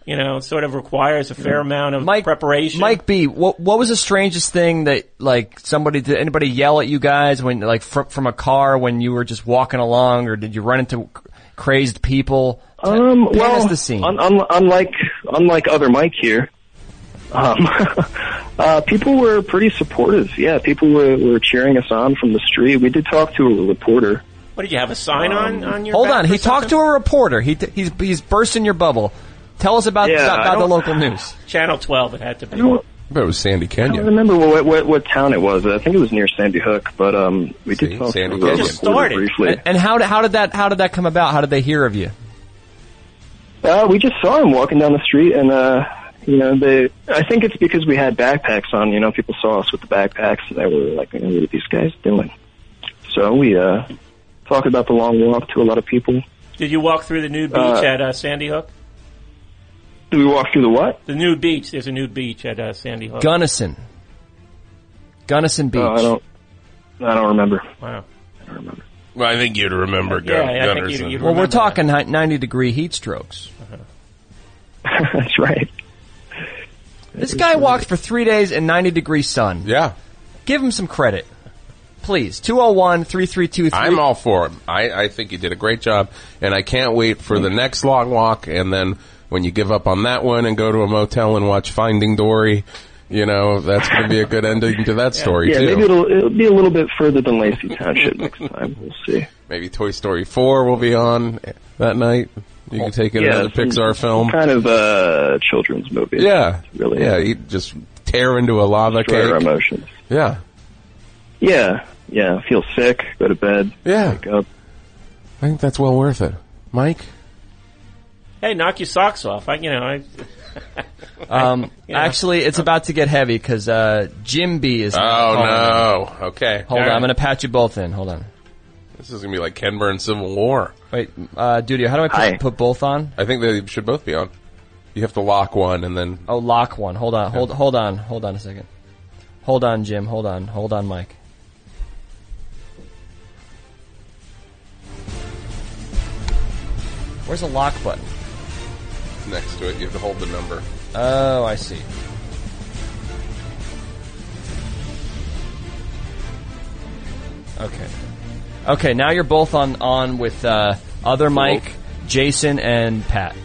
[SPEAKER 2] you know sort of requires a fair amount of preparation.
[SPEAKER 1] Mike B, what what was the strangest thing that like somebody did anybody yell at you guys when like fr- from a car when you were just walking along or did you run into c- crazed people?
[SPEAKER 10] Um,
[SPEAKER 1] Paint
[SPEAKER 10] well,
[SPEAKER 1] us the scene.
[SPEAKER 10] Un- un- unlike unlike other Mike here, um, uh, people were pretty supportive. Yeah, people were, were cheering us on from the street. We did talk to a reporter.
[SPEAKER 2] what did you have a sign
[SPEAKER 10] Um,
[SPEAKER 2] on on your?
[SPEAKER 1] Hold
[SPEAKER 2] back
[SPEAKER 1] on,
[SPEAKER 2] or
[SPEAKER 1] he talked to a reporter. He t- he's he's bursting your bubble. Tell us about
[SPEAKER 10] Yeah,
[SPEAKER 1] about,
[SPEAKER 10] I
[SPEAKER 1] about the
[SPEAKER 10] don't-
[SPEAKER 1] local news.
[SPEAKER 2] something? Channel 12. It had to be.
[SPEAKER 3] but it was Sandy
[SPEAKER 10] I don't
[SPEAKER 3] Kenya.
[SPEAKER 10] remember what, what what town it was. I think it was near Sandy Hook, but um, we did talk
[SPEAKER 3] Sandy
[SPEAKER 10] to a
[SPEAKER 3] Hook.
[SPEAKER 10] reporter
[SPEAKER 3] Just started.
[SPEAKER 10] briefly.
[SPEAKER 1] And, and how did, how did that how did that come about? How did they hear of you?
[SPEAKER 10] Uh, we just saw him walking down the street, and uh, you know, they. I think it's because we had backpacks on. You know, people saw us with the backpacks, and they were like, "Man, "What are these guys doing?" So we uh, talked about the long walk to a lot of people.
[SPEAKER 2] Did you walk through the nude beach
[SPEAKER 10] Uh,
[SPEAKER 2] at uh, Sandy Hook?
[SPEAKER 10] Do we walk through the what?
[SPEAKER 2] The nude beach. There's a nude beach at uh, Sandy Hook.
[SPEAKER 1] Gunnison. Gunnison Beach.
[SPEAKER 10] Oh, I don't. I don't remember.
[SPEAKER 2] Wow.
[SPEAKER 3] Well, I think you'd remember
[SPEAKER 2] Yeah, I think
[SPEAKER 3] Gunnarson.
[SPEAKER 2] you'd- you'd
[SPEAKER 1] well, we're talking hi- 90 degree heat strokes.
[SPEAKER 10] That's right.
[SPEAKER 1] This guy walked for three days in 90 degree sun.
[SPEAKER 3] Yeah.
[SPEAKER 1] Give him some credit. Please. 201 3323.
[SPEAKER 3] I'm all for him. I, I think you did a great job, and I can't wait for the next long walk. And then when you give up on that one and go to a motel and watch Finding Dory, you know that's going to be a good ending to that story
[SPEAKER 10] yeah,
[SPEAKER 3] too.
[SPEAKER 10] maybe it'll it'll be a little bit further than Lacey Township next time. We'll see.
[SPEAKER 3] Maybe Toy Story Four will be on that night. You can take it
[SPEAKER 10] yeah,
[SPEAKER 3] another
[SPEAKER 10] some-
[SPEAKER 3] Pixar film,
[SPEAKER 10] kind of uh, children's movie.
[SPEAKER 3] Yeah,
[SPEAKER 10] really.
[SPEAKER 3] Yeah, you just tear into a lava
[SPEAKER 10] Destroy
[SPEAKER 3] cake.
[SPEAKER 10] our emotions.
[SPEAKER 3] Yeah,
[SPEAKER 10] Yeah, yeah. Feel sick. Go to bed.
[SPEAKER 3] Yeah.
[SPEAKER 10] Wake up.
[SPEAKER 3] I think that's well worth it, Mike.
[SPEAKER 2] Hey, knock your socks off. I, you know, I,
[SPEAKER 1] Um, Actually, it's about to get heavy because uh, Jim B is.
[SPEAKER 3] Oh,
[SPEAKER 1] calling.
[SPEAKER 3] no. Okay.
[SPEAKER 1] Hold on,
[SPEAKER 3] All
[SPEAKER 1] I'm
[SPEAKER 3] right.
[SPEAKER 1] going to patch you both in. Hold on.
[SPEAKER 3] This is gonna be like Ken Burns Civil War.
[SPEAKER 1] Wait, uh, Duty, how do I put,
[SPEAKER 3] Hi.
[SPEAKER 1] put both on?
[SPEAKER 3] I think they should both be on. You have to lock one and then
[SPEAKER 1] Oh, lock one. Hold on. Hold hold on. Hold on a second. Hold on, Jim. Hold on. Hold on, Mike. Where's the lock button?
[SPEAKER 3] next to it you have to hold the number.
[SPEAKER 1] Oh, I see. Okay. Okay, now you're both on on with uh, other Mike, Jason, and Pat.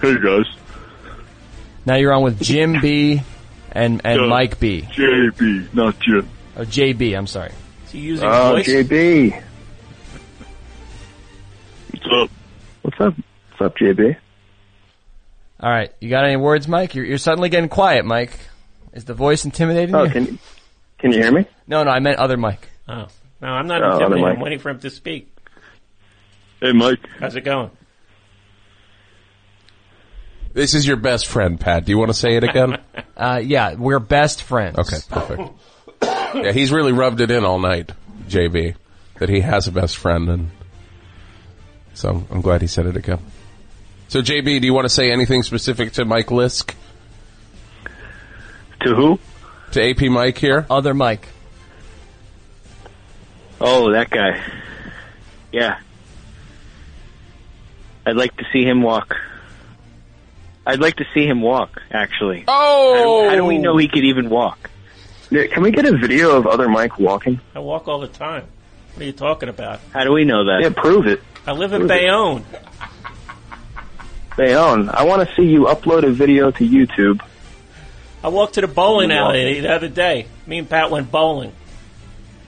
[SPEAKER 10] Hey guys,
[SPEAKER 1] Now you're on with Jim B. and and Mike B.
[SPEAKER 10] JB, Uh, not Jim.
[SPEAKER 1] Oh, JB. I'm sorry.
[SPEAKER 2] So you using
[SPEAKER 10] Oh,
[SPEAKER 2] voice?
[SPEAKER 10] JB. What's up?
[SPEAKER 13] What's up? What's up, JB?
[SPEAKER 1] All right, you got any words, Mike? You're, you're suddenly getting quiet, Mike. Is the voice intimidating
[SPEAKER 13] Oh,
[SPEAKER 1] you?
[SPEAKER 13] can- can you hear me?
[SPEAKER 1] No, no, I meant other Mike.
[SPEAKER 2] Oh, no, I'm not
[SPEAKER 1] Oh, other
[SPEAKER 2] intimidated. I'm
[SPEAKER 1] mic.
[SPEAKER 2] waiting for him to speak.
[SPEAKER 10] Hey, Mike.
[SPEAKER 2] How's it going?
[SPEAKER 3] This is your best friend, Pat. Do you want to say it again?
[SPEAKER 1] uh, yeah, we're best friends.
[SPEAKER 3] Okay, perfect. yeah, he's really rubbed it in all night, JB, that he has a best friend, and so I'm glad he said it again. So, JB, do you want to say anything specific to Mike Lisk?
[SPEAKER 10] To who?
[SPEAKER 3] To AP Mike here.
[SPEAKER 1] Other Mike.
[SPEAKER 13] Oh, that guy. Yeah. I'd like to see him walk. I'd like to see him walk, actually.
[SPEAKER 3] Oh!
[SPEAKER 13] How, how do we know he could even walk?
[SPEAKER 10] Yeah, can we get a video of other Mike walking?
[SPEAKER 2] I walk all the time. What are you talking about?
[SPEAKER 13] How do we know that?
[SPEAKER 10] Yeah, prove it.
[SPEAKER 2] I live in
[SPEAKER 10] Who is it?
[SPEAKER 2] Bayonne.
[SPEAKER 10] Bayon, I want to see you upload a video to YouTube.
[SPEAKER 2] I walked to the bowling
[SPEAKER 10] You walk.
[SPEAKER 2] alley the other day. Me and Pat went bowling.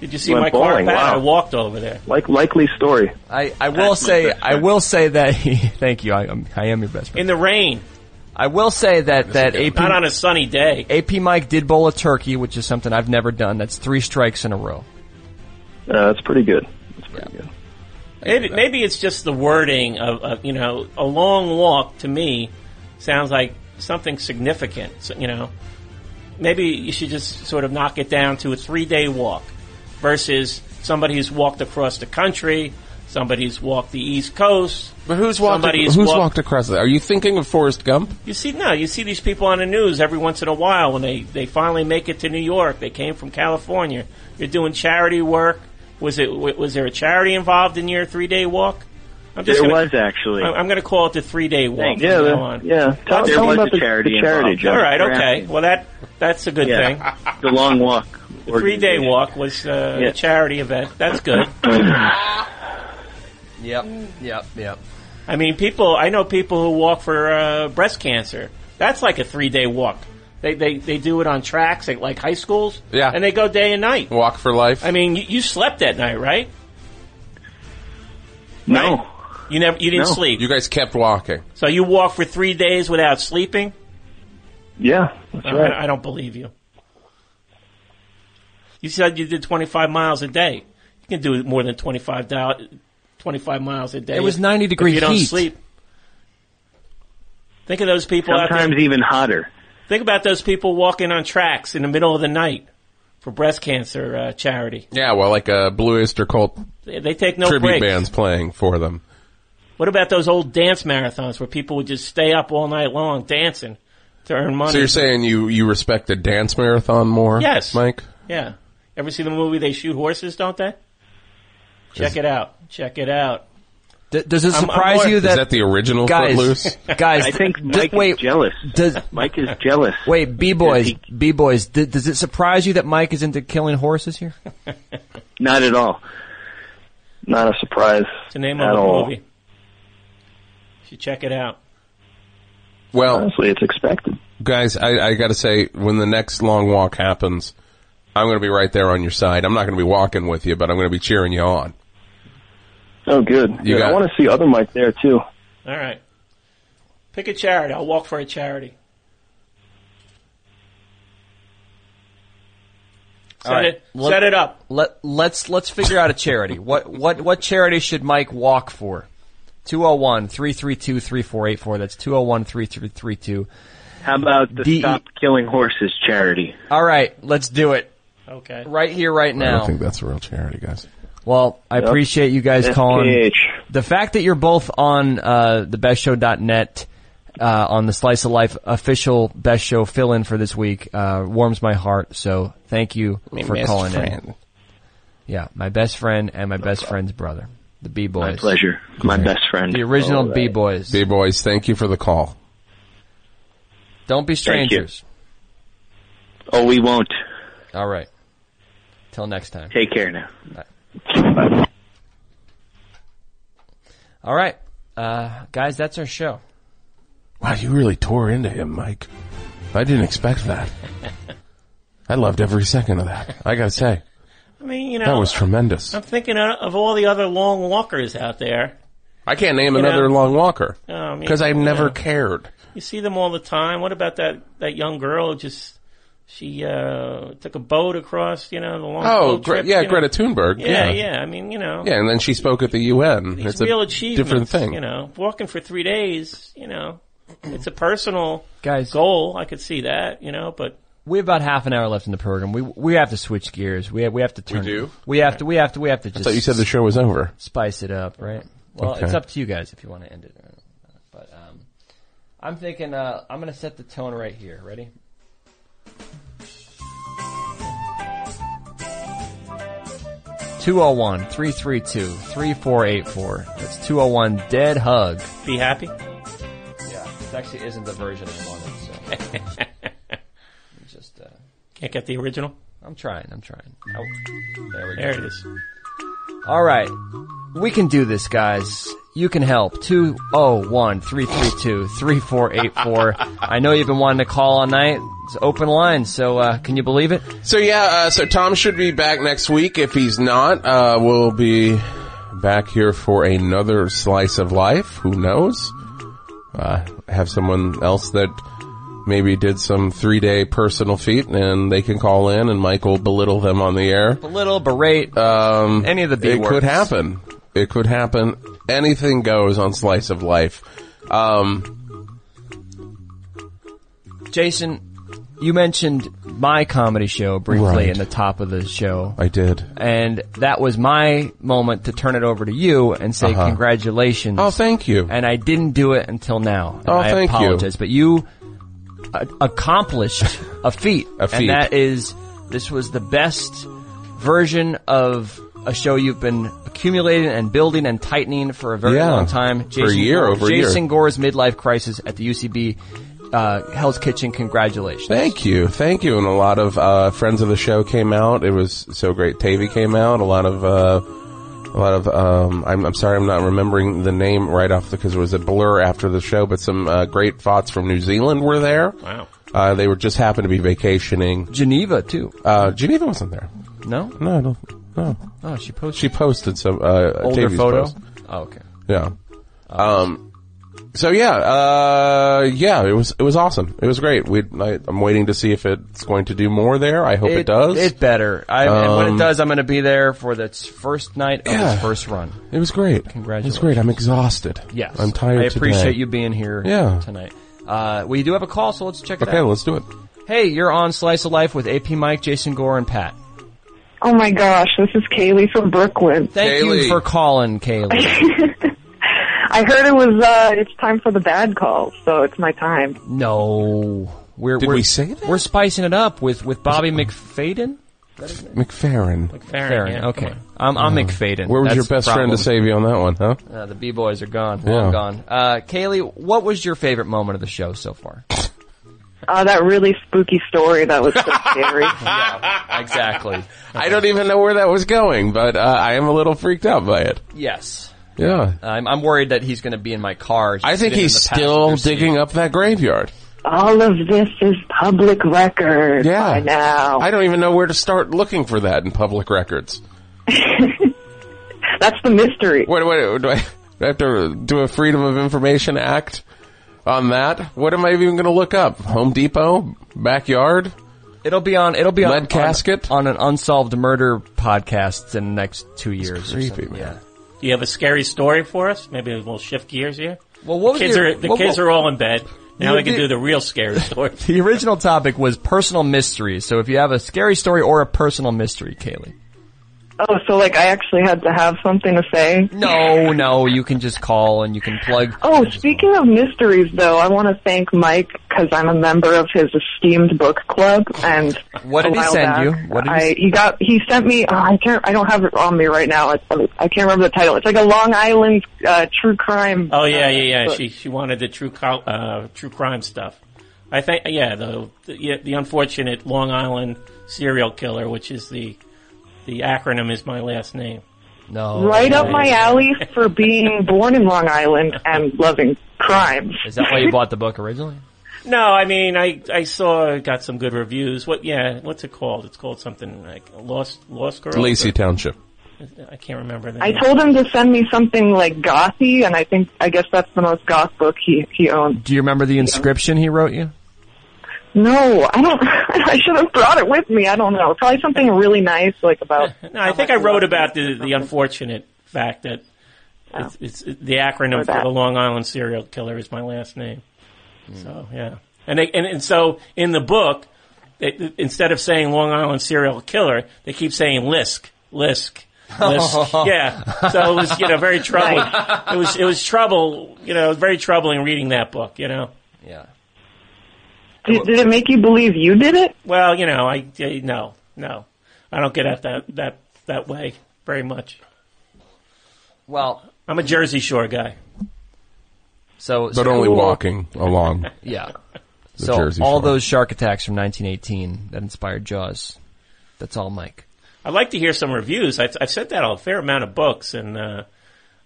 [SPEAKER 2] Did you see
[SPEAKER 10] Went
[SPEAKER 2] my
[SPEAKER 10] bowling,
[SPEAKER 2] car, Pat?
[SPEAKER 10] wow.
[SPEAKER 2] I walked over there.
[SPEAKER 10] Like likely story.
[SPEAKER 1] I, I will say I will say that he. Thank you. I, am I am your best friend.
[SPEAKER 2] In the rain.
[SPEAKER 1] I will say that that AP
[SPEAKER 2] Not on a sunny day.
[SPEAKER 1] AP Mike did bowl a turkey, which is something I've never done. That's three strikes in a row.
[SPEAKER 10] Uh, that's pretty good. That's pretty good.
[SPEAKER 2] Maybe, maybe it's just the wording of, of, you know, a long walk to me sounds like something significant, so, you know. Maybe you should just sort of knock it down to a three day walk versus somebody who's walked across the country, somebody who's walked the East Coast.
[SPEAKER 3] But who's walked?
[SPEAKER 2] Somebody
[SPEAKER 3] who's
[SPEAKER 2] walked
[SPEAKER 3] walked across? The, are you thinking of Forrest Gump?
[SPEAKER 2] You see, no, you see these people on the news every once in a while when they, they finally make it to New York. They came from California. You're doing charity work. Was it wa- was there a charity involved in your three day walk? I'm
[SPEAKER 13] There
[SPEAKER 2] gonna- Oh,
[SPEAKER 13] was, actually.
[SPEAKER 2] I- I'm going to call it the three day walk.
[SPEAKER 13] Thanks.
[SPEAKER 2] from
[SPEAKER 13] Yeah,
[SPEAKER 2] now
[SPEAKER 13] there-
[SPEAKER 2] on.
[SPEAKER 13] yeah. Tell- There tell was about a the- charity the charity, involved. Joe.
[SPEAKER 2] All right,
[SPEAKER 13] You're
[SPEAKER 2] okay.
[SPEAKER 13] asking.
[SPEAKER 2] Well, that that's a good
[SPEAKER 13] Yeah.
[SPEAKER 2] thing.
[SPEAKER 13] The long walk.
[SPEAKER 2] The three day walk was uh,
[SPEAKER 13] Yeah.
[SPEAKER 2] a charity event. That's good.
[SPEAKER 1] Yep. Yep. Yep.
[SPEAKER 2] I mean, people. I know people who walk for uh, breast cancer. That's like a three day walk. They, they they do it on tracks at like high schools.
[SPEAKER 3] Yeah.
[SPEAKER 2] and they go day and night.
[SPEAKER 3] Walk for life.
[SPEAKER 2] I mean, you, you slept that night, right?
[SPEAKER 3] No.
[SPEAKER 2] You never. You didn't
[SPEAKER 3] No.
[SPEAKER 2] sleep.
[SPEAKER 3] You guys kept walking.
[SPEAKER 2] So you walked for three days without sleeping.
[SPEAKER 10] Yeah, that's
[SPEAKER 2] I-
[SPEAKER 10] right.
[SPEAKER 2] I, I don't believe you. You said you did 25 miles a day. You can do more than 25 dou- 25 miles a day.
[SPEAKER 1] It was
[SPEAKER 2] if-
[SPEAKER 1] 90
[SPEAKER 2] if
[SPEAKER 1] degree
[SPEAKER 2] You don't
[SPEAKER 1] heat.
[SPEAKER 2] sleep. Think of those people. out there-
[SPEAKER 13] Sometimes even hotter.
[SPEAKER 2] Think about those people walking on tracks in the middle of the night for breast cancer uh, charity.
[SPEAKER 3] Yeah, well, like a Blue Oyster Cult
[SPEAKER 2] They, they take no
[SPEAKER 3] tribute
[SPEAKER 2] breaks.
[SPEAKER 3] band's playing for them.
[SPEAKER 2] What about those old dance marathons where people would just stay up all night long dancing to earn money?
[SPEAKER 3] So you're saying you you respect a dance marathon more?
[SPEAKER 2] Yes.
[SPEAKER 3] Mike.
[SPEAKER 2] Yeah. Ever see the movie They Shoot Horses, don't they? Check it out. Check it out.
[SPEAKER 1] does it
[SPEAKER 2] I'm- I'm
[SPEAKER 1] surprise
[SPEAKER 2] more-
[SPEAKER 1] you that
[SPEAKER 2] Is that the original
[SPEAKER 1] guys,
[SPEAKER 2] Footloose?
[SPEAKER 1] Guys,
[SPEAKER 2] I think
[SPEAKER 1] d-
[SPEAKER 2] Mike is
[SPEAKER 1] wait,
[SPEAKER 13] jealous.
[SPEAKER 1] Does,
[SPEAKER 13] Mike is jealous.
[SPEAKER 1] Wait, b boys, b boys. D- does it surprise you that Mike is into killing horses here?
[SPEAKER 13] Not at all.
[SPEAKER 10] Not a surprise.
[SPEAKER 2] It's the name
[SPEAKER 10] at
[SPEAKER 2] of the
[SPEAKER 10] all.
[SPEAKER 2] movie. You should check it out.
[SPEAKER 3] Well,
[SPEAKER 10] honestly, it's expected.
[SPEAKER 3] Guys, I, I got to say, when the next long walk happens, I'm going to be right there on your side. I'm not going to be walking with you, but I'm going to be cheering you on.
[SPEAKER 10] Oh, good.
[SPEAKER 3] You
[SPEAKER 10] good.
[SPEAKER 3] got-
[SPEAKER 10] I want to see other Mike there too.
[SPEAKER 2] All right. Pick a charity. I'll walk for a charity. Set
[SPEAKER 1] All right,
[SPEAKER 2] it.
[SPEAKER 1] let-
[SPEAKER 2] set it up.
[SPEAKER 1] Let let's let's figure out a charity. what what what charity should Mike walk for? 201 332 3484. That's 201 3332.
[SPEAKER 14] How about the
[SPEAKER 1] DE
[SPEAKER 14] Stop Killing Horses charity?
[SPEAKER 1] All right, let's do it.
[SPEAKER 2] Okay.
[SPEAKER 1] Right here, right
[SPEAKER 3] I
[SPEAKER 1] now.
[SPEAKER 3] don't think that's a real charity, guys.
[SPEAKER 1] Well, I
[SPEAKER 3] Yep.
[SPEAKER 1] appreciate you guys calling.
[SPEAKER 3] SPH.
[SPEAKER 1] The fact that you're both on uh, the bestshow.net uh, on the Slice of Life official Best Show fill in for this week uh, warms my heart. So thank you
[SPEAKER 4] My
[SPEAKER 1] for
[SPEAKER 4] best
[SPEAKER 1] calling in.
[SPEAKER 4] friend.
[SPEAKER 1] Yeah, my best friend and my best friend's brother, the B
[SPEAKER 14] My
[SPEAKER 1] Boys.
[SPEAKER 14] pleasure. My best friend.
[SPEAKER 1] The original B Boys.
[SPEAKER 3] B boys, thank you for the call.
[SPEAKER 1] Don't be
[SPEAKER 14] Thank you.
[SPEAKER 1] strangers.
[SPEAKER 14] Oh, we won't.
[SPEAKER 1] All right. Till next time.
[SPEAKER 14] Take care now.
[SPEAKER 1] All right, uh, guys, that's our show.
[SPEAKER 3] Wow, you really tore into him, Mike. I didn't expect that. I loved every second of that. I gotta say,
[SPEAKER 2] I mean, you know,
[SPEAKER 3] that was tremendous.
[SPEAKER 2] I'm thinking of of all the other long walkers out there.
[SPEAKER 3] I can't name
[SPEAKER 2] You
[SPEAKER 3] another
[SPEAKER 2] know,
[SPEAKER 3] long walker
[SPEAKER 2] Um, you-
[SPEAKER 3] because I've never
[SPEAKER 2] yeah.
[SPEAKER 3] cared.
[SPEAKER 2] You see them all the time. What about that that young girl who just she uh took a boat across, you know, the long
[SPEAKER 3] Oh,
[SPEAKER 2] boat
[SPEAKER 3] Gre-
[SPEAKER 2] trip,
[SPEAKER 3] yeah,
[SPEAKER 2] you know?
[SPEAKER 3] Greta Thunberg.
[SPEAKER 2] Yeah,
[SPEAKER 3] yeah,
[SPEAKER 2] yeah, I mean, you know.
[SPEAKER 3] Yeah, and then she spoke at the UN.
[SPEAKER 2] These
[SPEAKER 3] it's
[SPEAKER 2] real
[SPEAKER 3] a
[SPEAKER 2] achievements,
[SPEAKER 3] different thing.
[SPEAKER 2] You know, walking for three days. You know, it's a personal
[SPEAKER 1] Guys.
[SPEAKER 2] goal. I could see that. You know, but
[SPEAKER 1] We have about half an hour left in the program. We we have to switch gears. We have, we have to turn.
[SPEAKER 3] do?
[SPEAKER 1] We have to. We have to. We have to
[SPEAKER 3] I
[SPEAKER 1] just.
[SPEAKER 3] thought you said the show was over.
[SPEAKER 1] Spice it up, right? Well,
[SPEAKER 3] Okay.
[SPEAKER 1] it's up to you guys if you want to end it. But um, I'm thinking uh, I'm going to set the tone right here. Ready? Two zero one three three two three four eight four. That's two zero one dead hug.
[SPEAKER 2] be happy.
[SPEAKER 1] Yeah, this actually isn't the version I wanted. So just uh, oh.
[SPEAKER 2] Can't get the original.
[SPEAKER 1] I'm trying. I'm trying. there we go.
[SPEAKER 2] There it is.
[SPEAKER 1] All right. We can do this, guys. You can help. 201 332 3484. I know you've been wanting to call all night. It's open line, so uh, can you believe it?
[SPEAKER 3] So yeah, uh, so Tom should be back next week. If he's not, uh, we'll be back here for another slice of life. Who knows? Uh, have someone else that maybe did some three day personal feat and they can call in and Mike will belittle them on the air.
[SPEAKER 1] Belittle, berate,
[SPEAKER 3] um,
[SPEAKER 1] any of the B
[SPEAKER 3] It could
[SPEAKER 1] words.
[SPEAKER 3] happen. It could happen. Anything goes on slice of life. Um,
[SPEAKER 1] Jason, you mentioned my comedy show briefly
[SPEAKER 3] Right.
[SPEAKER 1] in the top of the show.
[SPEAKER 3] I did.
[SPEAKER 1] And that was my moment to turn it over to you and say
[SPEAKER 3] Uh-huh.
[SPEAKER 1] congratulations.
[SPEAKER 3] Oh, thank you.
[SPEAKER 1] And I didn't do it until now. And
[SPEAKER 3] Oh,
[SPEAKER 1] I
[SPEAKER 3] thank you.
[SPEAKER 1] apologize, but you a- accomplished a feat.
[SPEAKER 3] A
[SPEAKER 1] And
[SPEAKER 3] feat.
[SPEAKER 1] that is, this was the best version of a show you've been accumulating and building and tightening for a very
[SPEAKER 3] Yeah.
[SPEAKER 1] long time.
[SPEAKER 3] For a year, over a year.
[SPEAKER 1] Jason Gore's midlife crisis at the UCB uh, Hell's Kitchen. Congratulations.
[SPEAKER 3] Thank you, thank you. And a lot of uh, friends of the show came out. It was so great. Tavy came out. A lot of, uh, a lot of. Um, I'm, I'm sorry, I'm not remembering the name right off because it was a blur after the show. But some uh, great thoughts from New Zealand were there.
[SPEAKER 2] Wow.
[SPEAKER 3] Uh, they were just happened to be vacationing.
[SPEAKER 1] Geneva too.
[SPEAKER 3] Uh, Geneva wasn't there.
[SPEAKER 1] No,
[SPEAKER 3] no, no, no.
[SPEAKER 1] Oh, she posted.
[SPEAKER 3] She posted some uh,
[SPEAKER 1] Older
[SPEAKER 3] Tavy's
[SPEAKER 1] photo?
[SPEAKER 3] post.
[SPEAKER 1] Oh, okay.
[SPEAKER 3] Yeah. Um. So yeah, uh, yeah, it was it was awesome. It was great. We I, I'm waiting to see if it's going to do more there. I hope it, does.
[SPEAKER 1] It better. I, and when
[SPEAKER 3] Um,
[SPEAKER 1] it does, I'm going to be there for the first night of its first run.
[SPEAKER 3] It was great.
[SPEAKER 1] Congratulations.
[SPEAKER 3] It's great. I'm exhausted.
[SPEAKER 1] Yes.
[SPEAKER 3] I'm tired.
[SPEAKER 1] I appreciate
[SPEAKER 3] today.
[SPEAKER 1] you being here
[SPEAKER 3] Yeah.
[SPEAKER 1] tonight. Uh, we do have a call, so let's check it
[SPEAKER 3] Okay,
[SPEAKER 1] out.
[SPEAKER 3] let's do it.
[SPEAKER 1] Hey, you're on Slice of Life with AP Mike, Jason Gore, and Pat.
[SPEAKER 15] Oh my gosh, this is Kaylee from Brookwood.
[SPEAKER 1] Thank you for calling, Kaylee.
[SPEAKER 15] I heard it was uh it's time for the bad calls, so it's my time.
[SPEAKER 1] no. We're, Did we're, we say that? We're spicing it up with, with Bobby McFadden.
[SPEAKER 3] McFerrin.
[SPEAKER 1] Farron,
[SPEAKER 2] yeah,
[SPEAKER 1] okay. I'm, I'm
[SPEAKER 3] Yeah.
[SPEAKER 1] McFadden.
[SPEAKER 3] Uh-huh. Where was
[SPEAKER 1] That's
[SPEAKER 3] your best
[SPEAKER 1] the
[SPEAKER 3] friend
[SPEAKER 1] problem.
[SPEAKER 3] to save you on that one, huh?
[SPEAKER 1] Uh, the B boys are gone.
[SPEAKER 3] Yeah.
[SPEAKER 1] Long gone. Uh, Kaylee, what was your favorite moment of the show so far?
[SPEAKER 15] Uh that really spooky story that was so scary.
[SPEAKER 1] yeah, exactly.
[SPEAKER 3] I don't even know where that was going, but uh, I am a little freaked out by it.
[SPEAKER 1] Yes.
[SPEAKER 3] Yeah.
[SPEAKER 1] I'm, I'm worried that he's going to be in my car.
[SPEAKER 3] I
[SPEAKER 1] sitting
[SPEAKER 3] think
[SPEAKER 1] in
[SPEAKER 3] he's
[SPEAKER 1] the passenger
[SPEAKER 3] still
[SPEAKER 1] seat.
[SPEAKER 3] digging up that graveyard.
[SPEAKER 15] All of this is public record
[SPEAKER 3] Yeah.
[SPEAKER 15] by now.
[SPEAKER 3] I don't even know where to start looking for that in public records.
[SPEAKER 15] That's the mystery.
[SPEAKER 3] Wait, wait, do I, do I have to do a Freedom of Information Act on that? What am I even going to look up? Home Depot? Backyard?
[SPEAKER 1] It'll be on. It'll be on
[SPEAKER 3] Lead
[SPEAKER 1] on-
[SPEAKER 3] casket?
[SPEAKER 1] on, an unsolved murder podcast in the next two years. or
[SPEAKER 3] creepy,
[SPEAKER 1] something.
[SPEAKER 3] man.
[SPEAKER 1] Yeah.
[SPEAKER 2] Do you have a scary story for us? Maybe we'll shift gears here.
[SPEAKER 1] Well, what was
[SPEAKER 2] kids
[SPEAKER 1] your-
[SPEAKER 2] are the
[SPEAKER 1] what-
[SPEAKER 2] kids
[SPEAKER 1] what-
[SPEAKER 2] are all in bed now?
[SPEAKER 1] You
[SPEAKER 2] They can
[SPEAKER 1] did-
[SPEAKER 2] do the real scary story.
[SPEAKER 1] The original topic was personal mysteries. So if you have a scary story or a personal mystery, Kaylee.
[SPEAKER 15] Oh, so like I actually had to have something to say.
[SPEAKER 1] No, no, you can just call and you can plug.
[SPEAKER 15] Oh, speaking of mysteries, though, I want to thank Mike because I'm a member of his esteemed book club. And
[SPEAKER 1] What did
[SPEAKER 15] a
[SPEAKER 1] he
[SPEAKER 15] while
[SPEAKER 1] send
[SPEAKER 15] back,
[SPEAKER 1] you? What did he
[SPEAKER 15] I,
[SPEAKER 1] s-
[SPEAKER 15] he got? He sent me. Oh, I can't. I don't have it on me right now. I, I can't remember the title. It's like a Long Island uh, true crime.
[SPEAKER 2] Oh yeah, yeah, yeah.
[SPEAKER 15] book.
[SPEAKER 2] She she wanted the true co- uh, true crime stuff. I think yeah, the, the yeah, the unfortunate Long Island serial killer, which is the the acronym is my last name.
[SPEAKER 1] No,
[SPEAKER 15] right up my alley for being born in Long Island and loving crime.
[SPEAKER 1] Is that why you bought the book originally?
[SPEAKER 2] No, I mean I I saw it got some good reviews. What yeah, what's it called? It's called something like Lost Lost Girl.
[SPEAKER 3] Lacey Township.
[SPEAKER 2] I can't remember the
[SPEAKER 15] I
[SPEAKER 2] name.
[SPEAKER 15] told him to send me something like gothy, and I think I guess that's the most goth book he he owns.
[SPEAKER 1] Do you remember the inscription he wrote you?
[SPEAKER 15] No, I don't. I should have brought it with me. I don't know. Probably something really nice, like about.
[SPEAKER 2] No, I think I wrote about the the unfortunate fact that it's, it's the acronym
[SPEAKER 15] Or
[SPEAKER 2] for
[SPEAKER 15] that.
[SPEAKER 2] the Long Island serial killer is my last name. So yeah, and they and, and so in the book, they, instead of saying Long Island serial killer, they keep saying Lisk, Lisk. Lisk. yeah, so it was you know very troubling. It was it was trouble. You know, it was very troubling reading that book. You know.
[SPEAKER 1] Yeah.
[SPEAKER 15] Did, did it make you believe you did it?
[SPEAKER 2] Well, you know, I, I no, no, I don't get at that that that way very much.
[SPEAKER 1] Well,
[SPEAKER 2] I'm a Jersey Shore guy.
[SPEAKER 1] So,
[SPEAKER 3] But only walking along.
[SPEAKER 1] Yeah.
[SPEAKER 3] The
[SPEAKER 1] so
[SPEAKER 3] Jersey
[SPEAKER 1] all
[SPEAKER 3] Shore.
[SPEAKER 1] those shark attacks from 1918 that inspired Jaws. That's all, Mike.
[SPEAKER 2] I'd like to hear some reviews. I've, I've sent out a fair amount of books, and uh,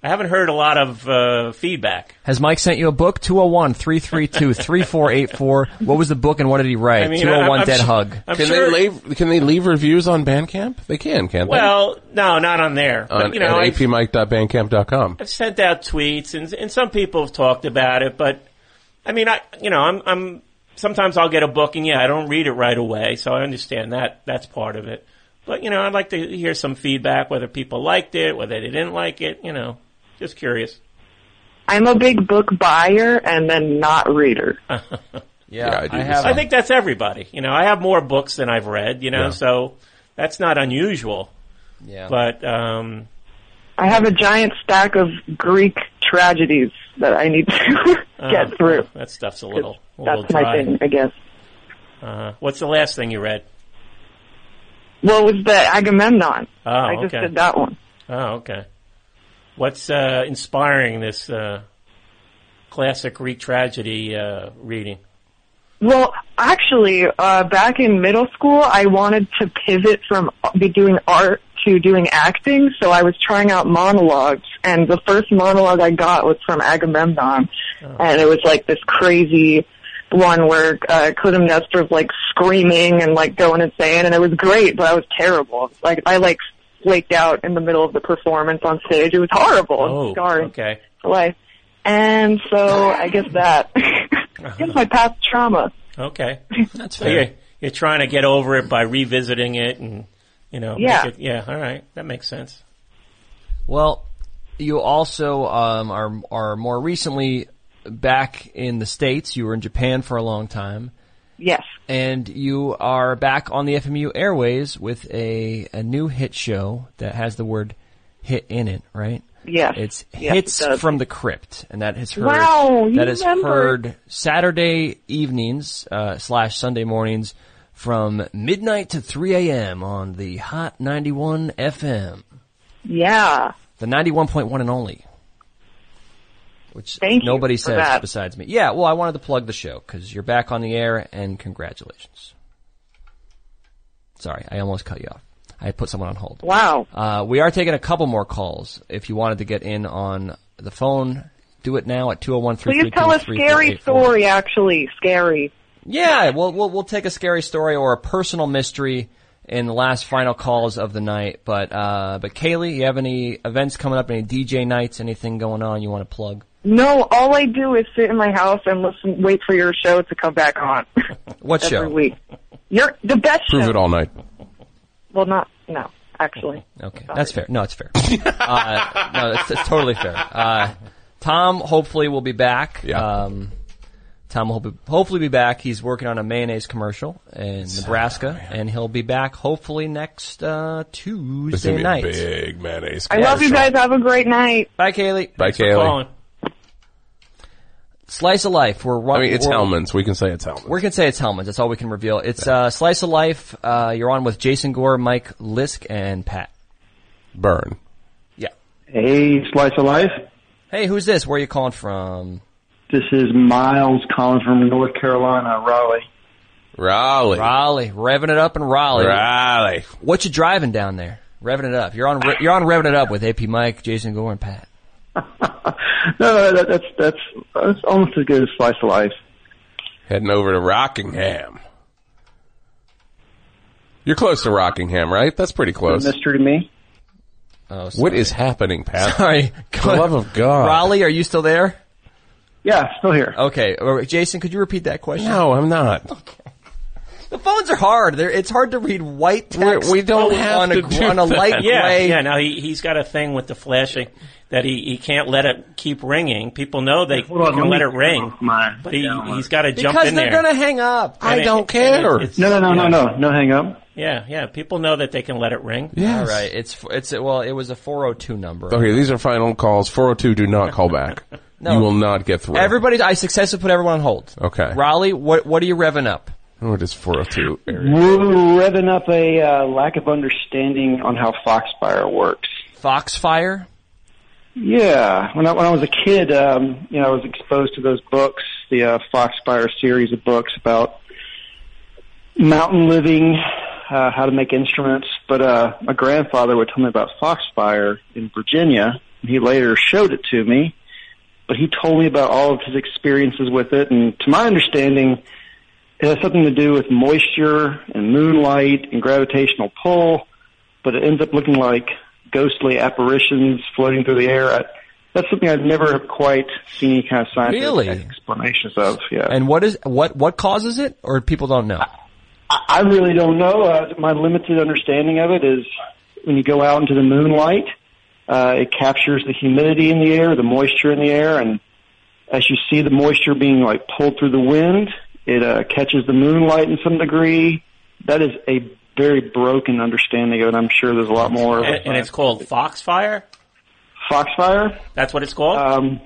[SPEAKER 2] I haven't heard a lot of uh, feedback.
[SPEAKER 1] Has Mike sent you a book? 201 332 3484. What was the book and what did he write?
[SPEAKER 2] I mean,
[SPEAKER 1] 201
[SPEAKER 2] I'm- I'm
[SPEAKER 1] Dead
[SPEAKER 2] su-
[SPEAKER 1] Hug.
[SPEAKER 2] I'm
[SPEAKER 3] can
[SPEAKER 2] sure-
[SPEAKER 3] they leave? Can they leave reviews on Bandcamp? They can, can't
[SPEAKER 2] Well, no, not on there.
[SPEAKER 3] they? On,
[SPEAKER 2] but you know,
[SPEAKER 3] at
[SPEAKER 2] I've,
[SPEAKER 3] apmike.bandcamp.com.
[SPEAKER 2] I've sent out tweets, and and some people have talked about it. But I mean, I you know, I'm I'm sometimes I'll get a book, and yeah, I don't read it right away, so I understand that that's part of it. But you know, I'd like to hear some feedback, whether people liked it, whether they didn't like it. You know, just curious.
[SPEAKER 15] I'm a big book buyer and then not reader.
[SPEAKER 1] Yeah,
[SPEAKER 2] I,
[SPEAKER 1] do I the have- same.
[SPEAKER 2] think that's everybody. You know, I have more books than I've read. You know,
[SPEAKER 1] Yeah.
[SPEAKER 2] so that's not unusual.
[SPEAKER 1] Yeah.
[SPEAKER 2] But um,
[SPEAKER 15] I have a giant stack of Greek tragedies that I need to
[SPEAKER 2] uh,
[SPEAKER 1] Oh,
[SPEAKER 15] get through.
[SPEAKER 2] That stuff's a little, a little
[SPEAKER 15] That's my
[SPEAKER 2] dry.
[SPEAKER 15] thing, I guess.
[SPEAKER 2] Uh, what's the last thing you read?
[SPEAKER 15] Well, it was the Agamemnon.
[SPEAKER 2] Oh,
[SPEAKER 15] I just
[SPEAKER 2] okay.
[SPEAKER 15] did that one.
[SPEAKER 2] Oh, okay. What's uh, inspiring this uh, classic Greek tragedy uh, reading?
[SPEAKER 15] Well, actually, uh, back in middle school, I wanted to pivot from uh, be doing art to doing acting, so I was trying out monologues, and the first monologue I got was from Agamemnon,
[SPEAKER 2] Oh.
[SPEAKER 15] and it was like this crazy one where uh, Clytemnestra was like screaming and like going insane, and it was great, but I was terrible. Like I like flaked out in the middle of the performance on stage. It was horrible. It was
[SPEAKER 2] Oh,
[SPEAKER 15] scarring
[SPEAKER 2] okay.
[SPEAKER 15] for life. And so I guess that. I guess my past trauma.
[SPEAKER 2] Okay. That's
[SPEAKER 1] fair.
[SPEAKER 2] you're, you're trying to get over it by revisiting it and, you know,
[SPEAKER 15] Yeah.
[SPEAKER 2] make it, yeah, all right. That makes sense.
[SPEAKER 1] Well, you also um, are are more recently back in the states. You were in Japan for a long time,
[SPEAKER 15] Yes.
[SPEAKER 1] and you are back on the FMU airways with a a new hit show that has the word "hit" in it. Right?
[SPEAKER 15] Yes.
[SPEAKER 1] It's
[SPEAKER 15] Yes, it
[SPEAKER 1] hits
[SPEAKER 15] does.
[SPEAKER 1] from the crypt, and that has heard
[SPEAKER 15] Wow, you
[SPEAKER 1] that is
[SPEAKER 15] remember.
[SPEAKER 1] heard Saturday evenings uh, slash Sunday mornings from midnight to 3 a.m. on the Hot 91 FM.
[SPEAKER 15] Yeah.
[SPEAKER 1] The 91.1 and only. Which
[SPEAKER 15] Thank you
[SPEAKER 1] nobody
[SPEAKER 15] for
[SPEAKER 1] says
[SPEAKER 15] that.
[SPEAKER 1] besides me. Yeah, well, I wanted to plug the show because you're back on the air and congratulations. Sorry, I almost cut you off. I put someone on hold.
[SPEAKER 15] Wow.
[SPEAKER 1] Uh, we are taking a couple more calls. If you wanted to get in on the phone, do it now at 201
[SPEAKER 15] Please tell a scary story, actually. Scary.
[SPEAKER 1] Yeah, we'll, we'll we'll take a scary story or a personal mystery in the last final calls of the night. But uh, but Kaylee, you have any events coming up? Any DJ nights? Anything going on you want to plug?
[SPEAKER 15] No, all I do is sit in my house and listen, wait for your show to come back on.
[SPEAKER 1] What show?
[SPEAKER 15] Every week. You're the best
[SPEAKER 3] Prove
[SPEAKER 15] show.
[SPEAKER 3] it all night.
[SPEAKER 15] Well, not, no. actually.
[SPEAKER 1] Okay, that's fair. No, it's fair. uh, no, it's, it's totally fair. Uh, Tom hopefully will be back. Um, Tom will be, hopefully be back. He's working on a mayonnaise commercial in Nebraska, and he'll be back hopefully next uh,
[SPEAKER 3] It's gonna
[SPEAKER 1] Tuesday
[SPEAKER 3] be a
[SPEAKER 1] night.
[SPEAKER 3] big mayonnaise
[SPEAKER 15] I love you guys. Have a great night.
[SPEAKER 1] Bye, Kaylee.
[SPEAKER 3] Bye, Kaylee.
[SPEAKER 1] Slice of life. We're
[SPEAKER 3] I
[SPEAKER 1] running.
[SPEAKER 3] mean, it's Hellman's. We can say it's Hellman's.
[SPEAKER 1] We can say it's Hellman's. That's all we can reveal. It's uh, Slice of Life. Uh, you're on with Jason Gore, Mike Lisk, and Pat.
[SPEAKER 3] Burn.
[SPEAKER 1] Yeah.
[SPEAKER 13] Hey, Slice of Life.
[SPEAKER 1] Hey, who's this? Where are you calling from?
[SPEAKER 13] This is
[SPEAKER 2] oh.
[SPEAKER 13] Miles calling from North Carolina, Raleigh.
[SPEAKER 3] Raleigh.
[SPEAKER 1] Raleigh. Revving it up in Raleigh.
[SPEAKER 3] Raleigh.
[SPEAKER 1] What you driving down there? Revving it up. You're on. Re- you're on. Revving it up with AP Mike, Jason Gore, and Pat.
[SPEAKER 13] No, no, that, that's uh, that's that's almost as good as Slice of Life.
[SPEAKER 3] Heading over to Rockingham. You're close to Rockingham, right? That's pretty close.
[SPEAKER 13] A mystery to me.
[SPEAKER 1] Oh,
[SPEAKER 3] What is happening, Pat?
[SPEAKER 1] Sorry.
[SPEAKER 3] For the love of God.
[SPEAKER 1] Raleigh, are you still there?
[SPEAKER 13] Yeah, still here.
[SPEAKER 1] Okay, Uh, Jason, could you repeat that question?
[SPEAKER 3] No, I'm not.
[SPEAKER 1] The phones are hard. They're, it's hard to read white text.
[SPEAKER 2] we don't
[SPEAKER 1] have on a,
[SPEAKER 2] do
[SPEAKER 1] on a
[SPEAKER 2] that.
[SPEAKER 1] light
[SPEAKER 2] yeah,
[SPEAKER 1] gray.
[SPEAKER 2] Yeah, no, he, he's got a thing with the flashing that he, he can't let it keep ringing. People know they
[SPEAKER 13] on,
[SPEAKER 2] can let
[SPEAKER 13] let me
[SPEAKER 2] it ring, but he, he's got to jump in there.
[SPEAKER 1] hang up.
[SPEAKER 2] I And it- don't and care. it's- it's-
[SPEAKER 13] No, no, no,
[SPEAKER 2] yeah.
[SPEAKER 13] no, no, no. Hang up.
[SPEAKER 2] yeah, yeah, people know that they can let it ring.
[SPEAKER 1] All right. It's it's well, it was a 402 number.
[SPEAKER 3] Okay, Oh, these are final calls. 402, do not call back.
[SPEAKER 1] No.
[SPEAKER 3] You will not get through.
[SPEAKER 1] Everybody, I successfully put everyone on hold.
[SPEAKER 3] okay.
[SPEAKER 1] Raleigh, what what are you revving up?
[SPEAKER 3] Oh, it is 402 area.
[SPEAKER 13] We're revving up a uh, lack of understanding on how Foxfire works.
[SPEAKER 1] Foxfire.
[SPEAKER 13] Yeah, when I, when I was a kid, um, you know, I was exposed to those books, the uh, Foxfire series of books about mountain living, uh, how to make instruments. But uh, my grandfather would tell me about Foxfire in Virginia. and He later showed it to me, but he told me about all of his experiences with it. And to my understanding, it has something to do with moisture and moonlight and gravitational pull. But it ends up looking like ghostly apparitions floating through the air. I, that's something I've never have quite seen any kind of scientific
[SPEAKER 1] Really?
[SPEAKER 13] explanations of. Yeah.
[SPEAKER 1] And what is what what causes it? Or people don't know.
[SPEAKER 13] I really don't know. Uh, my limited understanding of it is when you go out into the moonlight, uh, it captures the humidity in the air, the moisture in the air, and as you see the moisture being like pulled through the wind, it uh, catches the moonlight in some degree. That is a very broken understanding of it. I'm sure there's a lot more.
[SPEAKER 2] And, and it's called Foxfire.
[SPEAKER 13] Foxfire.
[SPEAKER 2] That's what it's called.
[SPEAKER 13] Um,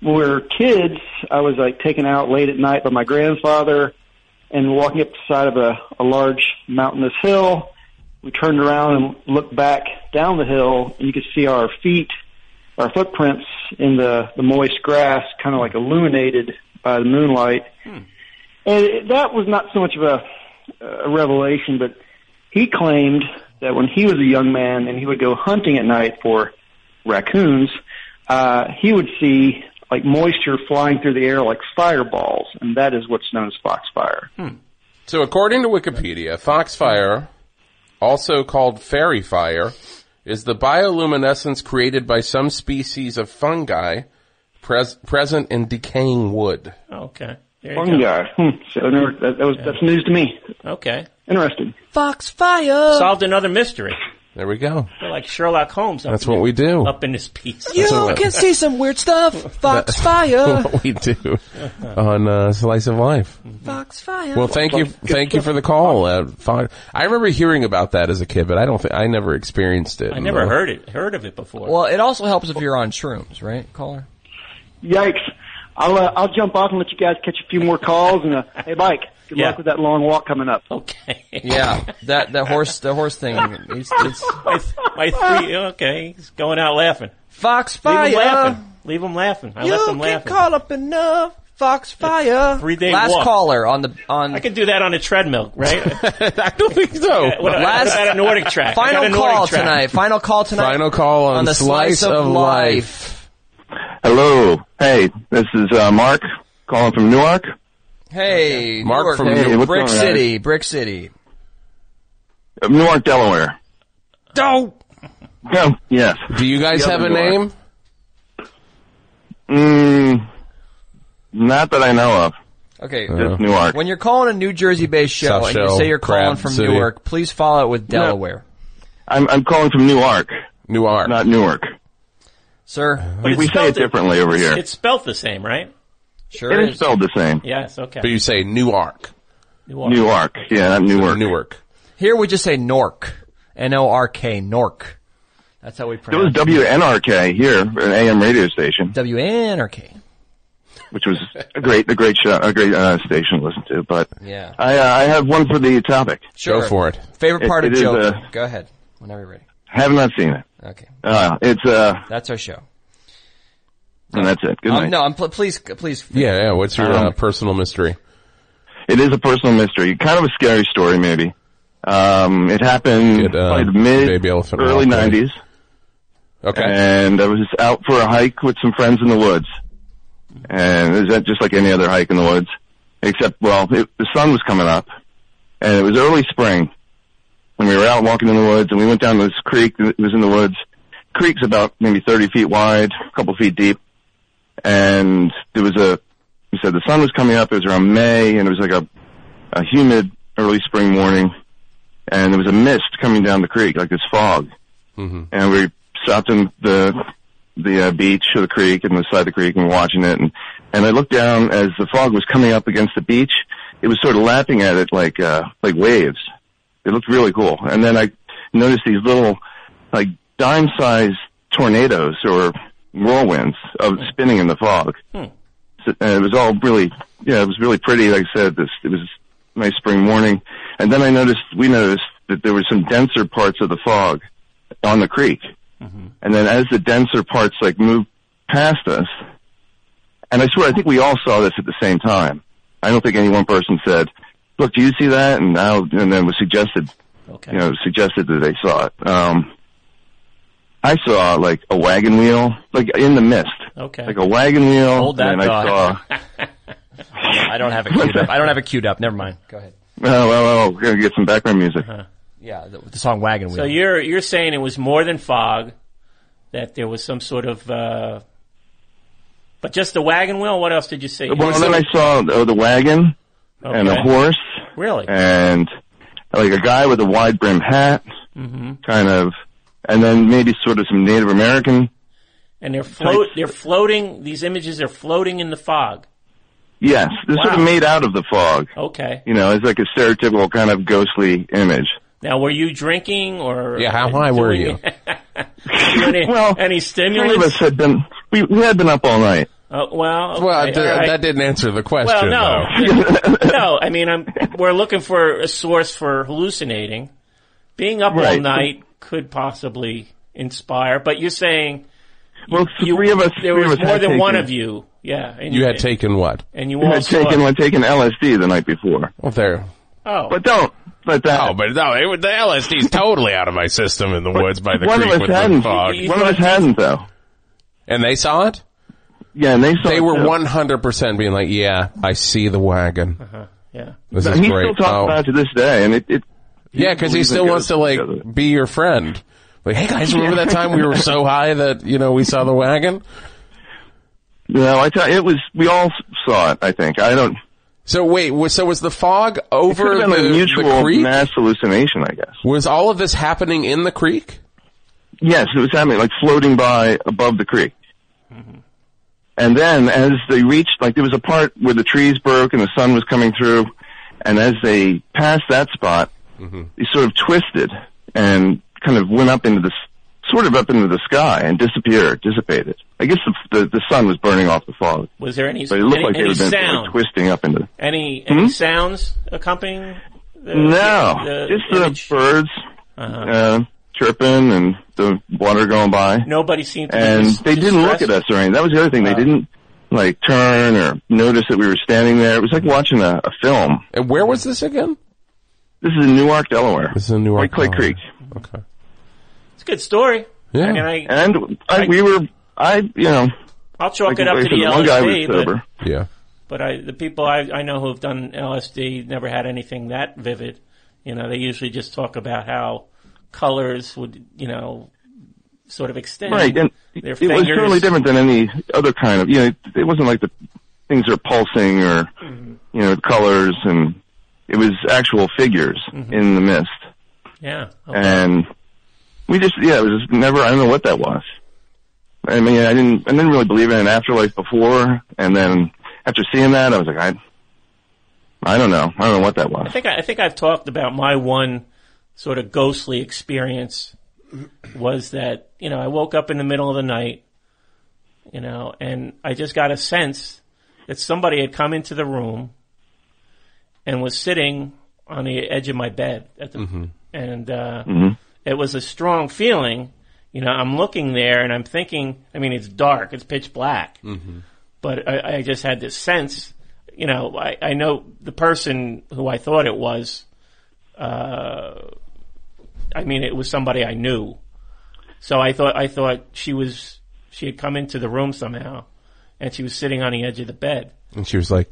[SPEAKER 13] when we were kids, I was like taken out late at night by my grandfather and walking up the side of a, a large mountainous hill. We turned around and looked back down the hill and you could see our feet, our footprints in the, the moist grass kind of like illuminated by the moonlight.
[SPEAKER 2] Hmm.
[SPEAKER 13] And it, that was not so much of a, a revelation, but he claimed that when he was a young man and he would go hunting at night for raccoons, uh, he would see like moisture flying through the air like fireballs, and that is what's known as foxfire.
[SPEAKER 3] So, according to Wikipedia, foxfire, also called fairy fire, is the bioluminescence created by some species of fungi pres- present in decaying wood.
[SPEAKER 2] Okay. There you go.
[SPEAKER 13] Fungi. Hmm. So I never, that, that was that's news to me.
[SPEAKER 2] Okay.
[SPEAKER 13] Interesting.
[SPEAKER 1] Foxfire.
[SPEAKER 2] Solved another mystery.
[SPEAKER 3] There we go.
[SPEAKER 2] We're like Sherlock Holmes. Up
[SPEAKER 3] That's
[SPEAKER 2] in
[SPEAKER 3] what
[SPEAKER 2] this-
[SPEAKER 3] we do.
[SPEAKER 2] Up in this piece.
[SPEAKER 1] Oh, see some weird stuff.
[SPEAKER 3] what we do on uh, Slice of Life.
[SPEAKER 1] Foxfire.
[SPEAKER 3] Well, thank you, thank you for the call. Uh, fi- I remember hearing about that as a kid, but I don't think I never experienced it. Uh,
[SPEAKER 2] I never heard it heard of it before.
[SPEAKER 1] Well, it also helps if you're on shrooms, right, caller?
[SPEAKER 13] Yikes! I'll uh, I'll jump off and let you guys catch a few more calls. And uh, hey, Mike, good
[SPEAKER 1] Yeah.
[SPEAKER 13] luck with that long walk coming up.
[SPEAKER 2] Okay.
[SPEAKER 1] Yeah, that that horse the horse thing. It's, it's
[SPEAKER 2] my, th- my three. uh, Okay, he's going out laughing.
[SPEAKER 1] Foxfire.
[SPEAKER 2] Leave him laughing. Leave him laughing. I left him laughing.
[SPEAKER 1] up enough. Foxfire.
[SPEAKER 2] Three day
[SPEAKER 1] Last
[SPEAKER 2] walk.
[SPEAKER 1] caller on the on.
[SPEAKER 2] I can do that on a treadmill, right?
[SPEAKER 3] I don't think so.
[SPEAKER 1] Oh, Last-
[SPEAKER 2] Last at a Nordic track. I got
[SPEAKER 1] Final
[SPEAKER 2] a Nordic
[SPEAKER 1] call
[SPEAKER 2] track.
[SPEAKER 1] tonight. Final call tonight.
[SPEAKER 3] Final call on,
[SPEAKER 1] on the
[SPEAKER 3] Slice, of, Life.
[SPEAKER 4] Hello. Hey, this is uh, Mark calling from Newark.
[SPEAKER 1] Hey,
[SPEAKER 4] Mark
[SPEAKER 1] Newark,
[SPEAKER 4] from
[SPEAKER 1] hey,
[SPEAKER 4] Newark.
[SPEAKER 1] Brick
[SPEAKER 4] What's going on,
[SPEAKER 1] City, Brick City.
[SPEAKER 4] Uh, Newark, Delaware.
[SPEAKER 1] Don't.
[SPEAKER 4] Yeah. Yes.
[SPEAKER 3] Do you guys
[SPEAKER 4] Yeah,
[SPEAKER 3] have a
[SPEAKER 4] Newark.
[SPEAKER 3] name?
[SPEAKER 4] Mm, not that I know of.
[SPEAKER 1] Okay,
[SPEAKER 4] Just Newark.
[SPEAKER 1] when you're calling a New Jersey-based show
[SPEAKER 3] South
[SPEAKER 1] and you
[SPEAKER 3] Shell,
[SPEAKER 1] say you're calling
[SPEAKER 3] Crab
[SPEAKER 1] from
[SPEAKER 3] City.
[SPEAKER 1] Newark, please follow it with Delaware.
[SPEAKER 4] I'm, I'm calling from Newark.
[SPEAKER 3] Newark.
[SPEAKER 4] Not Newark.
[SPEAKER 3] Uh-huh.
[SPEAKER 1] Sir,
[SPEAKER 4] We, we say it differently over here.
[SPEAKER 2] It's spelled the same, right?
[SPEAKER 1] Sure
[SPEAKER 4] It is spelled the same.
[SPEAKER 2] Yes, okay.
[SPEAKER 3] But you say Newark.
[SPEAKER 2] Newark.
[SPEAKER 4] Newark. Yeah, not Newark.
[SPEAKER 3] Newark.
[SPEAKER 1] Here we just say Nork. N-O-R-K, Nork. That's how we
[SPEAKER 4] It was
[SPEAKER 1] pronounce it.
[SPEAKER 4] WNRK here, an AM radio station,
[SPEAKER 1] W-N-R-K.
[SPEAKER 4] which was a great, a great show, a great uh, station to listen to. But
[SPEAKER 1] Yeah.
[SPEAKER 4] I, uh, I have one for the topic.
[SPEAKER 1] Sure. Favorite part of
[SPEAKER 4] it is,
[SPEAKER 1] Joker.
[SPEAKER 4] uh,
[SPEAKER 1] Go ahead. Whenever you're ready.
[SPEAKER 4] have not seen it.
[SPEAKER 1] Okay.
[SPEAKER 4] Uh, it's uh,
[SPEAKER 1] That's our show.
[SPEAKER 4] and that's it. Good
[SPEAKER 1] Um,
[SPEAKER 4] night.
[SPEAKER 1] no, I'm pl- please, please.
[SPEAKER 3] Yeah, yeah. What's your
[SPEAKER 4] Um,
[SPEAKER 3] uh, personal mystery?
[SPEAKER 4] It is a personal mystery, kind of a scary story, maybe. Um, it happened probably the mid
[SPEAKER 3] uh, Baby Elephant
[SPEAKER 4] early
[SPEAKER 3] Walk, right?
[SPEAKER 4] '90s.
[SPEAKER 3] Okay.
[SPEAKER 4] And I was out for a hike with some friends in the woods, and it was just like any other hike in the woods, except well, it, the sun was coming up, and it was early spring. When we were out walking in the woods, and we went down this creek that was in the woods. Creek's about maybe 30 feet wide, a couple feet deep, and there was a. We said the sun was coming up. It was around May, and it was like a a humid early spring morning, and there was a mist coming down the creek, like this fog.
[SPEAKER 3] Mm-hmm.
[SPEAKER 4] And we stopped in the the uh, beach of the creek and the side of the creek and watching it, and and I looked down as the fog was coming up against the beach. It was sort of lapping at it like uh, like waves. It looked really cool. And then I noticed these little like dime sized tornadoes or whirlwinds of spinning in the fog.
[SPEAKER 2] Hmm.
[SPEAKER 4] So, and it was all really, yeah, it was really pretty. Like I said, this it was a nice spring morning, and then I noticed we noticed that there were some denser parts of the fog on the creek,
[SPEAKER 1] Mm-hmm.
[SPEAKER 4] and then as the denser parts like moved past us, and I swear I think we all saw this at the same time. I don't think any one person said, "Look, do you see that?" And now and then was suggested, you know, suggested that they saw it. Um, I saw like a wagon wheel, like in the mist,
[SPEAKER 2] Okay.
[SPEAKER 4] like a wagon wheel,
[SPEAKER 1] Hold that
[SPEAKER 4] and then I saw.
[SPEAKER 1] thought. I don't have it queued up. I don't have it queued up. Never mind. Go ahead.
[SPEAKER 4] Oh, well, well, we're gonna get some background music.
[SPEAKER 3] Uh-huh.
[SPEAKER 1] Yeah, the, the song Wagon Wheel.
[SPEAKER 2] So you're you're saying it was more than fog, that there was some sort of, uh, but just the wagon wheel. What else did you see?
[SPEAKER 4] Well, then I saw oh, the wagon and a
[SPEAKER 2] Okay.
[SPEAKER 4] horse
[SPEAKER 2] Really?
[SPEAKER 4] and like a guy with a wide brim hat,
[SPEAKER 2] hmm
[SPEAKER 4] kind of, and then maybe sort of some Native American.
[SPEAKER 2] And they're float. They're floating. These images are floating in the fog.
[SPEAKER 4] Yes, they're sort of
[SPEAKER 2] Wow.
[SPEAKER 4] made out of the fog.
[SPEAKER 2] Okay.
[SPEAKER 4] You know, it's like a stereotypical kind of ghostly image.
[SPEAKER 2] Now, were you drinking or?
[SPEAKER 4] Yeah, how high were you?
[SPEAKER 2] any, any
[SPEAKER 4] Three of us
[SPEAKER 2] stimulants?
[SPEAKER 4] had been we, we had been up all night.
[SPEAKER 2] Uh, well, okay,
[SPEAKER 3] Well, that-
[SPEAKER 2] all right.
[SPEAKER 3] that didn't answer the question.
[SPEAKER 2] well,
[SPEAKER 3] though.
[SPEAKER 2] no, no. I mean, I'm, we're looking for a source for hallucinating. Being up all
[SPEAKER 4] Right.
[SPEAKER 2] night could possibly inspire, but you're saying
[SPEAKER 4] Well, three of us.
[SPEAKER 2] there
[SPEAKER 4] three
[SPEAKER 2] was
[SPEAKER 4] of us
[SPEAKER 2] more
[SPEAKER 4] had
[SPEAKER 2] than
[SPEAKER 4] taken,
[SPEAKER 2] one of you. Yeah, and
[SPEAKER 3] You had taken what?
[SPEAKER 2] and you
[SPEAKER 4] we
[SPEAKER 2] all
[SPEAKER 4] had
[SPEAKER 2] saw
[SPEAKER 4] taken
[SPEAKER 2] it.
[SPEAKER 4] had taken LSD the night before.
[SPEAKER 3] Well, there.
[SPEAKER 2] Oh,
[SPEAKER 4] But don't let that.
[SPEAKER 3] Oh, but no, it, was- the LSD's totally out of my system in the woods by the
[SPEAKER 4] one
[SPEAKER 3] creek
[SPEAKER 4] of
[SPEAKER 3] with
[SPEAKER 4] us hadn't.
[SPEAKER 3] the fog.
[SPEAKER 4] One of us hadn't though.
[SPEAKER 3] And they saw it.
[SPEAKER 4] Yeah, and they saw
[SPEAKER 3] They
[SPEAKER 4] it,
[SPEAKER 3] were
[SPEAKER 4] too.
[SPEAKER 3] one hundred percent being like, "Yeah, I see the wagon.
[SPEAKER 2] Uh-huh. yeah.
[SPEAKER 3] This
[SPEAKER 4] But
[SPEAKER 3] is
[SPEAKER 4] he
[SPEAKER 3] great."
[SPEAKER 4] still talks
[SPEAKER 3] Oh.
[SPEAKER 4] about it to this day, and it. it
[SPEAKER 3] yeah, because he
[SPEAKER 4] believes
[SPEAKER 3] still
[SPEAKER 4] it
[SPEAKER 3] wants
[SPEAKER 4] goes
[SPEAKER 3] to like
[SPEAKER 4] together.
[SPEAKER 3] be your friend. Like, hey guys, remember that time we were so high that you know we saw the wagon?
[SPEAKER 4] No, I tell it was. We all saw it. I think. I don't.
[SPEAKER 3] So wait, wa- so was the fog
[SPEAKER 4] It could
[SPEAKER 3] over
[SPEAKER 4] have
[SPEAKER 3] the,
[SPEAKER 4] been a
[SPEAKER 3] the
[SPEAKER 4] mutual
[SPEAKER 3] creek?
[SPEAKER 4] mass hallucination, I guess.
[SPEAKER 3] Was all of this happening in the creek?
[SPEAKER 4] Yes, it was happening like floating by above the creek.
[SPEAKER 3] Mm-hmm.
[SPEAKER 4] And then as they reached, like there was a part where the trees broke and the sun was coming through, and as they passed that spot,
[SPEAKER 3] Mm-hmm.
[SPEAKER 4] they sort of twisted and kind of went up into the s- sort of up into the sky and disappeared, dissipated. I guess the the, the sun was burning off the fog,
[SPEAKER 2] Was there any
[SPEAKER 4] but it looked
[SPEAKER 2] any,
[SPEAKER 4] like they
[SPEAKER 2] any
[SPEAKER 4] had been sort of
[SPEAKER 2] sound?
[SPEAKER 4] twisting up into.
[SPEAKER 2] Any any sounds accompanying? The,
[SPEAKER 4] no,
[SPEAKER 2] the-
[SPEAKER 4] just
[SPEAKER 2] the
[SPEAKER 4] the
[SPEAKER 2] image?
[SPEAKER 4] birds
[SPEAKER 2] Uh-huh.
[SPEAKER 4] uh, chirping and the water going by.
[SPEAKER 2] Nobody seemed to be
[SPEAKER 4] and
[SPEAKER 2] dis- Uh.
[SPEAKER 4] they didn't look at us or anything. That was the other thing. They didn't like turn or notice that we were standing there. It was like watching a, a film.
[SPEAKER 3] And where was this again?
[SPEAKER 4] This is in Newark, Delaware.
[SPEAKER 3] This is in Newark,
[SPEAKER 4] White Clay
[SPEAKER 3] Delaware.
[SPEAKER 4] Creek.
[SPEAKER 3] Okay.
[SPEAKER 2] It's a good story.
[SPEAKER 3] Yeah.
[SPEAKER 2] And I,
[SPEAKER 4] And I, we were, I, you know,
[SPEAKER 2] I'll chalk
[SPEAKER 4] like
[SPEAKER 2] it up to
[SPEAKER 4] I said,
[SPEAKER 2] the
[SPEAKER 4] one guy
[SPEAKER 2] LSD,
[SPEAKER 4] was
[SPEAKER 2] but-
[SPEAKER 4] sober.
[SPEAKER 3] Yeah.
[SPEAKER 2] But I, the people I, I know who have done LSD never had anything that vivid. You know, they usually just talk about how colors would, you know, sort of extend
[SPEAKER 4] Right, and
[SPEAKER 2] their
[SPEAKER 4] it was
[SPEAKER 2] fingers.
[SPEAKER 4] totally different than any other kind of, you know, it, it wasn't like the things are pulsing or,
[SPEAKER 2] Mm-hmm.
[SPEAKER 4] you know, colors
[SPEAKER 2] Mm-hmm.
[SPEAKER 4] and it was actual figures in the mist.
[SPEAKER 2] Yeah.
[SPEAKER 4] And
[SPEAKER 10] We just, yeah, it was just never, I don't know what that was. I mean, I didn't, I didn't really believe in an afterlife before, and then after seeing that, I was like, I, I don't know, I don't know what that was.
[SPEAKER 2] I think I, I think I've talked about my one sort of ghostly experience was that you know I woke up in the middle of the night, you know, and I just got a sense that somebody had come into the room and was sitting on the edge of my bed at the
[SPEAKER 16] Mhm.
[SPEAKER 2] and uh,
[SPEAKER 16] Mhm.
[SPEAKER 2] it was a strong feeling. You know, I'm looking there and I'm thinking. I mean, it's dark, it's pitch black,
[SPEAKER 3] Mm-hmm.
[SPEAKER 16] Mhm.
[SPEAKER 2] but I, I just had this sense. You know, I, I know the person who I thought it was. Uh, I mean, it was somebody I knew, so I thought I thought she was she had come into the room somehow, and she was sitting on the edge of the bed.
[SPEAKER 3] And she was like,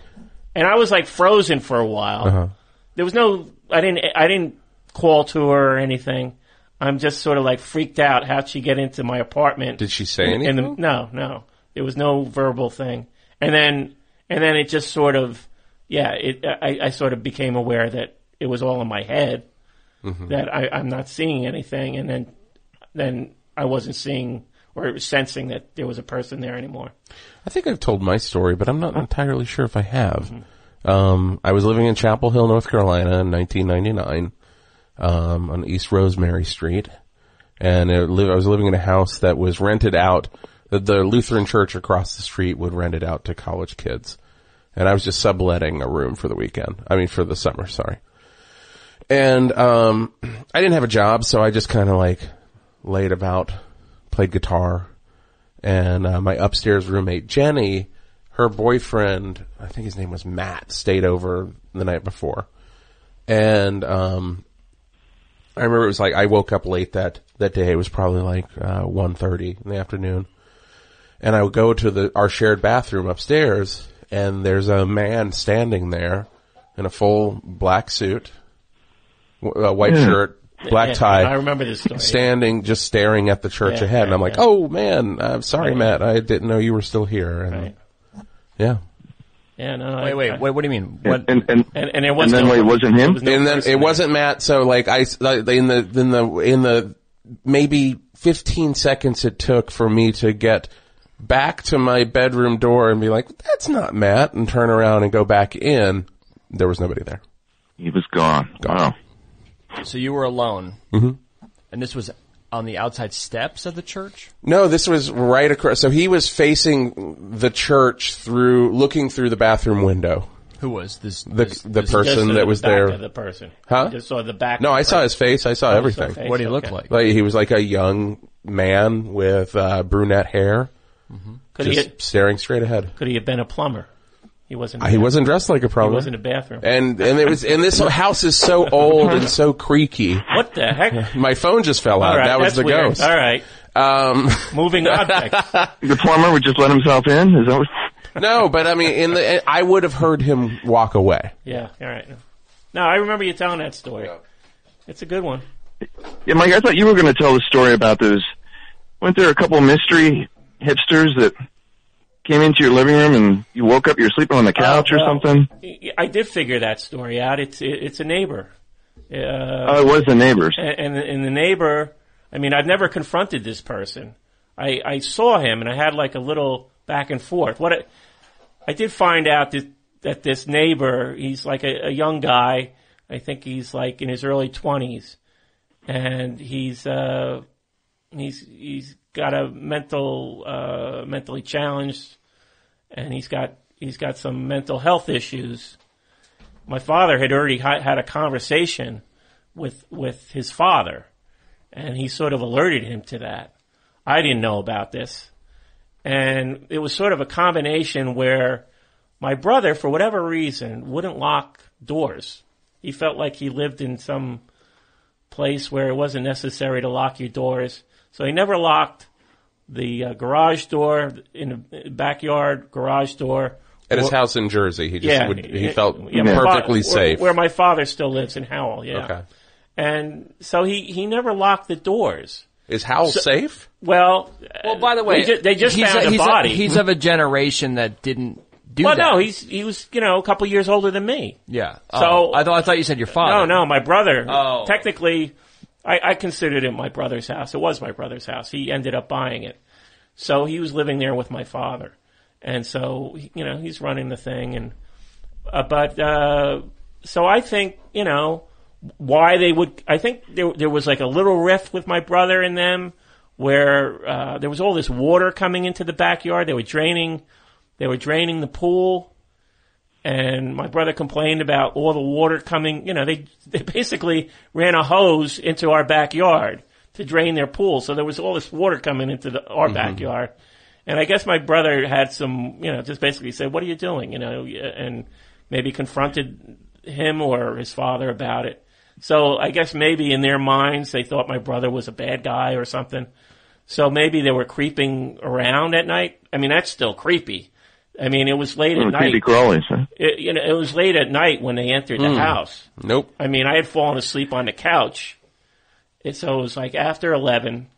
[SPEAKER 2] And I was like frozen for a while.
[SPEAKER 3] Uh-huh.
[SPEAKER 2] There was no, I didn't, I didn't call to her or anything. I'm just sort of like freaked out. How'd she get into my apartment?
[SPEAKER 3] Did she say
[SPEAKER 2] In- in the-
[SPEAKER 3] anything?
[SPEAKER 2] no, no. There was no verbal thing. And then, and then it just sort of, yeah, it, I, I sort of became aware that it was all in my head,
[SPEAKER 3] Mm-hmm.
[SPEAKER 16] Mhm.
[SPEAKER 2] that I, I'm not seeing anything. And then, then I wasn't seeing or sensing that there was a person there anymore.
[SPEAKER 3] I think I've told my story, but I'm not entirely sure if I have. Um, I was living in Chapel Hill, North Carolina in 1999, um, on East Rosemary Street. And it li- I was living in a house that was rented out. The, the Lutheran church across the street would rent it out to college kids. And I was just subletting a room for the weekend. I mean, for the summer, sorry. And, um, I didn't have a job, so I just kind of like laid about, played guitar, and uh, my upstairs roommate Jenny, her boyfriend, I think his name was Matt, stayed over the night before, and um, I remember it was like I woke up late that that day. It was probably like uh, one thirty in the afternoon, and I would go to the our shared bathroom upstairs, and there's a man standing there in a full black suit, w- a white
[SPEAKER 2] Yeah.
[SPEAKER 3] shirt, black
[SPEAKER 2] Yeah,
[SPEAKER 3] tie.
[SPEAKER 2] Hmm. I remember this story.
[SPEAKER 3] Standing, just staring at the church
[SPEAKER 2] Yeah,
[SPEAKER 3] ahead, and I'm
[SPEAKER 2] right,
[SPEAKER 3] like,
[SPEAKER 2] yeah.
[SPEAKER 3] "Oh man, I'm sorry, Matt. I didn't know you were still here." And yeah,
[SPEAKER 2] Yeah, no.
[SPEAKER 1] Wait, wait, wait, what do you mean? What?
[SPEAKER 3] and and
[SPEAKER 2] and, and it was
[SPEAKER 1] then
[SPEAKER 2] no-
[SPEAKER 1] wait, it wasn't
[SPEAKER 2] there
[SPEAKER 1] him?
[SPEAKER 2] was no
[SPEAKER 3] and then
[SPEAKER 2] person
[SPEAKER 3] it wasn't Matt. So like I s- like, in the in the in the maybe 15 seconds it took for me to get back to my bedroom door and be like, "That's not Matt," and turn around and go back in. There was nobody there.
[SPEAKER 10] He was gone. Wow.
[SPEAKER 1] So you were alone,
[SPEAKER 3] Mhm.
[SPEAKER 1] and this was on the outside steps of the church.
[SPEAKER 3] No, this was right across. So he was facing the church through, looking through the bathroom window.
[SPEAKER 1] Who was this?
[SPEAKER 3] The
[SPEAKER 1] this-
[SPEAKER 3] the
[SPEAKER 1] this-
[SPEAKER 2] Just
[SPEAKER 3] person
[SPEAKER 2] the
[SPEAKER 3] that was
[SPEAKER 2] back
[SPEAKER 3] there.
[SPEAKER 2] of the person.
[SPEAKER 3] Huh?
[SPEAKER 2] You just saw the back
[SPEAKER 3] No,
[SPEAKER 2] of the
[SPEAKER 3] I saw his face. I saw
[SPEAKER 2] Oh, you saw
[SPEAKER 3] everything.
[SPEAKER 2] face, What'd he look okay. like?
[SPEAKER 3] He was like a young man with uh, brunette hair,
[SPEAKER 1] Mm-hmm.
[SPEAKER 2] Could he
[SPEAKER 3] just
[SPEAKER 2] get-
[SPEAKER 3] staring straight ahead.
[SPEAKER 2] Could he have been a plumber? He wasn't.
[SPEAKER 3] Uh, He wasn't dressed like a plumber.
[SPEAKER 2] He was in a bathroom.
[SPEAKER 3] And and it was and this house is so old and so creaky.
[SPEAKER 2] What the heck?
[SPEAKER 3] My phone just fell out.
[SPEAKER 2] All right,
[SPEAKER 3] that was
[SPEAKER 2] that's
[SPEAKER 3] the
[SPEAKER 2] weird.
[SPEAKER 3] ghost.
[SPEAKER 2] All right.
[SPEAKER 3] Um,
[SPEAKER 2] Moving objects.
[SPEAKER 10] The plumber would just let himself in. Is that what?
[SPEAKER 3] no, but I mean, in the I would have heard him walk away.
[SPEAKER 2] yeah. All right. No, I remember you telling that story. It's a good one.
[SPEAKER 10] Yeah, Mike, I thought you were going to tell the story about those. Weren't there a couple mystery hipsters that came into your living room and you woke up, you were sleeping on the couch or
[SPEAKER 2] Uh, well,
[SPEAKER 10] something?
[SPEAKER 2] I- I did figure that story out. It's it, it's a neighbor. Uh,
[SPEAKER 10] Oh, it was the neighbors.
[SPEAKER 2] And, and and the neighbor. I mean, I've never confronted this person. I I saw him and I had like a little back and forth. What I, I did find out that that this neighbor, he's like a, a young guy. I think he's like in his early twenties, and he's uh he's he's got a mental uh mentally challenged and he's got he's got some mental health issues. My father had already ha- had a conversation with with his father, and he sort of alerted him to that. I didn't know about this, and it was sort of a combination where my brother, for whatever reason, wouldn't lock doors. He felt like he lived in some place where it wasn't necessary to lock your doors, so he never locked the uh, garage door in the uh, backyard garage door
[SPEAKER 3] At his
[SPEAKER 2] or-
[SPEAKER 3] house in Jersey, he just would, he
[SPEAKER 2] it-
[SPEAKER 3] felt
[SPEAKER 2] yeah, my fa- where-
[SPEAKER 3] perfectly safe.
[SPEAKER 2] Where my father still lives in Howell, yeah.
[SPEAKER 3] Okay.
[SPEAKER 2] And so he, he never locked the doors.
[SPEAKER 3] Is Howell safe?
[SPEAKER 2] Well,
[SPEAKER 4] Well, by the
[SPEAKER 2] they
[SPEAKER 4] way,
[SPEAKER 2] ju- they just
[SPEAKER 4] he's
[SPEAKER 2] found
[SPEAKER 4] a,
[SPEAKER 2] a
[SPEAKER 4] he's
[SPEAKER 2] body.
[SPEAKER 4] he's of a generation that didn't do
[SPEAKER 2] well,
[SPEAKER 4] that.
[SPEAKER 2] no, he's he was you know a couple years older than me.
[SPEAKER 4] yeah.
[SPEAKER 2] So
[SPEAKER 4] Oh, I thought I thought you said your father.
[SPEAKER 2] no, no, my brother. Technically, I, I considered it my brother's house. It was my brother's house. He ended up buying it. So he was living there with my father. And so, he- you know, he's running the thing and, uh, but, uh, so I think, you know, why they would, I think there, there was like a little rift with my brother and them where, uh, there was all this water coming into the backyard. They were draining, they were draining the pool and my brother complained about all the water coming. You know, they they basically ran a hose into our backyard to drain their pool, so there was all this water coming into the, our
[SPEAKER 16] Mhm.
[SPEAKER 2] backyard. And I guess my brother had some, you know, just basically said, "What are you doing?" You know, and maybe confronted him or his father about it. So I guess maybe in their minds they thought my brother was a bad guy or something. So maybe they were creeping around at night. I mean, that's still creepy. I mean, it was late at
[SPEAKER 10] Mm, creepy
[SPEAKER 2] night.
[SPEAKER 10] crawlies, huh?
[SPEAKER 2] It, you know, it was late at night when they entered the
[SPEAKER 10] Mm.
[SPEAKER 2] house.
[SPEAKER 3] Hmm. Nope.
[SPEAKER 2] I mean, I had fallen asleep on the couch. And so it was like after 11.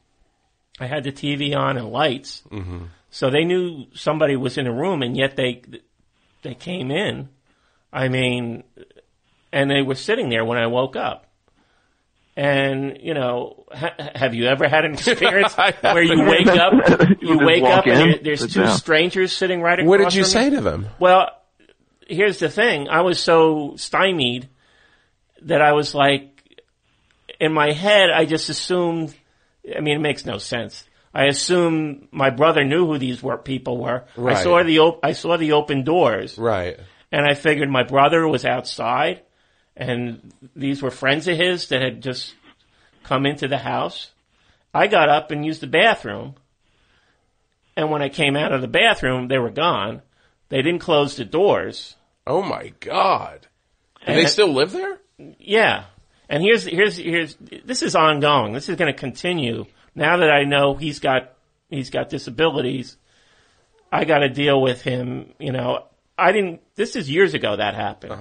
[SPEAKER 2] I had the TV on and lights.
[SPEAKER 3] Mhm.
[SPEAKER 2] So they knew somebody was in the room and yet they, they came in. I mean, and they were sitting there when I woke up. And, you know, ha- have you ever had an experience where you wake up, you
[SPEAKER 3] You just
[SPEAKER 2] wake
[SPEAKER 3] walk
[SPEAKER 2] up and
[SPEAKER 3] in,
[SPEAKER 2] there- there's
[SPEAKER 3] sit
[SPEAKER 2] two
[SPEAKER 3] down.
[SPEAKER 2] strangers sitting right across
[SPEAKER 3] What did you
[SPEAKER 2] from
[SPEAKER 3] say
[SPEAKER 2] you?
[SPEAKER 3] to them?
[SPEAKER 2] Well, here's the thing. I was so stymied that I was like, in my head, I just assumed, I mean, it makes no sense. I assumed my brother knew who these were people were.
[SPEAKER 3] Right.
[SPEAKER 2] I saw the op- I saw the open doors.
[SPEAKER 3] Right.
[SPEAKER 2] And I figured my brother was outside and these were friends of his that had just come into the house. I got up and used the bathroom. And when I came out of the bathroom, they were gone. They didn't close the doors.
[SPEAKER 3] Oh my God. And
[SPEAKER 2] Uh-huh.
[SPEAKER 3] they still live there?
[SPEAKER 2] Yeah. And here's, here's, here's, this is ongoing. This is going to continue. Now that I know he's got, he's got disabilities, I got to deal with him. You know, I didn't, this is years ago that happened.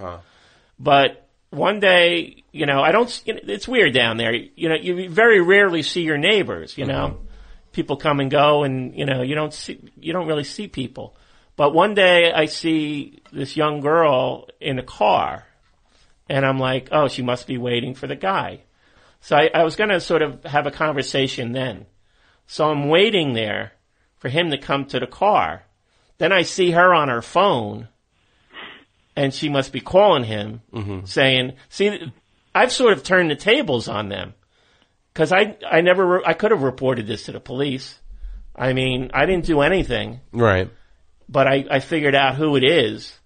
[SPEAKER 2] But one day, you know, I don't, you know, it's weird down there. You know, you very rarely see your neighbors, you know, people come and go and, you know, you don't see, you don't really see people. But one day I see this young girl in a car and I'm like, oh, she must be waiting for the guy. So I, I was going to sort of have a conversation then. So I'm waiting there for him to come to the car. Then I see her on her phone and she must be calling him saying, see, I've sort of turned the tables on them because I, I never, re- I could have reported this to the police. I mean, I didn't do anything
[SPEAKER 3] Right.
[SPEAKER 2] but I, I figured out who it is.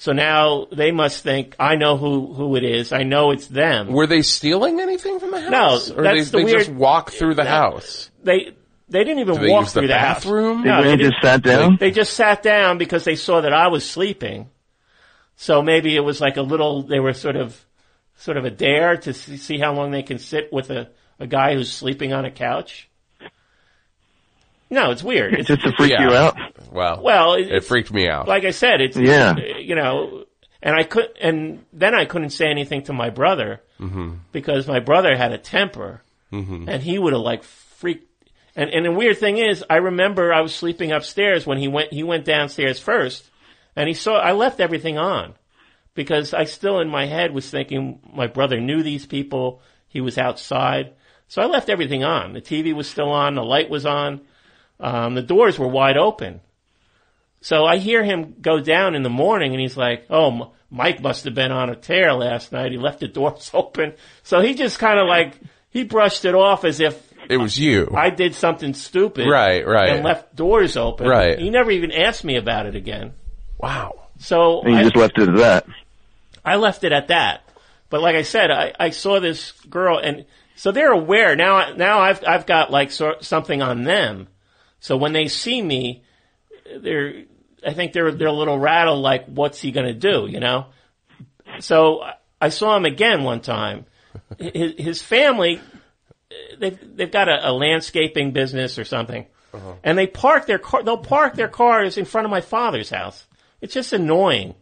[SPEAKER 2] So now they must think I know who, who it is. I know it's them.
[SPEAKER 3] Were they stealing anything from the
[SPEAKER 2] No,
[SPEAKER 3] house? or
[SPEAKER 2] that's
[SPEAKER 3] they,
[SPEAKER 2] the
[SPEAKER 3] they
[SPEAKER 2] weird.
[SPEAKER 3] just walk through the house.
[SPEAKER 2] they they didn't even
[SPEAKER 3] Do they
[SPEAKER 2] walk
[SPEAKER 3] use the
[SPEAKER 2] through the house.
[SPEAKER 3] bathroom?
[SPEAKER 2] No,
[SPEAKER 3] They just sat down?
[SPEAKER 2] They just sat down because they saw that I was sleeping. So maybe it was like a little. They were sort of sort of a dare to see see how long they can sit with a a guy who's sleeping on a couch. No, it's weird. It's,
[SPEAKER 3] Just to
[SPEAKER 10] freak you out?
[SPEAKER 3] Well,
[SPEAKER 2] Well, it-
[SPEAKER 3] it, freaked me out.
[SPEAKER 2] like I said, it's
[SPEAKER 3] Yeah.
[SPEAKER 2] you know, and I could, and then I couldn't say anything to my brother
[SPEAKER 3] hmm
[SPEAKER 2] because my brother had a temper,
[SPEAKER 3] Mhm.
[SPEAKER 2] and he would have like freaked. And and the weird thing is, I remember I was sleeping upstairs when he went. He went downstairs first, and he saw I left everything on because I still in my head was thinking my brother knew these people. He was outside, so I left everything on. The TV was still on. The light was on. Um, the doors were wide open. So I hear him go down in the morning and he's like, oh, M- Mike must have been on a tear last night. He left the doors open. So he just kind of like, he brushed it off as if
[SPEAKER 3] It was you.
[SPEAKER 2] I did something stupid.
[SPEAKER 3] Right, right.
[SPEAKER 2] And left doors open.
[SPEAKER 3] Right.
[SPEAKER 2] He never even asked me about it again.
[SPEAKER 3] Wow.
[SPEAKER 2] So
[SPEAKER 10] And you
[SPEAKER 2] I,
[SPEAKER 10] just left it at that.
[SPEAKER 2] I left it at that. But like I said, I, I saw this girl, and so they're aware now. Now I've I've got like so, something on them. So when they see me, they're I think they're they're a little rattled. Like, what's he gonna do? You know. So I- I saw him again one time. His, his family, they've they've got a, a landscaping business or something,
[SPEAKER 16] Uh-huh.
[SPEAKER 2] and they park their car. They'll park their cars in front of my father's house. It's just annoying.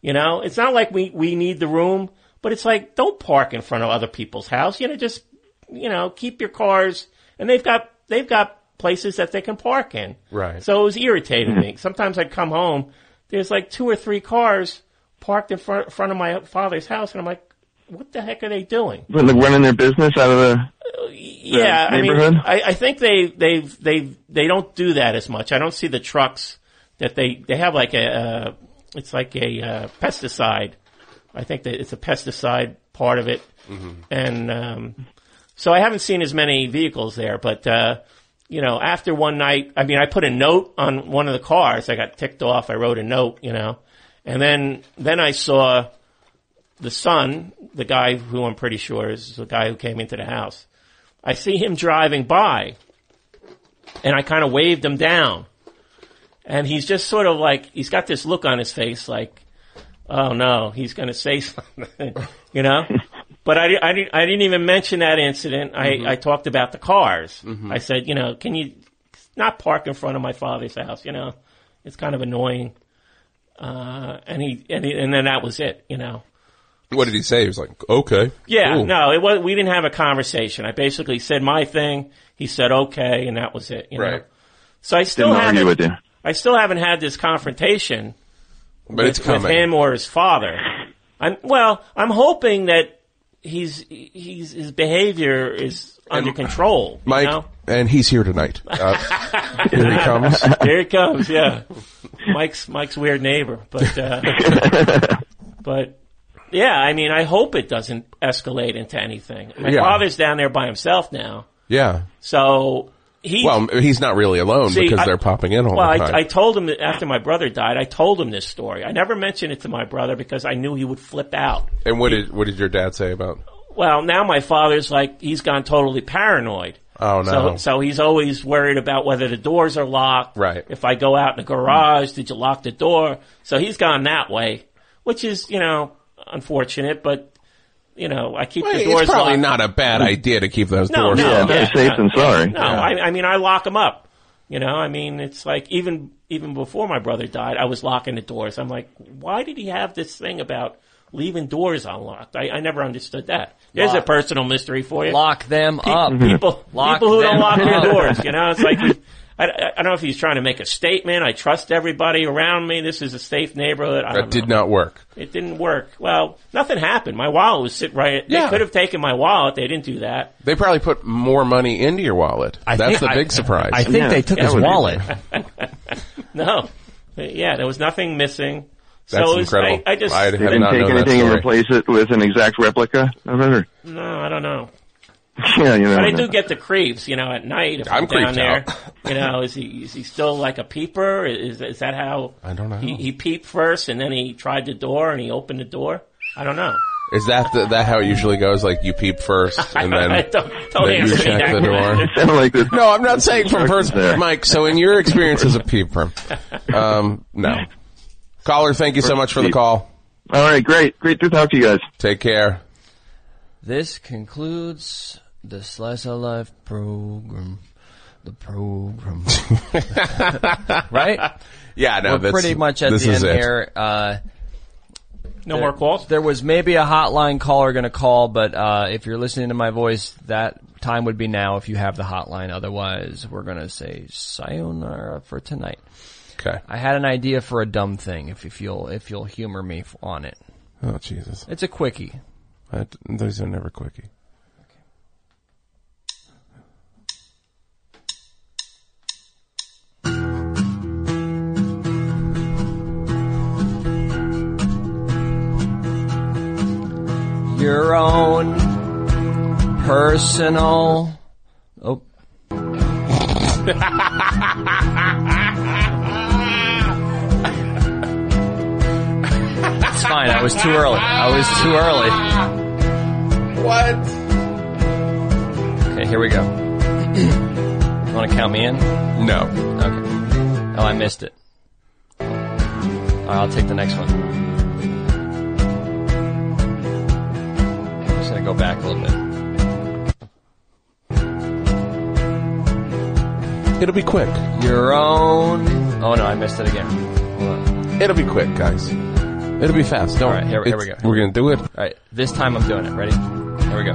[SPEAKER 2] You know, it's not like we, we need the room, but it's like, don't park in front of other people's house. You know, just, you know, keep your cars and they've got, they've got places that they can park in.
[SPEAKER 3] Right.
[SPEAKER 2] So it was irritating me. Sometimes I'd come home, there's like two or three cars parked in front, front of my father's house and I'm like, what the heck are they doing?
[SPEAKER 10] Like running their business out of the
[SPEAKER 2] yeah,
[SPEAKER 4] the
[SPEAKER 2] I mean,
[SPEAKER 4] neighborhood?
[SPEAKER 2] I, I think they they they they don't do that as much. I don't see the trucks that they they have like a uh, it's like a uh, pesticide. I think that it's a pesticide part of it,
[SPEAKER 4] Mhm.
[SPEAKER 2] and um, so I haven't seen as many vehicles there. But uh, you know, after one night, I mean, I put a note on one of the cars. I got ticked off. I wrote a note, you know, and then then I saw the son, the guy who I'm pretty sure is the guy who came into the house. I see him driving by and I kind of waved him down. And he's just sort of like, he's got this look on his face like, oh no, he's going to say something, you know? But I, di- I, didn't, I didn't even mention that incident. I,
[SPEAKER 4] Mhm.
[SPEAKER 2] I talked about the cars.
[SPEAKER 4] Mhm.
[SPEAKER 2] I said, you know, can you not park in front of my father's house? You know, it's kind of annoying. Uh, and he, and he, and then that was it, you know.
[SPEAKER 3] What did he say? He was like, okay.
[SPEAKER 2] Yeah,
[SPEAKER 3] cool.
[SPEAKER 2] no, it was. We didn't have a conversation. I basically said my thing. He said okay, and that was it. You Know?
[SPEAKER 3] Right.
[SPEAKER 2] So I still
[SPEAKER 4] Didn't argue
[SPEAKER 2] haven't-
[SPEAKER 4] with you.
[SPEAKER 2] I still haven't had this confrontation.
[SPEAKER 3] But
[SPEAKER 2] with,
[SPEAKER 3] it's coming.
[SPEAKER 2] with him or his father. I'm well. I'm hoping that he's he's his behavior is under control.
[SPEAKER 3] Mike, and he's here tonight. Uh, here he comes.
[SPEAKER 2] Here he comes. Yeah, Mike's Mike's weird neighbor, but uh, but yeah, I mean, I hope it doesn't escalate into anything. My
[SPEAKER 3] Yeah.
[SPEAKER 2] father's down there by himself now,
[SPEAKER 3] Yeah.
[SPEAKER 2] so he.
[SPEAKER 3] well, he's not really alone
[SPEAKER 2] See,
[SPEAKER 3] because
[SPEAKER 2] I-
[SPEAKER 3] they're popping in all
[SPEAKER 2] well,
[SPEAKER 3] the time.
[SPEAKER 2] I, I told him that after my brother died, I told him this story. I never mentioned it to my brother because I knew he would flip out.
[SPEAKER 3] and what did what did your dad say about?
[SPEAKER 2] Well, now my father's like he's gone totally paranoid.
[SPEAKER 3] Oh no.
[SPEAKER 2] So, so he's always worried about whether the doors are locked.
[SPEAKER 3] Right.
[SPEAKER 2] If I go out in the garage, did you lock the door? So he's gone that way, which is, you know, unfortunate, but, you know, I keep the
[SPEAKER 3] Hey,
[SPEAKER 2] doors
[SPEAKER 3] it's
[SPEAKER 2] locked.
[SPEAKER 3] probably
[SPEAKER 2] Mm.
[SPEAKER 3] not a bad idea to keep those
[SPEAKER 2] No,
[SPEAKER 3] doors.
[SPEAKER 2] no,
[SPEAKER 3] locked.
[SPEAKER 2] No, I, I mean, I lock them up. You know, I mean, it's like even, even before my brother died, I was locking the doors. I'm like, why did he have this thing about leaving doors unlocked? I, I never understood that. There's
[SPEAKER 1] Lock.
[SPEAKER 2] a personal mystery for you.
[SPEAKER 1] Lock them
[SPEAKER 2] Pe-
[SPEAKER 1] up.
[SPEAKER 2] People,
[SPEAKER 1] Lock
[SPEAKER 2] people who don't
[SPEAKER 1] them
[SPEAKER 2] lock
[SPEAKER 1] up.
[SPEAKER 2] their doors. You know, it's like he- I, I- I don't know if he's trying to make a statement. I trust everybody around me. This is a safe neighborhood. I
[SPEAKER 3] That
[SPEAKER 2] don't know.
[SPEAKER 3] did not work.
[SPEAKER 2] It didn't work. Well, nothing happened. My wallet was sitting right. They could have taken my wallet. They didn't do that.
[SPEAKER 3] They probably put more money into your wallet. That's
[SPEAKER 2] think
[SPEAKER 3] the
[SPEAKER 2] I-
[SPEAKER 3] big surprise.
[SPEAKER 2] I think Yeah. they took
[SPEAKER 3] That
[SPEAKER 2] his
[SPEAKER 3] would be-
[SPEAKER 2] wallet. No. Yeah, there was nothing missing.
[SPEAKER 4] That's
[SPEAKER 2] so it was,
[SPEAKER 4] incredible.
[SPEAKER 2] I, I just
[SPEAKER 4] They didn't take anything and replace it with an exact replica of it. or-
[SPEAKER 2] No, I don't know.
[SPEAKER 4] Yeah, you know.
[SPEAKER 2] but I
[SPEAKER 4] no.
[SPEAKER 2] do get the creeps, you know, at night if
[SPEAKER 4] I'm
[SPEAKER 2] I'm, down
[SPEAKER 4] creeped
[SPEAKER 2] there.
[SPEAKER 4] out.
[SPEAKER 2] You know, is he is he still like a peeper? Is is that how?
[SPEAKER 3] I don't know.
[SPEAKER 2] He, he peeped first, and then he tried the door, and he opened the door. I don't know.
[SPEAKER 3] Is that the, that how it usually goes? Like you peep first, and then,
[SPEAKER 2] I don't- don't
[SPEAKER 3] then you
[SPEAKER 2] answer me
[SPEAKER 3] check
[SPEAKER 2] that
[SPEAKER 3] the
[SPEAKER 2] question.
[SPEAKER 3] door.
[SPEAKER 2] It sounded like there's
[SPEAKER 3] no, I'm not saying from
[SPEAKER 2] instructions
[SPEAKER 3] first,
[SPEAKER 2] there.
[SPEAKER 3] Mike. So in your experience as a peeper, um, no. Caller, thank you so much for the call.
[SPEAKER 4] All right, great, great to talk to you guys.
[SPEAKER 3] Take care.
[SPEAKER 1] This concludes the Slice of Life program. The program. right?
[SPEAKER 3] Yeah, no,
[SPEAKER 1] We're
[SPEAKER 3] that's-
[SPEAKER 1] pretty much at
[SPEAKER 3] this
[SPEAKER 1] the
[SPEAKER 3] is
[SPEAKER 1] end
[SPEAKER 3] it.
[SPEAKER 1] here. Uh,
[SPEAKER 2] No more calls?
[SPEAKER 1] There was maybe a hotline caller going to call, but uh, if you're listening to my voice, that time would be now if you have the hotline. Otherwise, we're going to say sayonara for tonight.
[SPEAKER 3] Okay.
[SPEAKER 1] I had an idea for a dumb thing if, if you'll if you'll humor me f- on it.
[SPEAKER 3] Oh Jesus!
[SPEAKER 1] It's a quickie.
[SPEAKER 3] I, those are never quickie.
[SPEAKER 1] your own personal. Oh, it's fine. I was too early. I was too early.
[SPEAKER 3] What?
[SPEAKER 1] Okay, here we go. you want to count me in?
[SPEAKER 3] No.
[SPEAKER 1] Okay. Oh, I missed it. All right, I'll take the next one. I'm just gonna go back a little bit.
[SPEAKER 3] It'll be quick.
[SPEAKER 1] Your own. Oh no, I missed it again. Hold on.
[SPEAKER 3] It'll be quick, guys. It'll be fast. Don't.
[SPEAKER 1] All right, here- here we
[SPEAKER 3] it's- We're gonna do it.
[SPEAKER 1] All right, this time I'm doing it. Ready? Here we go.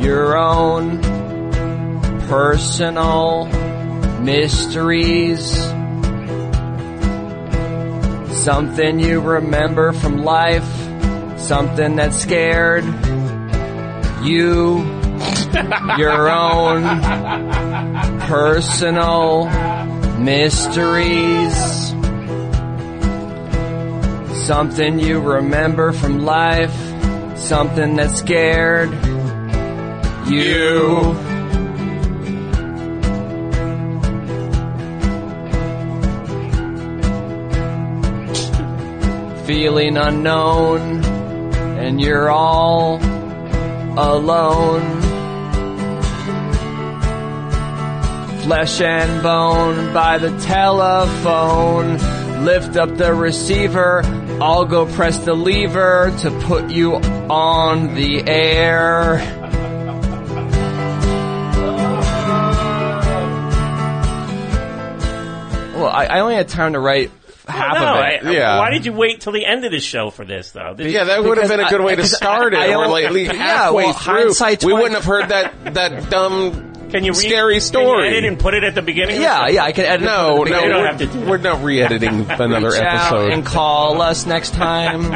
[SPEAKER 1] Your own personal mysteries. Something you remember from life. Something that scared you. your own personal mysteries. Something you remember from life, something that scared you. Feeling unknown, and you're all alone. Flesh and bone by the telephone. Lift up the receiver. I'll go press the lever to put you on the air. Well, I, I only had time to write half
[SPEAKER 2] Oh, no,
[SPEAKER 1] of it.
[SPEAKER 2] I- Why did you wait till the end of the show for this, though? This-
[SPEAKER 3] Yeah, that would have been a good way to start it. We're like halfway through. we wouldn't have heard that that dumb
[SPEAKER 2] Can you re-
[SPEAKER 3] scary
[SPEAKER 2] Can
[SPEAKER 3] story.
[SPEAKER 2] you edit and put it at the beginning? of the show?
[SPEAKER 3] No, no,
[SPEAKER 2] You don't
[SPEAKER 3] we're,
[SPEAKER 2] have to do
[SPEAKER 3] we're not re-editing another
[SPEAKER 1] Reach out
[SPEAKER 3] episode.
[SPEAKER 1] and call us next time.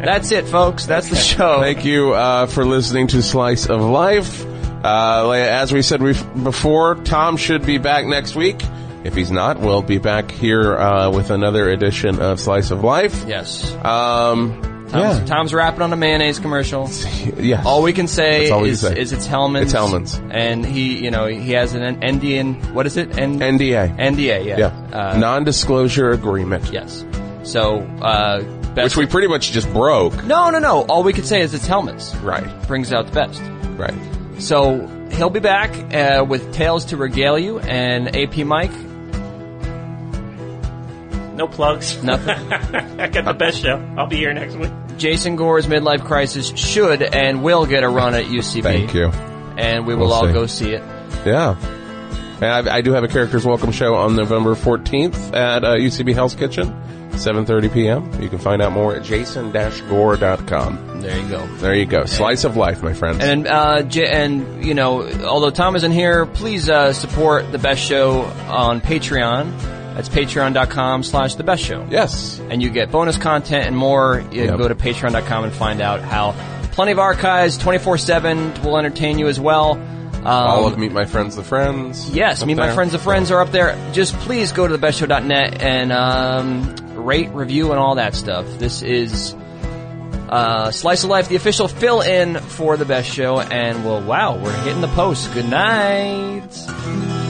[SPEAKER 1] That's it, folks. That's the show.
[SPEAKER 3] Thank you uh, for listening to Slice of Life. Uh, like- as we said we've, before, Tom should be back next week. If he's not, we'll be back here uh, with another edition of Slice of Life.
[SPEAKER 1] Yes.
[SPEAKER 3] Um,
[SPEAKER 1] Tom's,
[SPEAKER 3] yeah.
[SPEAKER 1] Tom's rapping on a mayonnaise commercial.
[SPEAKER 3] Yes.
[SPEAKER 1] All we can say,
[SPEAKER 3] That's all we
[SPEAKER 1] is,
[SPEAKER 3] can say.
[SPEAKER 1] is it's Hellman's.
[SPEAKER 3] It's Hellman's.
[SPEAKER 1] And he, you know, he has an NDN. What is it? N-
[SPEAKER 3] NDA.
[SPEAKER 1] NDA, yeah.
[SPEAKER 3] Yeah.
[SPEAKER 1] Uh,
[SPEAKER 3] Non-disclosure agreement.
[SPEAKER 1] Yes. So, uh, best.
[SPEAKER 3] Which we pretty much just broke.
[SPEAKER 1] no, no, no. All we can say is it's Hellman's.
[SPEAKER 3] Right.
[SPEAKER 1] Brings out the best.
[SPEAKER 3] Right.
[SPEAKER 1] So, he'll be back uh, with Tales to Regale You and AP Mike.
[SPEAKER 2] No plugs.
[SPEAKER 1] Nothing.
[SPEAKER 2] I got the best show. I'll be here next week.
[SPEAKER 1] Jason Gore's Midlife Crisis should and will get a run at UCB.
[SPEAKER 3] Thank you.
[SPEAKER 1] And we will
[SPEAKER 3] We'll
[SPEAKER 1] all
[SPEAKER 3] see.
[SPEAKER 1] go see it.
[SPEAKER 3] Yeah. And I, I do have a characters welcome show on November 14th at uh, UCB Hell's Kitchen, 7.30 p.m. You can find out more at jason-gore.com.
[SPEAKER 1] There you go.
[SPEAKER 3] There you go. Slice of life, my friends.
[SPEAKER 1] And uh, J- and you know, although Tom isn't here, please uh, support the best show on Patreon. That's patreon.com slash the best show.
[SPEAKER 3] Yes.
[SPEAKER 1] And you get bonus content and more. You
[SPEAKER 3] Yep.
[SPEAKER 1] Go to patreon.com and find out how plenty of archives, 24-7 will entertain you as well. Um,
[SPEAKER 3] All of Meet My Friends the Friends.
[SPEAKER 1] Yes,
[SPEAKER 3] up
[SPEAKER 1] me and my
[SPEAKER 3] there.
[SPEAKER 1] friends of friends are up there. Just please go to thebestshow.net and um, rate, review, and all that stuff. This is uh, Slice of Life, the official fill-in for the best show. And well, wow, we're hitting the post. Good night.